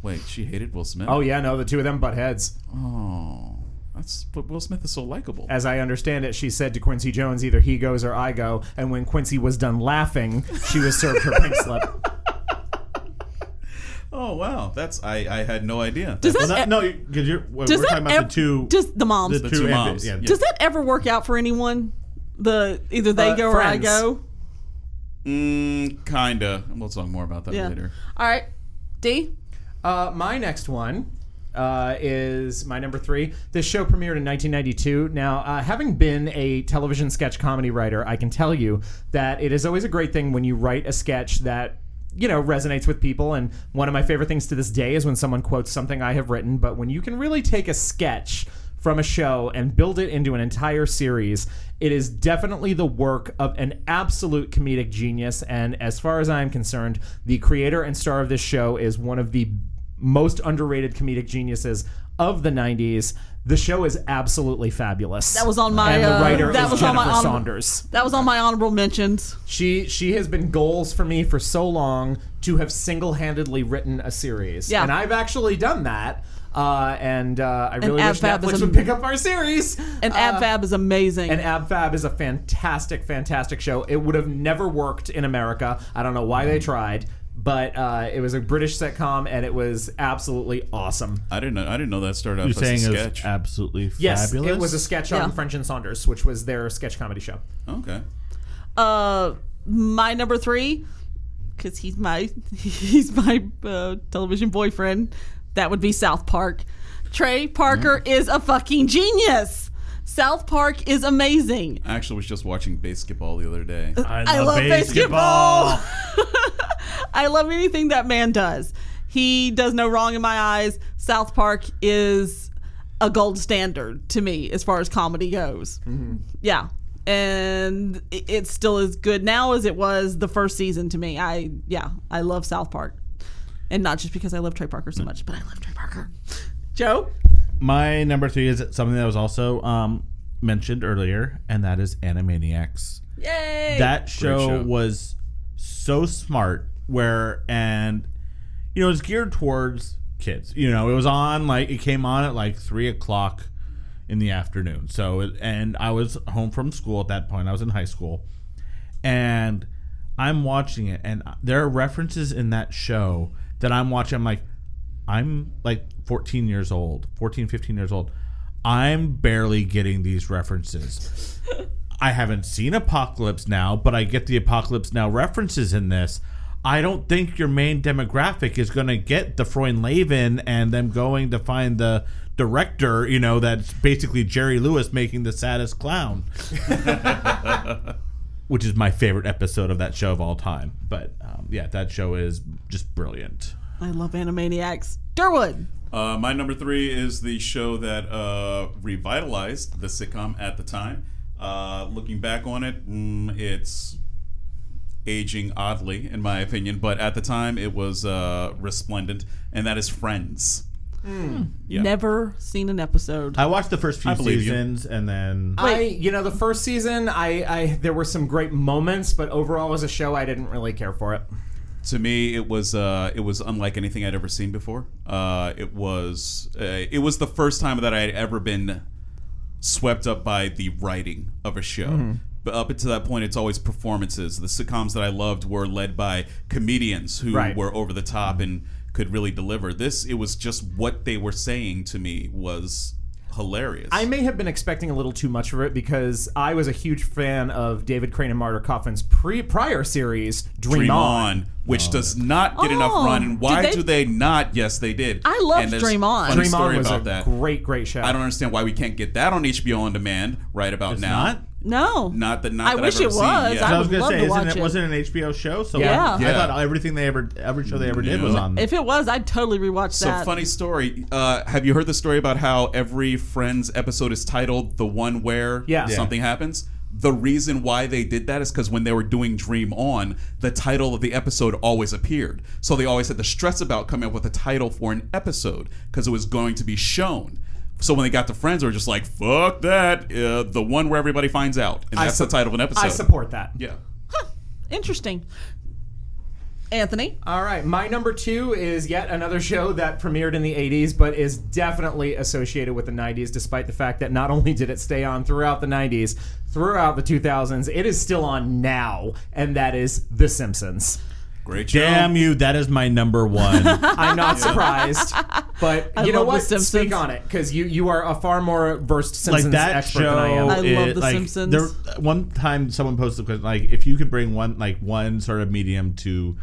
B: wait, she hated Will Smith.
A: Oh, yeah, no, the two of them butt heads.
B: Oh, that's but Will Smith is so likable.
A: as I understand it, she said to Quincy Jones, either he goes or I go. And when Quincy was done laughing, she was served her pink slip.
B: Oh wow, that's I I had no idea.
C: Does
D: Well,
C: that, e-
D: that, no, because you're we're
C: does
D: talking
C: that
D: about
C: ev-
D: the two.
C: Does the moms?
D: the
B: two
D: two
B: moms.
D: moms. Yeah,
B: Yeah.
C: Does that ever work out for anyone? The either they
A: Uh,
C: go or I
A: friends.
C: go.
B: Mm, kinda. And We'll talk more about that
C: Yeah.
B: later.
C: All right. D.
A: Uh, my next one uh, is my number three. This show premiered in 1992. Now, uh, having been a television sketch comedy writer, I can tell you that it is always a great thing when you write a sketch that. You know, resonates with people. And one of my favorite things to this day is when someone quotes something I have written. But when you can really take a sketch from a show and build it into an entire series, it is definitely the work of an absolute comedic genius. And as far as I am concerned, the creator and star of this show is one of the most underrated comedic geniuses of the 90s. The show is absolutely fabulous.
C: That was on my,
A: and the
C: uh,
A: writer
C: that
A: is
C: was on
A: Jennifer
C: my honor-
A: Saunders.
C: That was on my honorable mentions.
A: She she has been goals for me for so long to have single-handedly written a series.
C: Yeah.
A: And I've actually done that. Uh, and uh, I really wish
C: AbFab is
A: Netflix
C: a-
A: would pick up our series. Uh,
C: And Ab Fab is amazing.
A: And Ab Fab is a fantastic, fantastic show. It would have never worked in America. I don't know why they tried, but uh, it was a British sitcom and it was absolutely awesome.
B: I didn't know. I didn't know that started off
D: You're
B: as
D: saying
B: a
D: it's
B: sketch.
D: absolutely
A: Yes,
D: fabulous.
A: it was a sketch on
C: Yeah.
A: French and Saunders, which was their sketch comedy show.
B: okay.
C: uh, my number three, because he's my he's my uh, television boyfriend. That would be South Park. Trey Parker
D: Mm-hmm.
C: is a fucking genius. South Park is amazing.
B: I actually was just watching basketball the other day.
C: I love basketball. I love anything that man does. He does no wrong in my eyes. South Park is a gold standard to me as far as comedy goes. Yeah. And i- it's still as good now as it was the first season to me. I, yeah, I love South Park. And not just because I love Trey Parker so much, but I love Trey Parker. Joe?
D: My number three is something that was also um, mentioned earlier, and that is Animaniacs.
C: Yay!
D: That show,
B: show.
D: was so smart. Where and you know it's geared towards kids. You know it was on like it came on at like three o'clock in the afternoon. So it, and I was home from school at that point. I was in high school, and I'm watching it, and there are references in that show that I'm watching. I'm like, I'm like 14 years old, 14, 15 years old. I'm barely getting these references. I haven't seen Apocalypse Now, but I get the Apocalypse Now references in this. I don't think your main demographic is going to get the Freundlevin and them going to find the director, you know, that's basically Jerry Lewis making the saddest clown, which is my favorite episode of that show of all time. But um, yeah, that show is just brilliant.
C: I love Animaniacs. Durwood.
B: Uh, my number three is the show that uh, revitalized the sitcom at the time. Uh, looking back on it, mm, it's aging oddly, in my opinion, but at the time it was uh, resplendent, and that is Friends. Yeah.
C: Never seen an episode.
D: I watched the first few
B: I believe you.
D: seasons and then
A: I, you know, the first season, I, I there were some great moments, but overall as a show, I didn't really care for it.
B: To me, it was uh, it was unlike anything I'd ever seen before. Uh, it was uh, it was the first time that I had ever been swept up by the writing of a show. But up until that point, it's always performances. The sitcoms that I loved were led by comedians who
A: Right.
B: were over the top and could really deliver. This it was just what they were saying to me was hilarious.
A: I may have been expecting a little too much of it because I was a huge fan of David Crane and Martyr Coffin's pre prior series, Dream,
B: Dream
A: On.
B: On, which does not get enough
C: Oh,
B: run. And why
C: did they-
B: do they not? Yes, they did.
C: I loved
B: And there's
C: Dream On.
B: a Funny
A: Dream
B: story
A: On was
B: about
A: a
B: that.
A: great, great show.
B: I don't understand why we can't get that on HBO on demand right about now.
D: not?
C: No.
B: Not that- not
C: I
B: that I've
C: wish
B: ever
C: it was.
B: seen, yeah.
C: I,
B: I
D: I
C: would
D: was gonna
C: love
D: say,
C: to
D: isn't
C: watch
D: it,
C: it.
D: wasn't it an HBO show? So
C: Yeah.
D: I,
B: Yeah.
D: thought everything they ever, every show they ever did
B: Yeah.
D: was on.
C: If it was, I'd totally rewatch
B: So
C: that.
B: funny story. Uh, have you heard the story about how every Friends episode is titled "The One Where
A: Yeah. Yeah.
B: Something Happens"? The reason why they did that is because when they were doing Dream On, the title of the episode always appeared. So they always had to stress about coming up with a title for an episode because it was going to be shown. So when they got to Friends, they were just like, "Fuck that! Uh, the one where everybody finds out," and that's
A: sup-
B: the title of an episode.
A: I support that.
B: Yeah.
C: Interesting. Anthony,
A: All right, my number two is yet another show that premiered in the 80s, but is definitely associated with the 90s, despite the fact that not only did it stay on throughout the 90s, throughout the 2000s, it is still on now, and that is The Simpsons.
B: Great show.
D: Damn you! That is my number one.
A: I'm not surprised, but you know
C: love The
A: what?
C: Simpsons.
A: Speak on it because you you are a far more versed
D: like
A: Simpsons
D: that
A: expert
D: show.
A: than I am.
C: I love
D: it-
C: The
D: like,
C: Simpsons.
D: There, one time, someone posted a question like, if you could bring one like one sort of medium to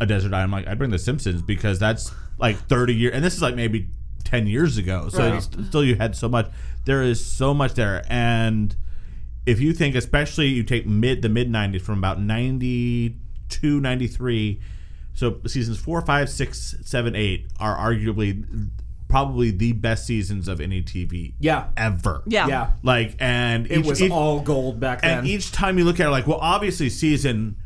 D: a desert island, like I'd bring The Simpsons because that's like thirty years, and this is like maybe ten years ago. So
A: Right.
D: it's, still, you had so much. There is so much there, and if you think, especially you take mid the mid '90s from about 92, 93, so seasons four, five, six, seven, eight are arguably probably the best seasons of any TV
A: Yeah.
D: ever.
C: Yeah.
A: Yeah,
D: Like and
A: it
D: each-
A: was
D: each-
A: all gold back then.
D: and each time you look at it, like, well, obviously season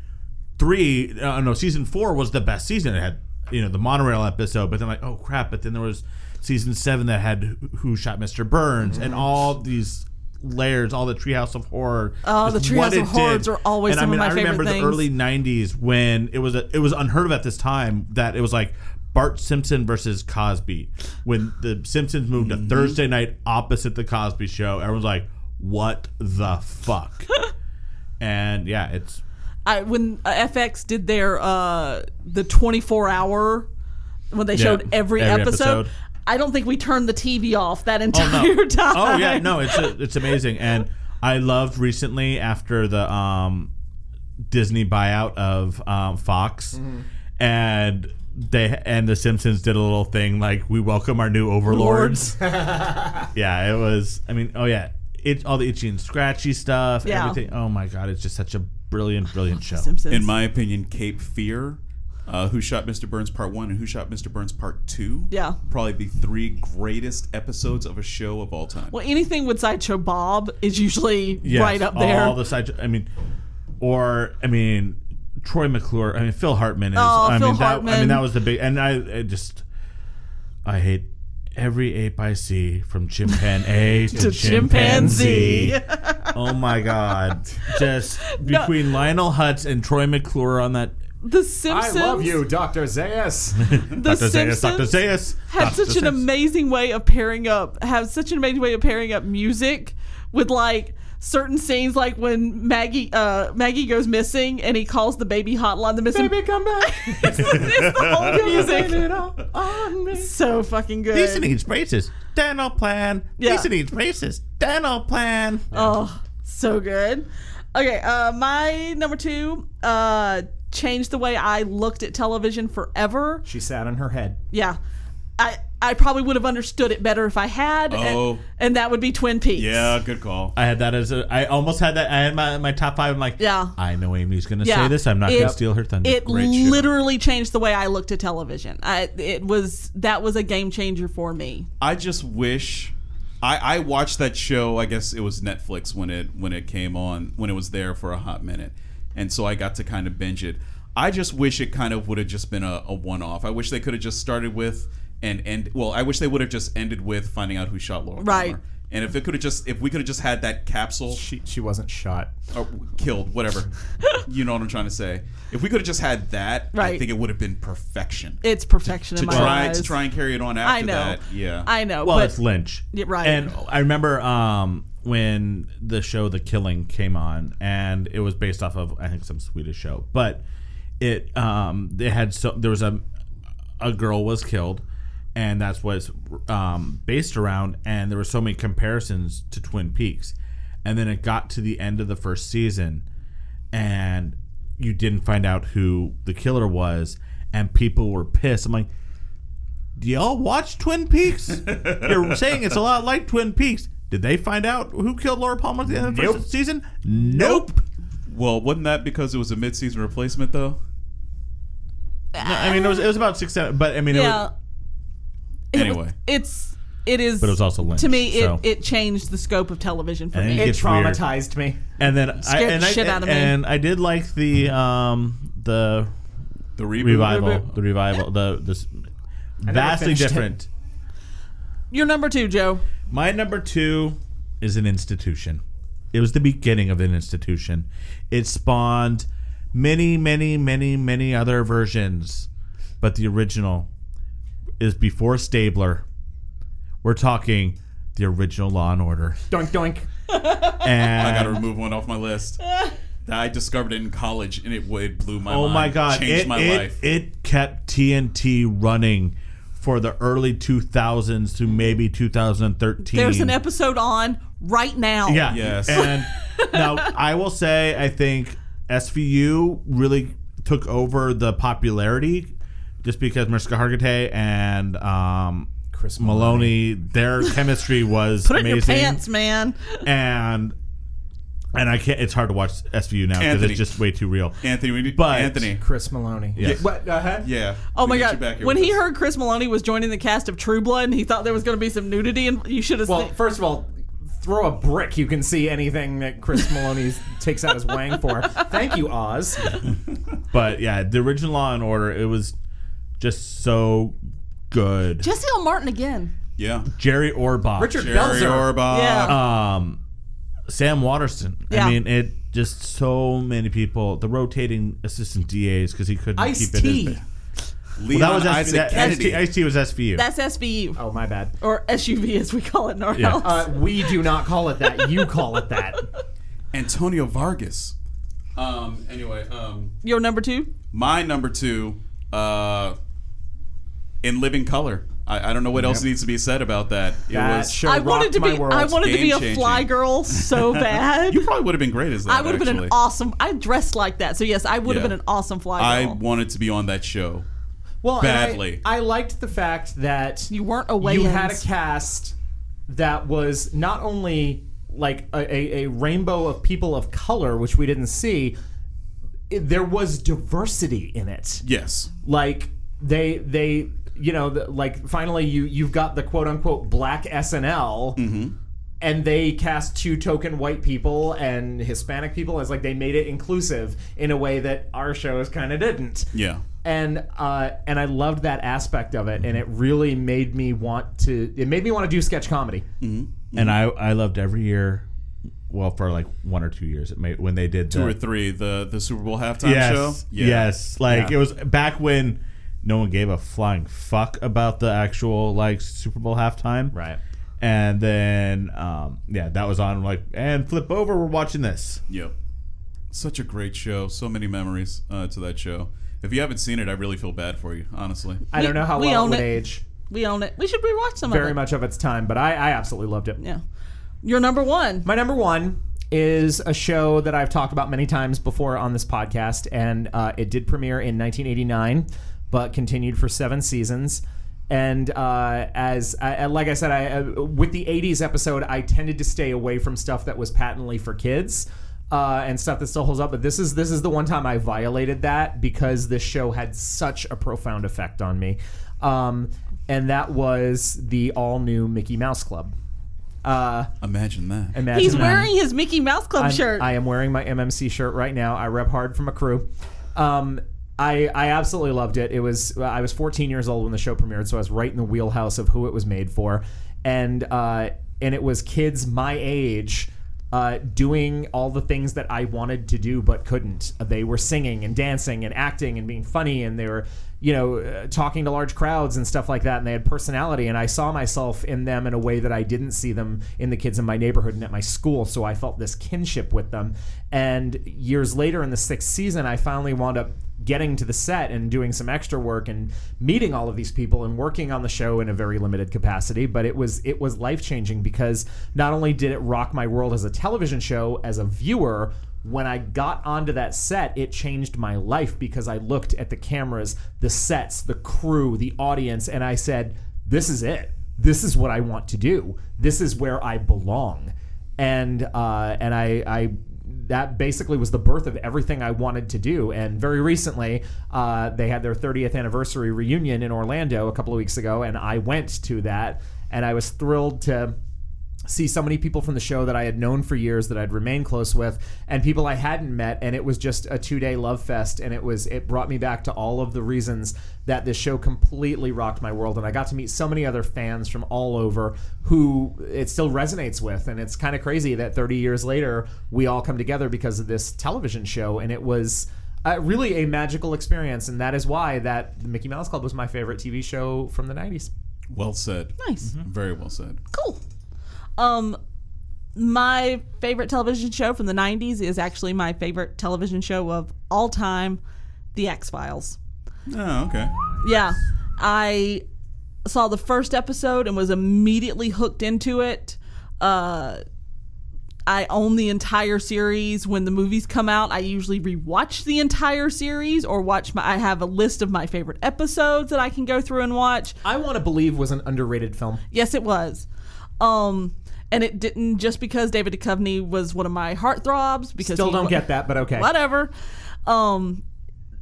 D: three, uh, no, season four was the best season. It had you know the monorail episode, but then like oh crap, but then there was season seven that had Who- Who Shot Mr. Burns and all these layers, all the Treehouse of Horror.
C: Oh,
D: just
C: the
D: what
C: Treehouse of
D: it
C: Horrors are always
D: and,
C: some of
D: I mean,
C: my
D: I
C: favorite
D: remember
C: things.
D: the early '90s when it was a, it was unheard of at this time that it was like. Bart Simpson versus Cosby. When the Simpsons moved
C: Mm-hmm.
D: to Thursday night opposite the Cosby show, everyone's like, what the fuck? and yeah, it's
C: I when uh, FX did their uh the 24 hour when they
D: Yeah,
C: showed every,
D: every
C: episode,
D: episode.
C: I don't think we turned the TV off that
D: Oh, no.
C: entire time.
D: Oh yeah, no, it's it's amazing, and I loved recently after the um, Disney buyout of um, Fox,
C: Mm-hmm.
D: and they and the Simpsons did a little thing like we welcome our new overlords. yeah, it was. I mean, oh yeah, it all the itchy and scratchy stuff.
C: Yeah.
D: Everything. Oh my god, it's just such a brilliant, brilliant show.
C: Simpsons.
B: in my opinion, Cape Fear, uh, Who Shot Mr. Burns Part 1 and Who Shot Mr. Burns Part 2.
C: Yeah.
B: Probably the three greatest episodes of a show of all time.
C: well, anything with sideshow Bob is usually
D: Yes,
C: right up there.
D: All the side. I mean, or I mean, Troy McClure. I mean, Phil Hartman is.
C: Oh,
D: I
C: Phil
D: mean, That, I
C: Hartman.
D: mean, that was the big. And I, I just, I hate every ape I see from chimpanzee to,
C: To chimpanzee.
D: chimpanzee. oh my god! Just
C: No.
D: between Lionel Hutz and Troy McClure on that.
C: the Simpsons.
A: Dr. Zayas.
C: The
D: Dr. Zayas, Dr.
C: Simpsons
D: Zayas.
C: had
D: Dr.
C: such an
D: Zayas.
C: amazing way of pairing up have such an amazing way of pairing up music with like certain scenes like when Maggie uh Maggie goes missing and he calls the baby hotline the missing
A: Baby, come back.
C: it's the whole
A: Blame it
C: music
A: all on me.
C: so fucking good
D: Lisa needs braces. Dental plan.
C: Yeah.
D: Lisa needs braces. Dental plan.
C: oh so good okay uh my number two uh changed the way I looked at television forever
A: She sat on her head.
C: yeah I I probably would have understood it better if I had and-
B: Oh.
C: and, that would be Twin Peaks
B: yeah, good call.
D: I had that as a. I almost had that. I had my, my top five. I'm like,
C: Yeah.
D: I know Amy's gonna
C: Yeah.
D: say this. I'm not
C: It-
D: gonna steal her thunder.
C: it
D: Great show.
C: literally changed the way I looked at television. I it was that was a game changer for me.
B: I just wish I, I watched that show. I guess it was Netflix when it when it came on when it was there for a hot minute, and so I got to kind of binge it. I just wish it kind of would have just been a, a one off. I wish they could have just started with and end. Well, I wish they would have just ended with finding out who shot Laura.
C: Right.
B: Palmer. And if it could have just if we could have just had that capsule
A: She, she wasn't shot.
B: or killed, whatever, you know what I'm trying to say. If we could have just had that, I
C: Right.
B: think it would have been perfection.
C: It's perfection
B: to
C: in my
B: try
C: eyes.
B: to try and carry it on after
C: I know.
B: that, yeah.
C: I know.
D: Well,
C: but
D: it's Lynch,
C: Yeah, right.
D: And I remember um, when the show The Killing came on, and it was based off of I think some Swedish show, but it um, they had so there was a a girl was killed, and that's what it's um, based around, and there were so many comparisons to Twin Peaks, and then it got to the end of the first season, and you didn't find out who the killer was, and people were pissed. I'm like. Do y'all watch Twin Peaks? You're saying it's a lot like Twin Peaks. Did they find out who killed Laura Palmer at the end of the first season? Nope.
B: Well, wasn't that because it was a mid-season replacement though?
D: No, I mean, it was it was about six, seven, but I mean, it
C: yeah.
D: was,
C: It was-
B: Anyway.
C: it's it is.
D: but it was also Lynch.
C: to me it,
D: so.
C: it changed the scope of television for
D: And
C: me.
D: it
A: It
D: gets weird.
A: traumatized me.
D: and then I,
C: scared
D: and
C: the
D: I,
C: shit out of me.
D: and I did like the um the
B: The reboot.
D: revival,
C: Reboot.
D: the revival, the this vastly
A: finished it.
D: different.
C: You're number two, Joe.
D: My number two is an institution. It was the beginning of an institution. It spawned many, many, many, many other versions, but the original is before Stabler. We're talking the original Law and Order.
A: Doink, doink.
D: And
B: I gotta remove one off my list. That I discovered it in college, and it would blew my
D: oh
B: mind.
D: my god,
B: changed
D: it,
B: my
D: it,
B: life.
D: it kept TNT running for the early 2000s to maybe 2013.
C: There's an episode on right now.
D: Yeah.
B: Yes.
D: And now I will say, I think SVU really took over the popularity just because Mariska Hargitay and um,
A: Chris
D: Maloney, their chemistry was
C: Put it in your
D: amazing.
C: pants, man.
D: And and I can't. It's hard to watch SVU now because
B: Anthony.
D: it's just way too real.
B: Anthony, we need
D: But-
B: Anthony.
A: Chris Maloney.
D: Yeah.
A: What? Uh-huh.
B: Yeah.
C: Oh
B: we
C: my
B: need you back
C: god!
B: here
C: When
B: with
C: he
B: us.
C: heard Chris Maloney was joining the cast of True Blood, and he thought there was going to be some nudity, and you should have.
A: Well, first of all, throw a brick. You can see anything that Chris Maloney takes out his wang for. Thank you, Oz.
D: But yeah, the original Law and Order, it was just so good.
C: Jesse L. Martin again.
B: Yeah.
D: Jerry Orbach,
A: Richard
B: Jerry
A: Belzer.
B: Orbach.
C: yeah.
D: um, Sam Waterston.
C: Yeah.
D: I mean, it just so many people. The rotating assistant DAs because he couldn't keep it.
A: Ice-T.
D: As big.
B: Leon
D: Well, that was
B: Isaac
D: Isaac
B: Kennedy.
D: Kennedy. Ice T was SVU.
C: That's SVU
A: Oh, my bad.
C: or SUV as we call it in our
D: Yeah.
C: house.
A: Uh, we do not call it that. You call it that.
B: Antonio Vargas. Um. Anyway. Um.
C: Your number two.
B: My number two. Uh. In living color. I, I don't know what else needs to be said about that. It
A: That
B: was.
A: show
C: I
A: rocked
C: wanted to
A: my
C: be.
A: world.
C: I wanted to be a
B: Game-changing.
C: fly girl so bad.
B: You probably would have been great as that.
C: I would have been an
B: actually.
C: awesome. I dressed like that, so yes, I would have
B: Yeah.
C: been an awesome fly
B: I
C: girl.
B: wanted to be on that show.
A: well, and I-
B: badly.
A: I, liked the fact that
C: you weren't away.
A: you had a cast that was not only like a, a, a rainbow of people of color, which we didn't see. it- there was diversity in it.
B: Yes.
A: Like they they you know the, like finally you you've got the quote unquote black SNL. And they cast two token white people and Hispanic people as like they made it inclusive in a way that our shows kind of didn't
B: Yeah.
A: and uh, and I loved that aspect of it, and it really made me want to. It made me want to do sketch comedy.
D: and I, I loved every year. Well, for like one or two years, it may, when they did
B: Two or three. The the Super Bowl halftime
D: yes,
B: show.
D: Yes, like
A: Yeah.
D: it was back when no one gave a flying fuck about the actual like Super Bowl halftime,
A: Right.
D: And then um, yeah, that was on like and flip over. We're watching this.
B: Yep. Such a great show. So many memories uh, to that show. If you haven't seen it, I really feel bad for you, honestly.
A: I
C: We-
A: don't know how
C: we
A: well
C: own
A: it would
C: it.
A: age.
C: We own it. We should rewatch some of
A: Very
C: it.
A: much of its time, but I, I absolutely loved it.
C: Yeah. Your number one.
A: My number one is a show that I've talked about many times before on this podcast, and uh, it did premiere in 1989, but continued for seven seasons. And uh, as I, I- like I said, I, uh, with the 80s episode, I tended to stay away from stuff that was patently for kids. Uh, and stuff that still holds up, but this is this is the one time I violated that because this show had such a profound effect on me, um, and that was the all new Mickey Mouse Club. Uh,
B: Imagine that.
A: imagine
C: He's
A: that.
C: wearing his Mickey Mouse Club
A: I'm,
C: shirt.
A: I am wearing my MMC shirt right now. I rep hard from a crew. Um, I, I absolutely loved it. It was I was 14 years old when the show premiered, so I was right in the wheelhouse of who it was made for, and uh, and it was kids my age. Uh, doing all the things that I wanted to do but couldn't. They were singing and dancing and acting and being funny, and they were, you know, uh, talking to large crowds and stuff like that. And they had personality, and I saw myself in them in a way that I didn't see them in the kids in my neighborhood and at my school. So I felt this kinship with them. And years later, in the sixth season, I finally wound up getting to the set and doing some extra work and meeting all of these people and working on the show in a very limited capacity but it was it was life changing because not only did it rock my world as a television show as a viewer when I got onto that set, it changed my life because I looked at the cameras, the sets, the crew, the audience, and I said, This is it. This is what I want to do. This is where I belong. And uh, and I, I that basically was the birth of everything I wanted to do. And very recently, uh, they had their 30th anniversary reunion in Orlando a couple of weeks ago, and I went to that, and I was thrilled to see so many people from the show that I had known for years that I'd remained close with and people I hadn't met and it was just a two-day love fest and it was it brought me back to all of the reasons that this show completely rocked my world and I got to meet so many other fans from all over who it still resonates with and it's kind of crazy that 30 years later we all come together because of this television show and it was uh, really a magical experience and that is why that the Mickey Mouse Club was my favorite TV show from the 90s.
B: Well said.
C: nice.
A: Mm-hmm.
B: Very well said.
C: Cool. Um, my favorite television show from the '90s is actually my favorite television show of all time, The X Files.
B: Oh, okay.
C: Yeah. I saw the first episode and was immediately hooked into it. Uh, I own the entire series. When the movies come out, I usually rewatch the entire series or watch my. I have a list of my favorite episodes that I can go through and watch.
A: I want to believe was an underrated film.
C: Yes, it was. Um, and it didn't just because David Duchovny was one of my heartthrobs. Because
A: Still
C: he
A: don't
C: wa-
A: get that, but okay.
C: whatever. Um,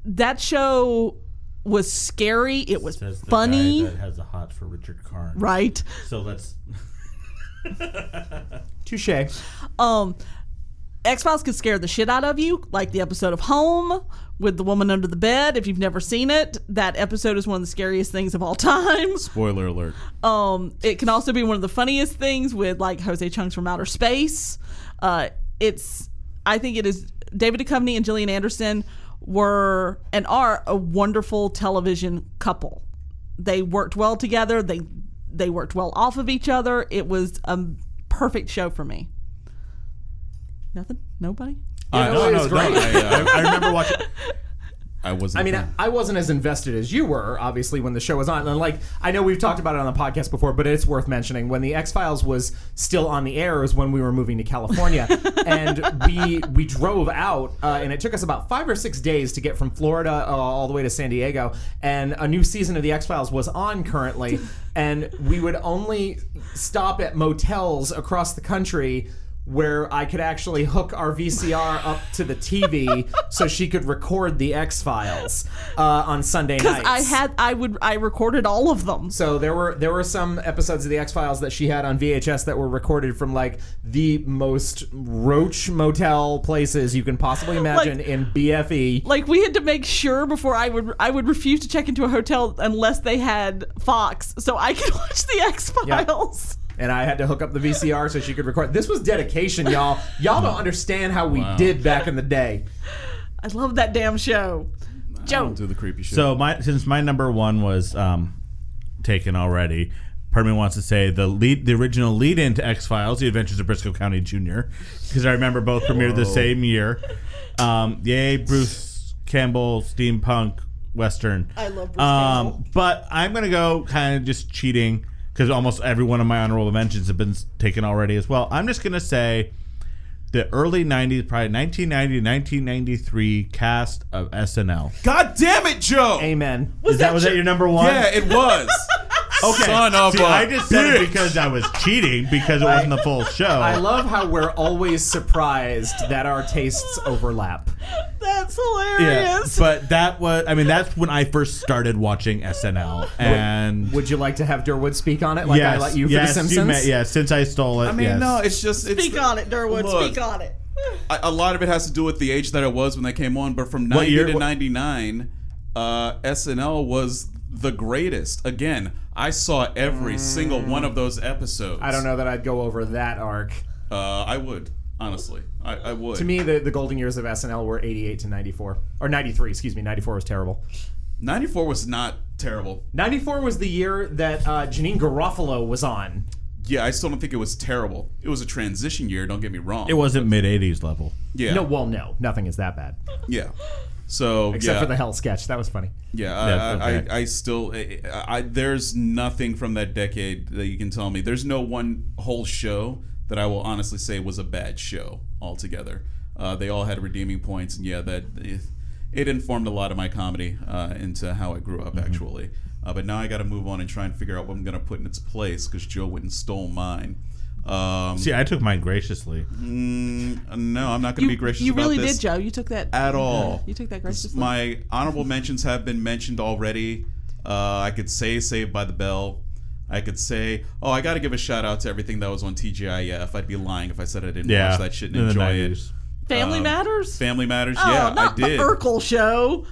C: that show was scary. It was funny,
D: that has a hot for Richard Karn.
C: right?
D: So let's
A: Touche.
C: Um, X Files could scare the shit out of you, like the episode of Home with the woman under the bed. If you've never seen it, that episode is one of the scariest things of all time.
B: Spoiler alert.
C: Um, it can also be one of the funniest things with like Jose Chunks from Outer Space. Uh, it's I think it is David Duchovny and Gillian Anderson were and are a wonderful television couple. They worked well together. They they worked well off of each other. It was a perfect show for me. Nothing. Nobody.
B: Uh,
A: no, it was great.
B: I, uh,
D: I remember watching.
B: I wasn't.
A: I mean, I, I wasn't as invested as you were, obviously, when the show was on. And like, I know we've talked about it on the podcast before, but it's worth mentioning. When the X Files was still on the air, is when we were moving to California, and we we drove out, uh, and it took us about five or six days to get from Florida uh, all the way to San Diego. And a new season of the X Files was on currently, and we would only stop at motels across the country where I could actually hook our VCR up to the TV so she could record the X Files uh, on Sunday nights.
C: I had I would I recorded all of them.
A: so there were there were some episodes of the X Files that she had on VHS that were recorded from like the most roach motel places you can possibly imagine
C: Like-
A: in E, BFE.
C: like we had to make sure before I would I would refuse to check into a hotel unless they had Fox, so I could watch the X Files.
A: and I had to hook up the VCR so she could record. This was dedication, y'all. Y'all don't understand how we did back in the day.
C: I love that damn show. uh, Joe,
B: don't do the creepy shit.
D: So my since my number one was um, taken already, part of me wants to say the lead, the original lead into X Files, The Adventures of Briscoe County Jr., because I remember both premiered the same year. Um, yay, Bruce Campbell, steampunk western.
C: I love Bruce
D: Um,
C: Campbell.
D: but I'm gonna go kind of just cheating because almost every one of my honorable mentions have been s- taken already as well. I'm just gonna say the early 90s, probably 1990 1993 cast of SNL.
B: God damn it, Joe.
A: Amen.
D: Is that, was that your number one?
B: Yeah, it was.
D: Okay.
B: Son of
D: See,
B: a
D: I just said
B: bitch.
D: it because I was cheating because it wasn't the full show.
A: I love how we're always surprised that our tastes overlap.
C: that's
D: yeah,
C: hilarious.
D: but that was I mean that's when I first started watching SNL and
A: Would you like to have Durwood speak on it like I
D: yes,
A: let you for
D: yes,
A: The Simpsons?
D: You met, yeah, since I stole it.
B: I mean,
D: yes.
B: no, it's just it's
C: speak on it, Derwood.
B: Look.
C: Speak on it.
B: a, a lot of it has to do with the age that I was when they came on, but from 90
D: year?
B: to
D: What-
B: 99, uh, SNL was the greatest. Again, I saw every single one of those episodes.
A: I don't know that I'd go over that arc.
B: Uh, I would, honestly. I, I would.
A: To me, the, the golden years of SNL were 88 to 94. Or 93, excuse me. 94 was terrible.
B: 94 was not terrible.
A: 94 was the year that uh, Janine Garofalo was on.
B: Yeah, I still don't think it was terrible. It was a transition year, don't get me wrong.
D: it wasn't mid '80s level.
B: Yeah.
A: No, well, no. Nothing is that bad.
B: yeah. So,
A: Except
B: yeah.
A: for the hell sketch. That was funny.
B: Yeah,
D: Yeah,
B: I,
D: okay.
B: I, I still, I, I, there's nothing from that decade that you can tell me. There's no one whole show that I will honestly say was a bad show altogether. Uh, they all had redeeming points, and yeah, that it, it informed a lot of my comedy uh, into how I grew
C: Mm-hmm.
B: up actually. Uh, but now I got to move on and try and figure out what I'm gonna put in its place because Joe went and stole mine. Um,
D: See, I took mine graciously.
B: mm, no, I'm not gonna be gracious.
C: you
B: about
C: really
B: this
C: did, Joe. You took that
B: at all.
C: You took that graciously.
B: My honorable mentions have been mentioned already. Uh, I could say Saved by the Bell. I could say, oh, I got to give a shout out to everything that was on TGIF. I'd be lying if I said I didn't
D: Yeah,
B: watch that shit and
D: in the
B: enjoy it.
D: 90s.
C: Family
B: um,
C: Matters.
B: Family Matters,
C: oh,
B: yeah,
C: not
B: I did.
C: the Urkel show.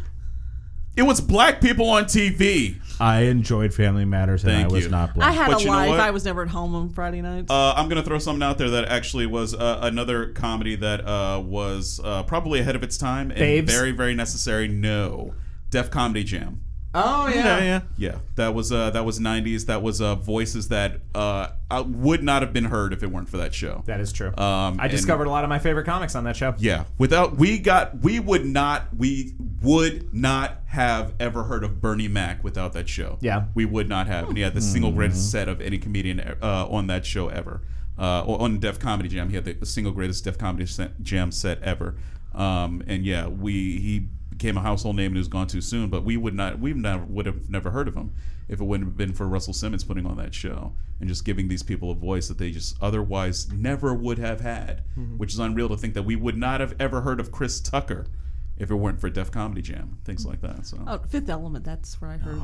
B: It was black people on TV.
D: I enjoyed Family Matters, and
B: Thank
D: I was
B: you. Oh,
D: not
C: I
D: blamed.
C: had
B: But
C: a
B: you know
C: life.
B: what?
C: I was never at home on Friday nights.
B: Uh, I'm gonna throw something out there that actually was uh, another comedy that uh, was uh, probably ahead of its time and
A: Babes?
B: very, very necessary. No, Def Comedy Jam.
A: Oh,
D: yeah, yeah.
B: Yeah, that was uh, that was '90s. That was uh, voices that uh, I would not have been heard if it weren't for that show.
A: That is true.
B: Um,
A: I
B: and-
A: discovered a lot of my favorite comics on that show.
B: Yeah, without we got we would not we would not have ever heard of Bernie Mac without that show.
A: Yeah.
B: we would not have. And he had the single greatest set of any comedian uh, on that show ever. Uh, or on Def Comedy Jam, he had the single greatest Def Comedy set, Jam set ever. Um, and yeah, we he became a household name and was gone too soon. But we would not we never would have never heard of him if it wouldn't have been for Russell Simmons putting on that show and just giving these people a voice that they just otherwise never would have had, which is unreal to think that we would not have ever heard of Chris Tucker if it weren't for Def Comedy Jam, things like that. So
C: oh, Fifth Element. That's
B: Oh,
C: where I heard.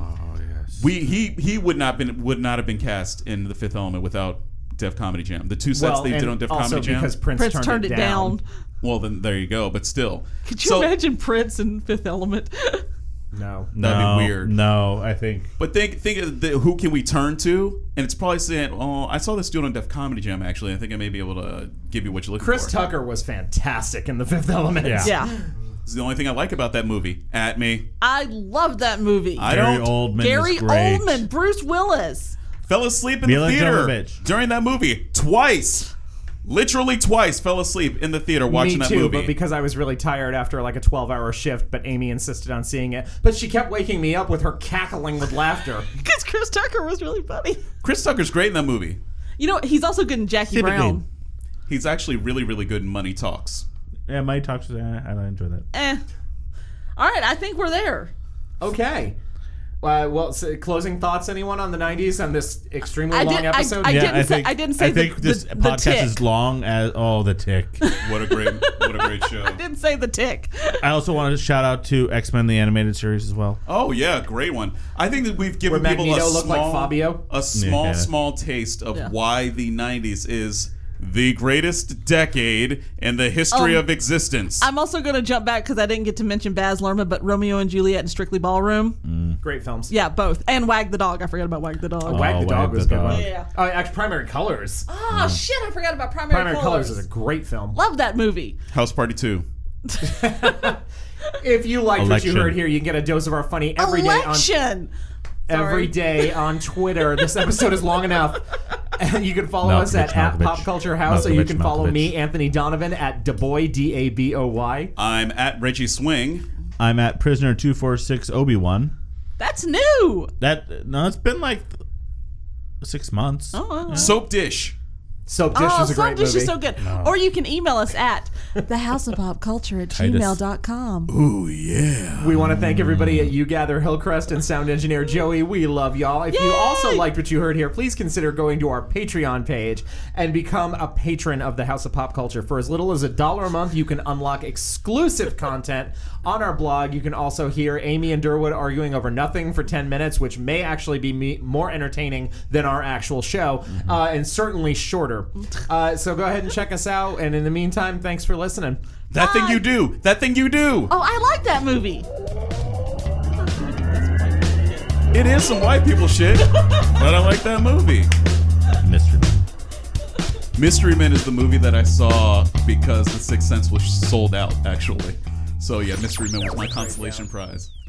B: we he he would not been would not have been cast in The Fifth Element without Def Comedy Jam. The two sets they did
A: and
B: on Def
A: also
B: Comedy Jam.
A: because Prince,
C: Prince
A: turned, it down.
B: well, then there you go. But still,
C: Could you
B: So-
C: imagine Prince and Fifth Element?
A: No.
B: That'd be
D: no,
B: weird.
D: No, I think
B: But think think of the, who can we turn to, and it's probably saying, "Oh, I saw this dude on Def Comedy Jam. Actually, I think I may be able to give you what you're looking
A: Chris
B: for."
A: Tucker was fantastic in The Fifth Element.
D: Yeah.
C: yeah.
B: It's the only thing I like about that movie. At me,
C: I love that movie.
B: I
D: Gary
B: don't.
D: Oldman.
C: Gary
D: is great.
C: Oldman, Bruce Willis.
B: Fell asleep in
D: Mila
B: the theater
D: Jovovich.
B: during that movie twice, literally twice. Fell asleep in the theater
A: Me
B: watching that
A: too,
B: movie.
A: but because I was really tired after like a 12 hour shift, but Amy insisted on seeing it. But she kept waking me up with her cackling with laughter.
C: Because Chris Tucker was really funny.
B: Chris Tucker's great in that movie.
C: You know, he's also good in Jackie
D: Typically.
C: Brown.
B: He's actually really really good in Money Talks.
D: Yeah, my talks. I, I enjoy that.
C: Eh. All right, I think we're there.
A: Okay. Uh, well, s closing thoughts, anyone on the 90s on this extremely
C: I
A: long
C: did- I-
A: episode?
C: I
D: Yeah,
C: didn't
D: I
C: say-
D: think,
C: I didn't say
D: I
C: the-
D: think this
C: the- the
D: podcast
C: tick.
D: is long as oh the tick.
B: What a great what a great show.
C: Didn't say the tick.
D: I also wanted to shout out to X Men the animated series as well.
B: Oh yeah, great one. I think that we've given
A: Where
B: people
A: Magneto
B: a
A: looked like
B: small,
A: Fabio?
B: a small,
D: Yeah.
B: small taste of
C: Yeah.
B: why the '90s is the greatest decade in the history
C: Um,
B: of existence.
C: I'm also going to jump back because I didn't get to mention Baz Luhrmann, but Romeo and Juliet and Strictly Ballroom.
A: Great films.
C: Yeah, both. And Wag the Dog. I forgot about Wag the Dog.
A: Wag
D: Mm. Oh,
A: the
D: Wag
A: Dog
D: the
A: was a good
D: Dog.
A: one.
C: Yeah.
A: Oh, actually, Primary Colors.
C: Oh, shit. I forgot about Primary,
A: Primary Colors is a great film.
C: Love that movie.
B: House Party Two.
A: If you liked what
D: Election.
A: you heard here, you can get a dose of our funny every day on
C: Election.
A: every
C: Sorry.
A: day on Twitter. This episode is long enough. you can follow us at,
D: Malkovich,
A: at
D: Malkovich.
A: Pop Culture House, or you
D: Malkovich,
A: can follow
D: Malkovich.
A: me, Anthony Donovan, at Daboy, D A B O Y.
B: I'm at Reggie Swing.
D: I'm at prisoner two four six Obi Wan.
C: That's new. Oh,
D: That no, it's been like six months.
C: Oh.
B: Soap Dish.
A: Soap Dish
C: Oh,
A: was a
C: Soap
A: great
C: Dish
A: movie.
C: is so good. Or you can email us at thehouseofpopculture at gmail.com.
B: Ooh yeah.
A: We want to thank everybody at You Gather Hillcrest and sound engineer Joey. We love y'all. If you
C: Yay!
A: also liked what you heard here, please consider going to our Patreon page and become a patron of the House of Pop Culture. For as little as a dollar a month, you can unlock exclusive content on our blog. You can also hear Amy and Durwood arguing over nothing for 10 minutes, which may actually be me- more entertaining than our actual show uh, and certainly shorter. Uh, so go ahead and check us out. And in the meantime, thanks for listening.
B: That thing you do. That thing you do.
C: Oh, I like that movie.
B: It is some white people shit, but I like that movie.
D: Mr.
B: Mystery Men is the movie that I saw because The Sixth Sense was sold out, actually. So yeah, Mystery Men was my consolation prize.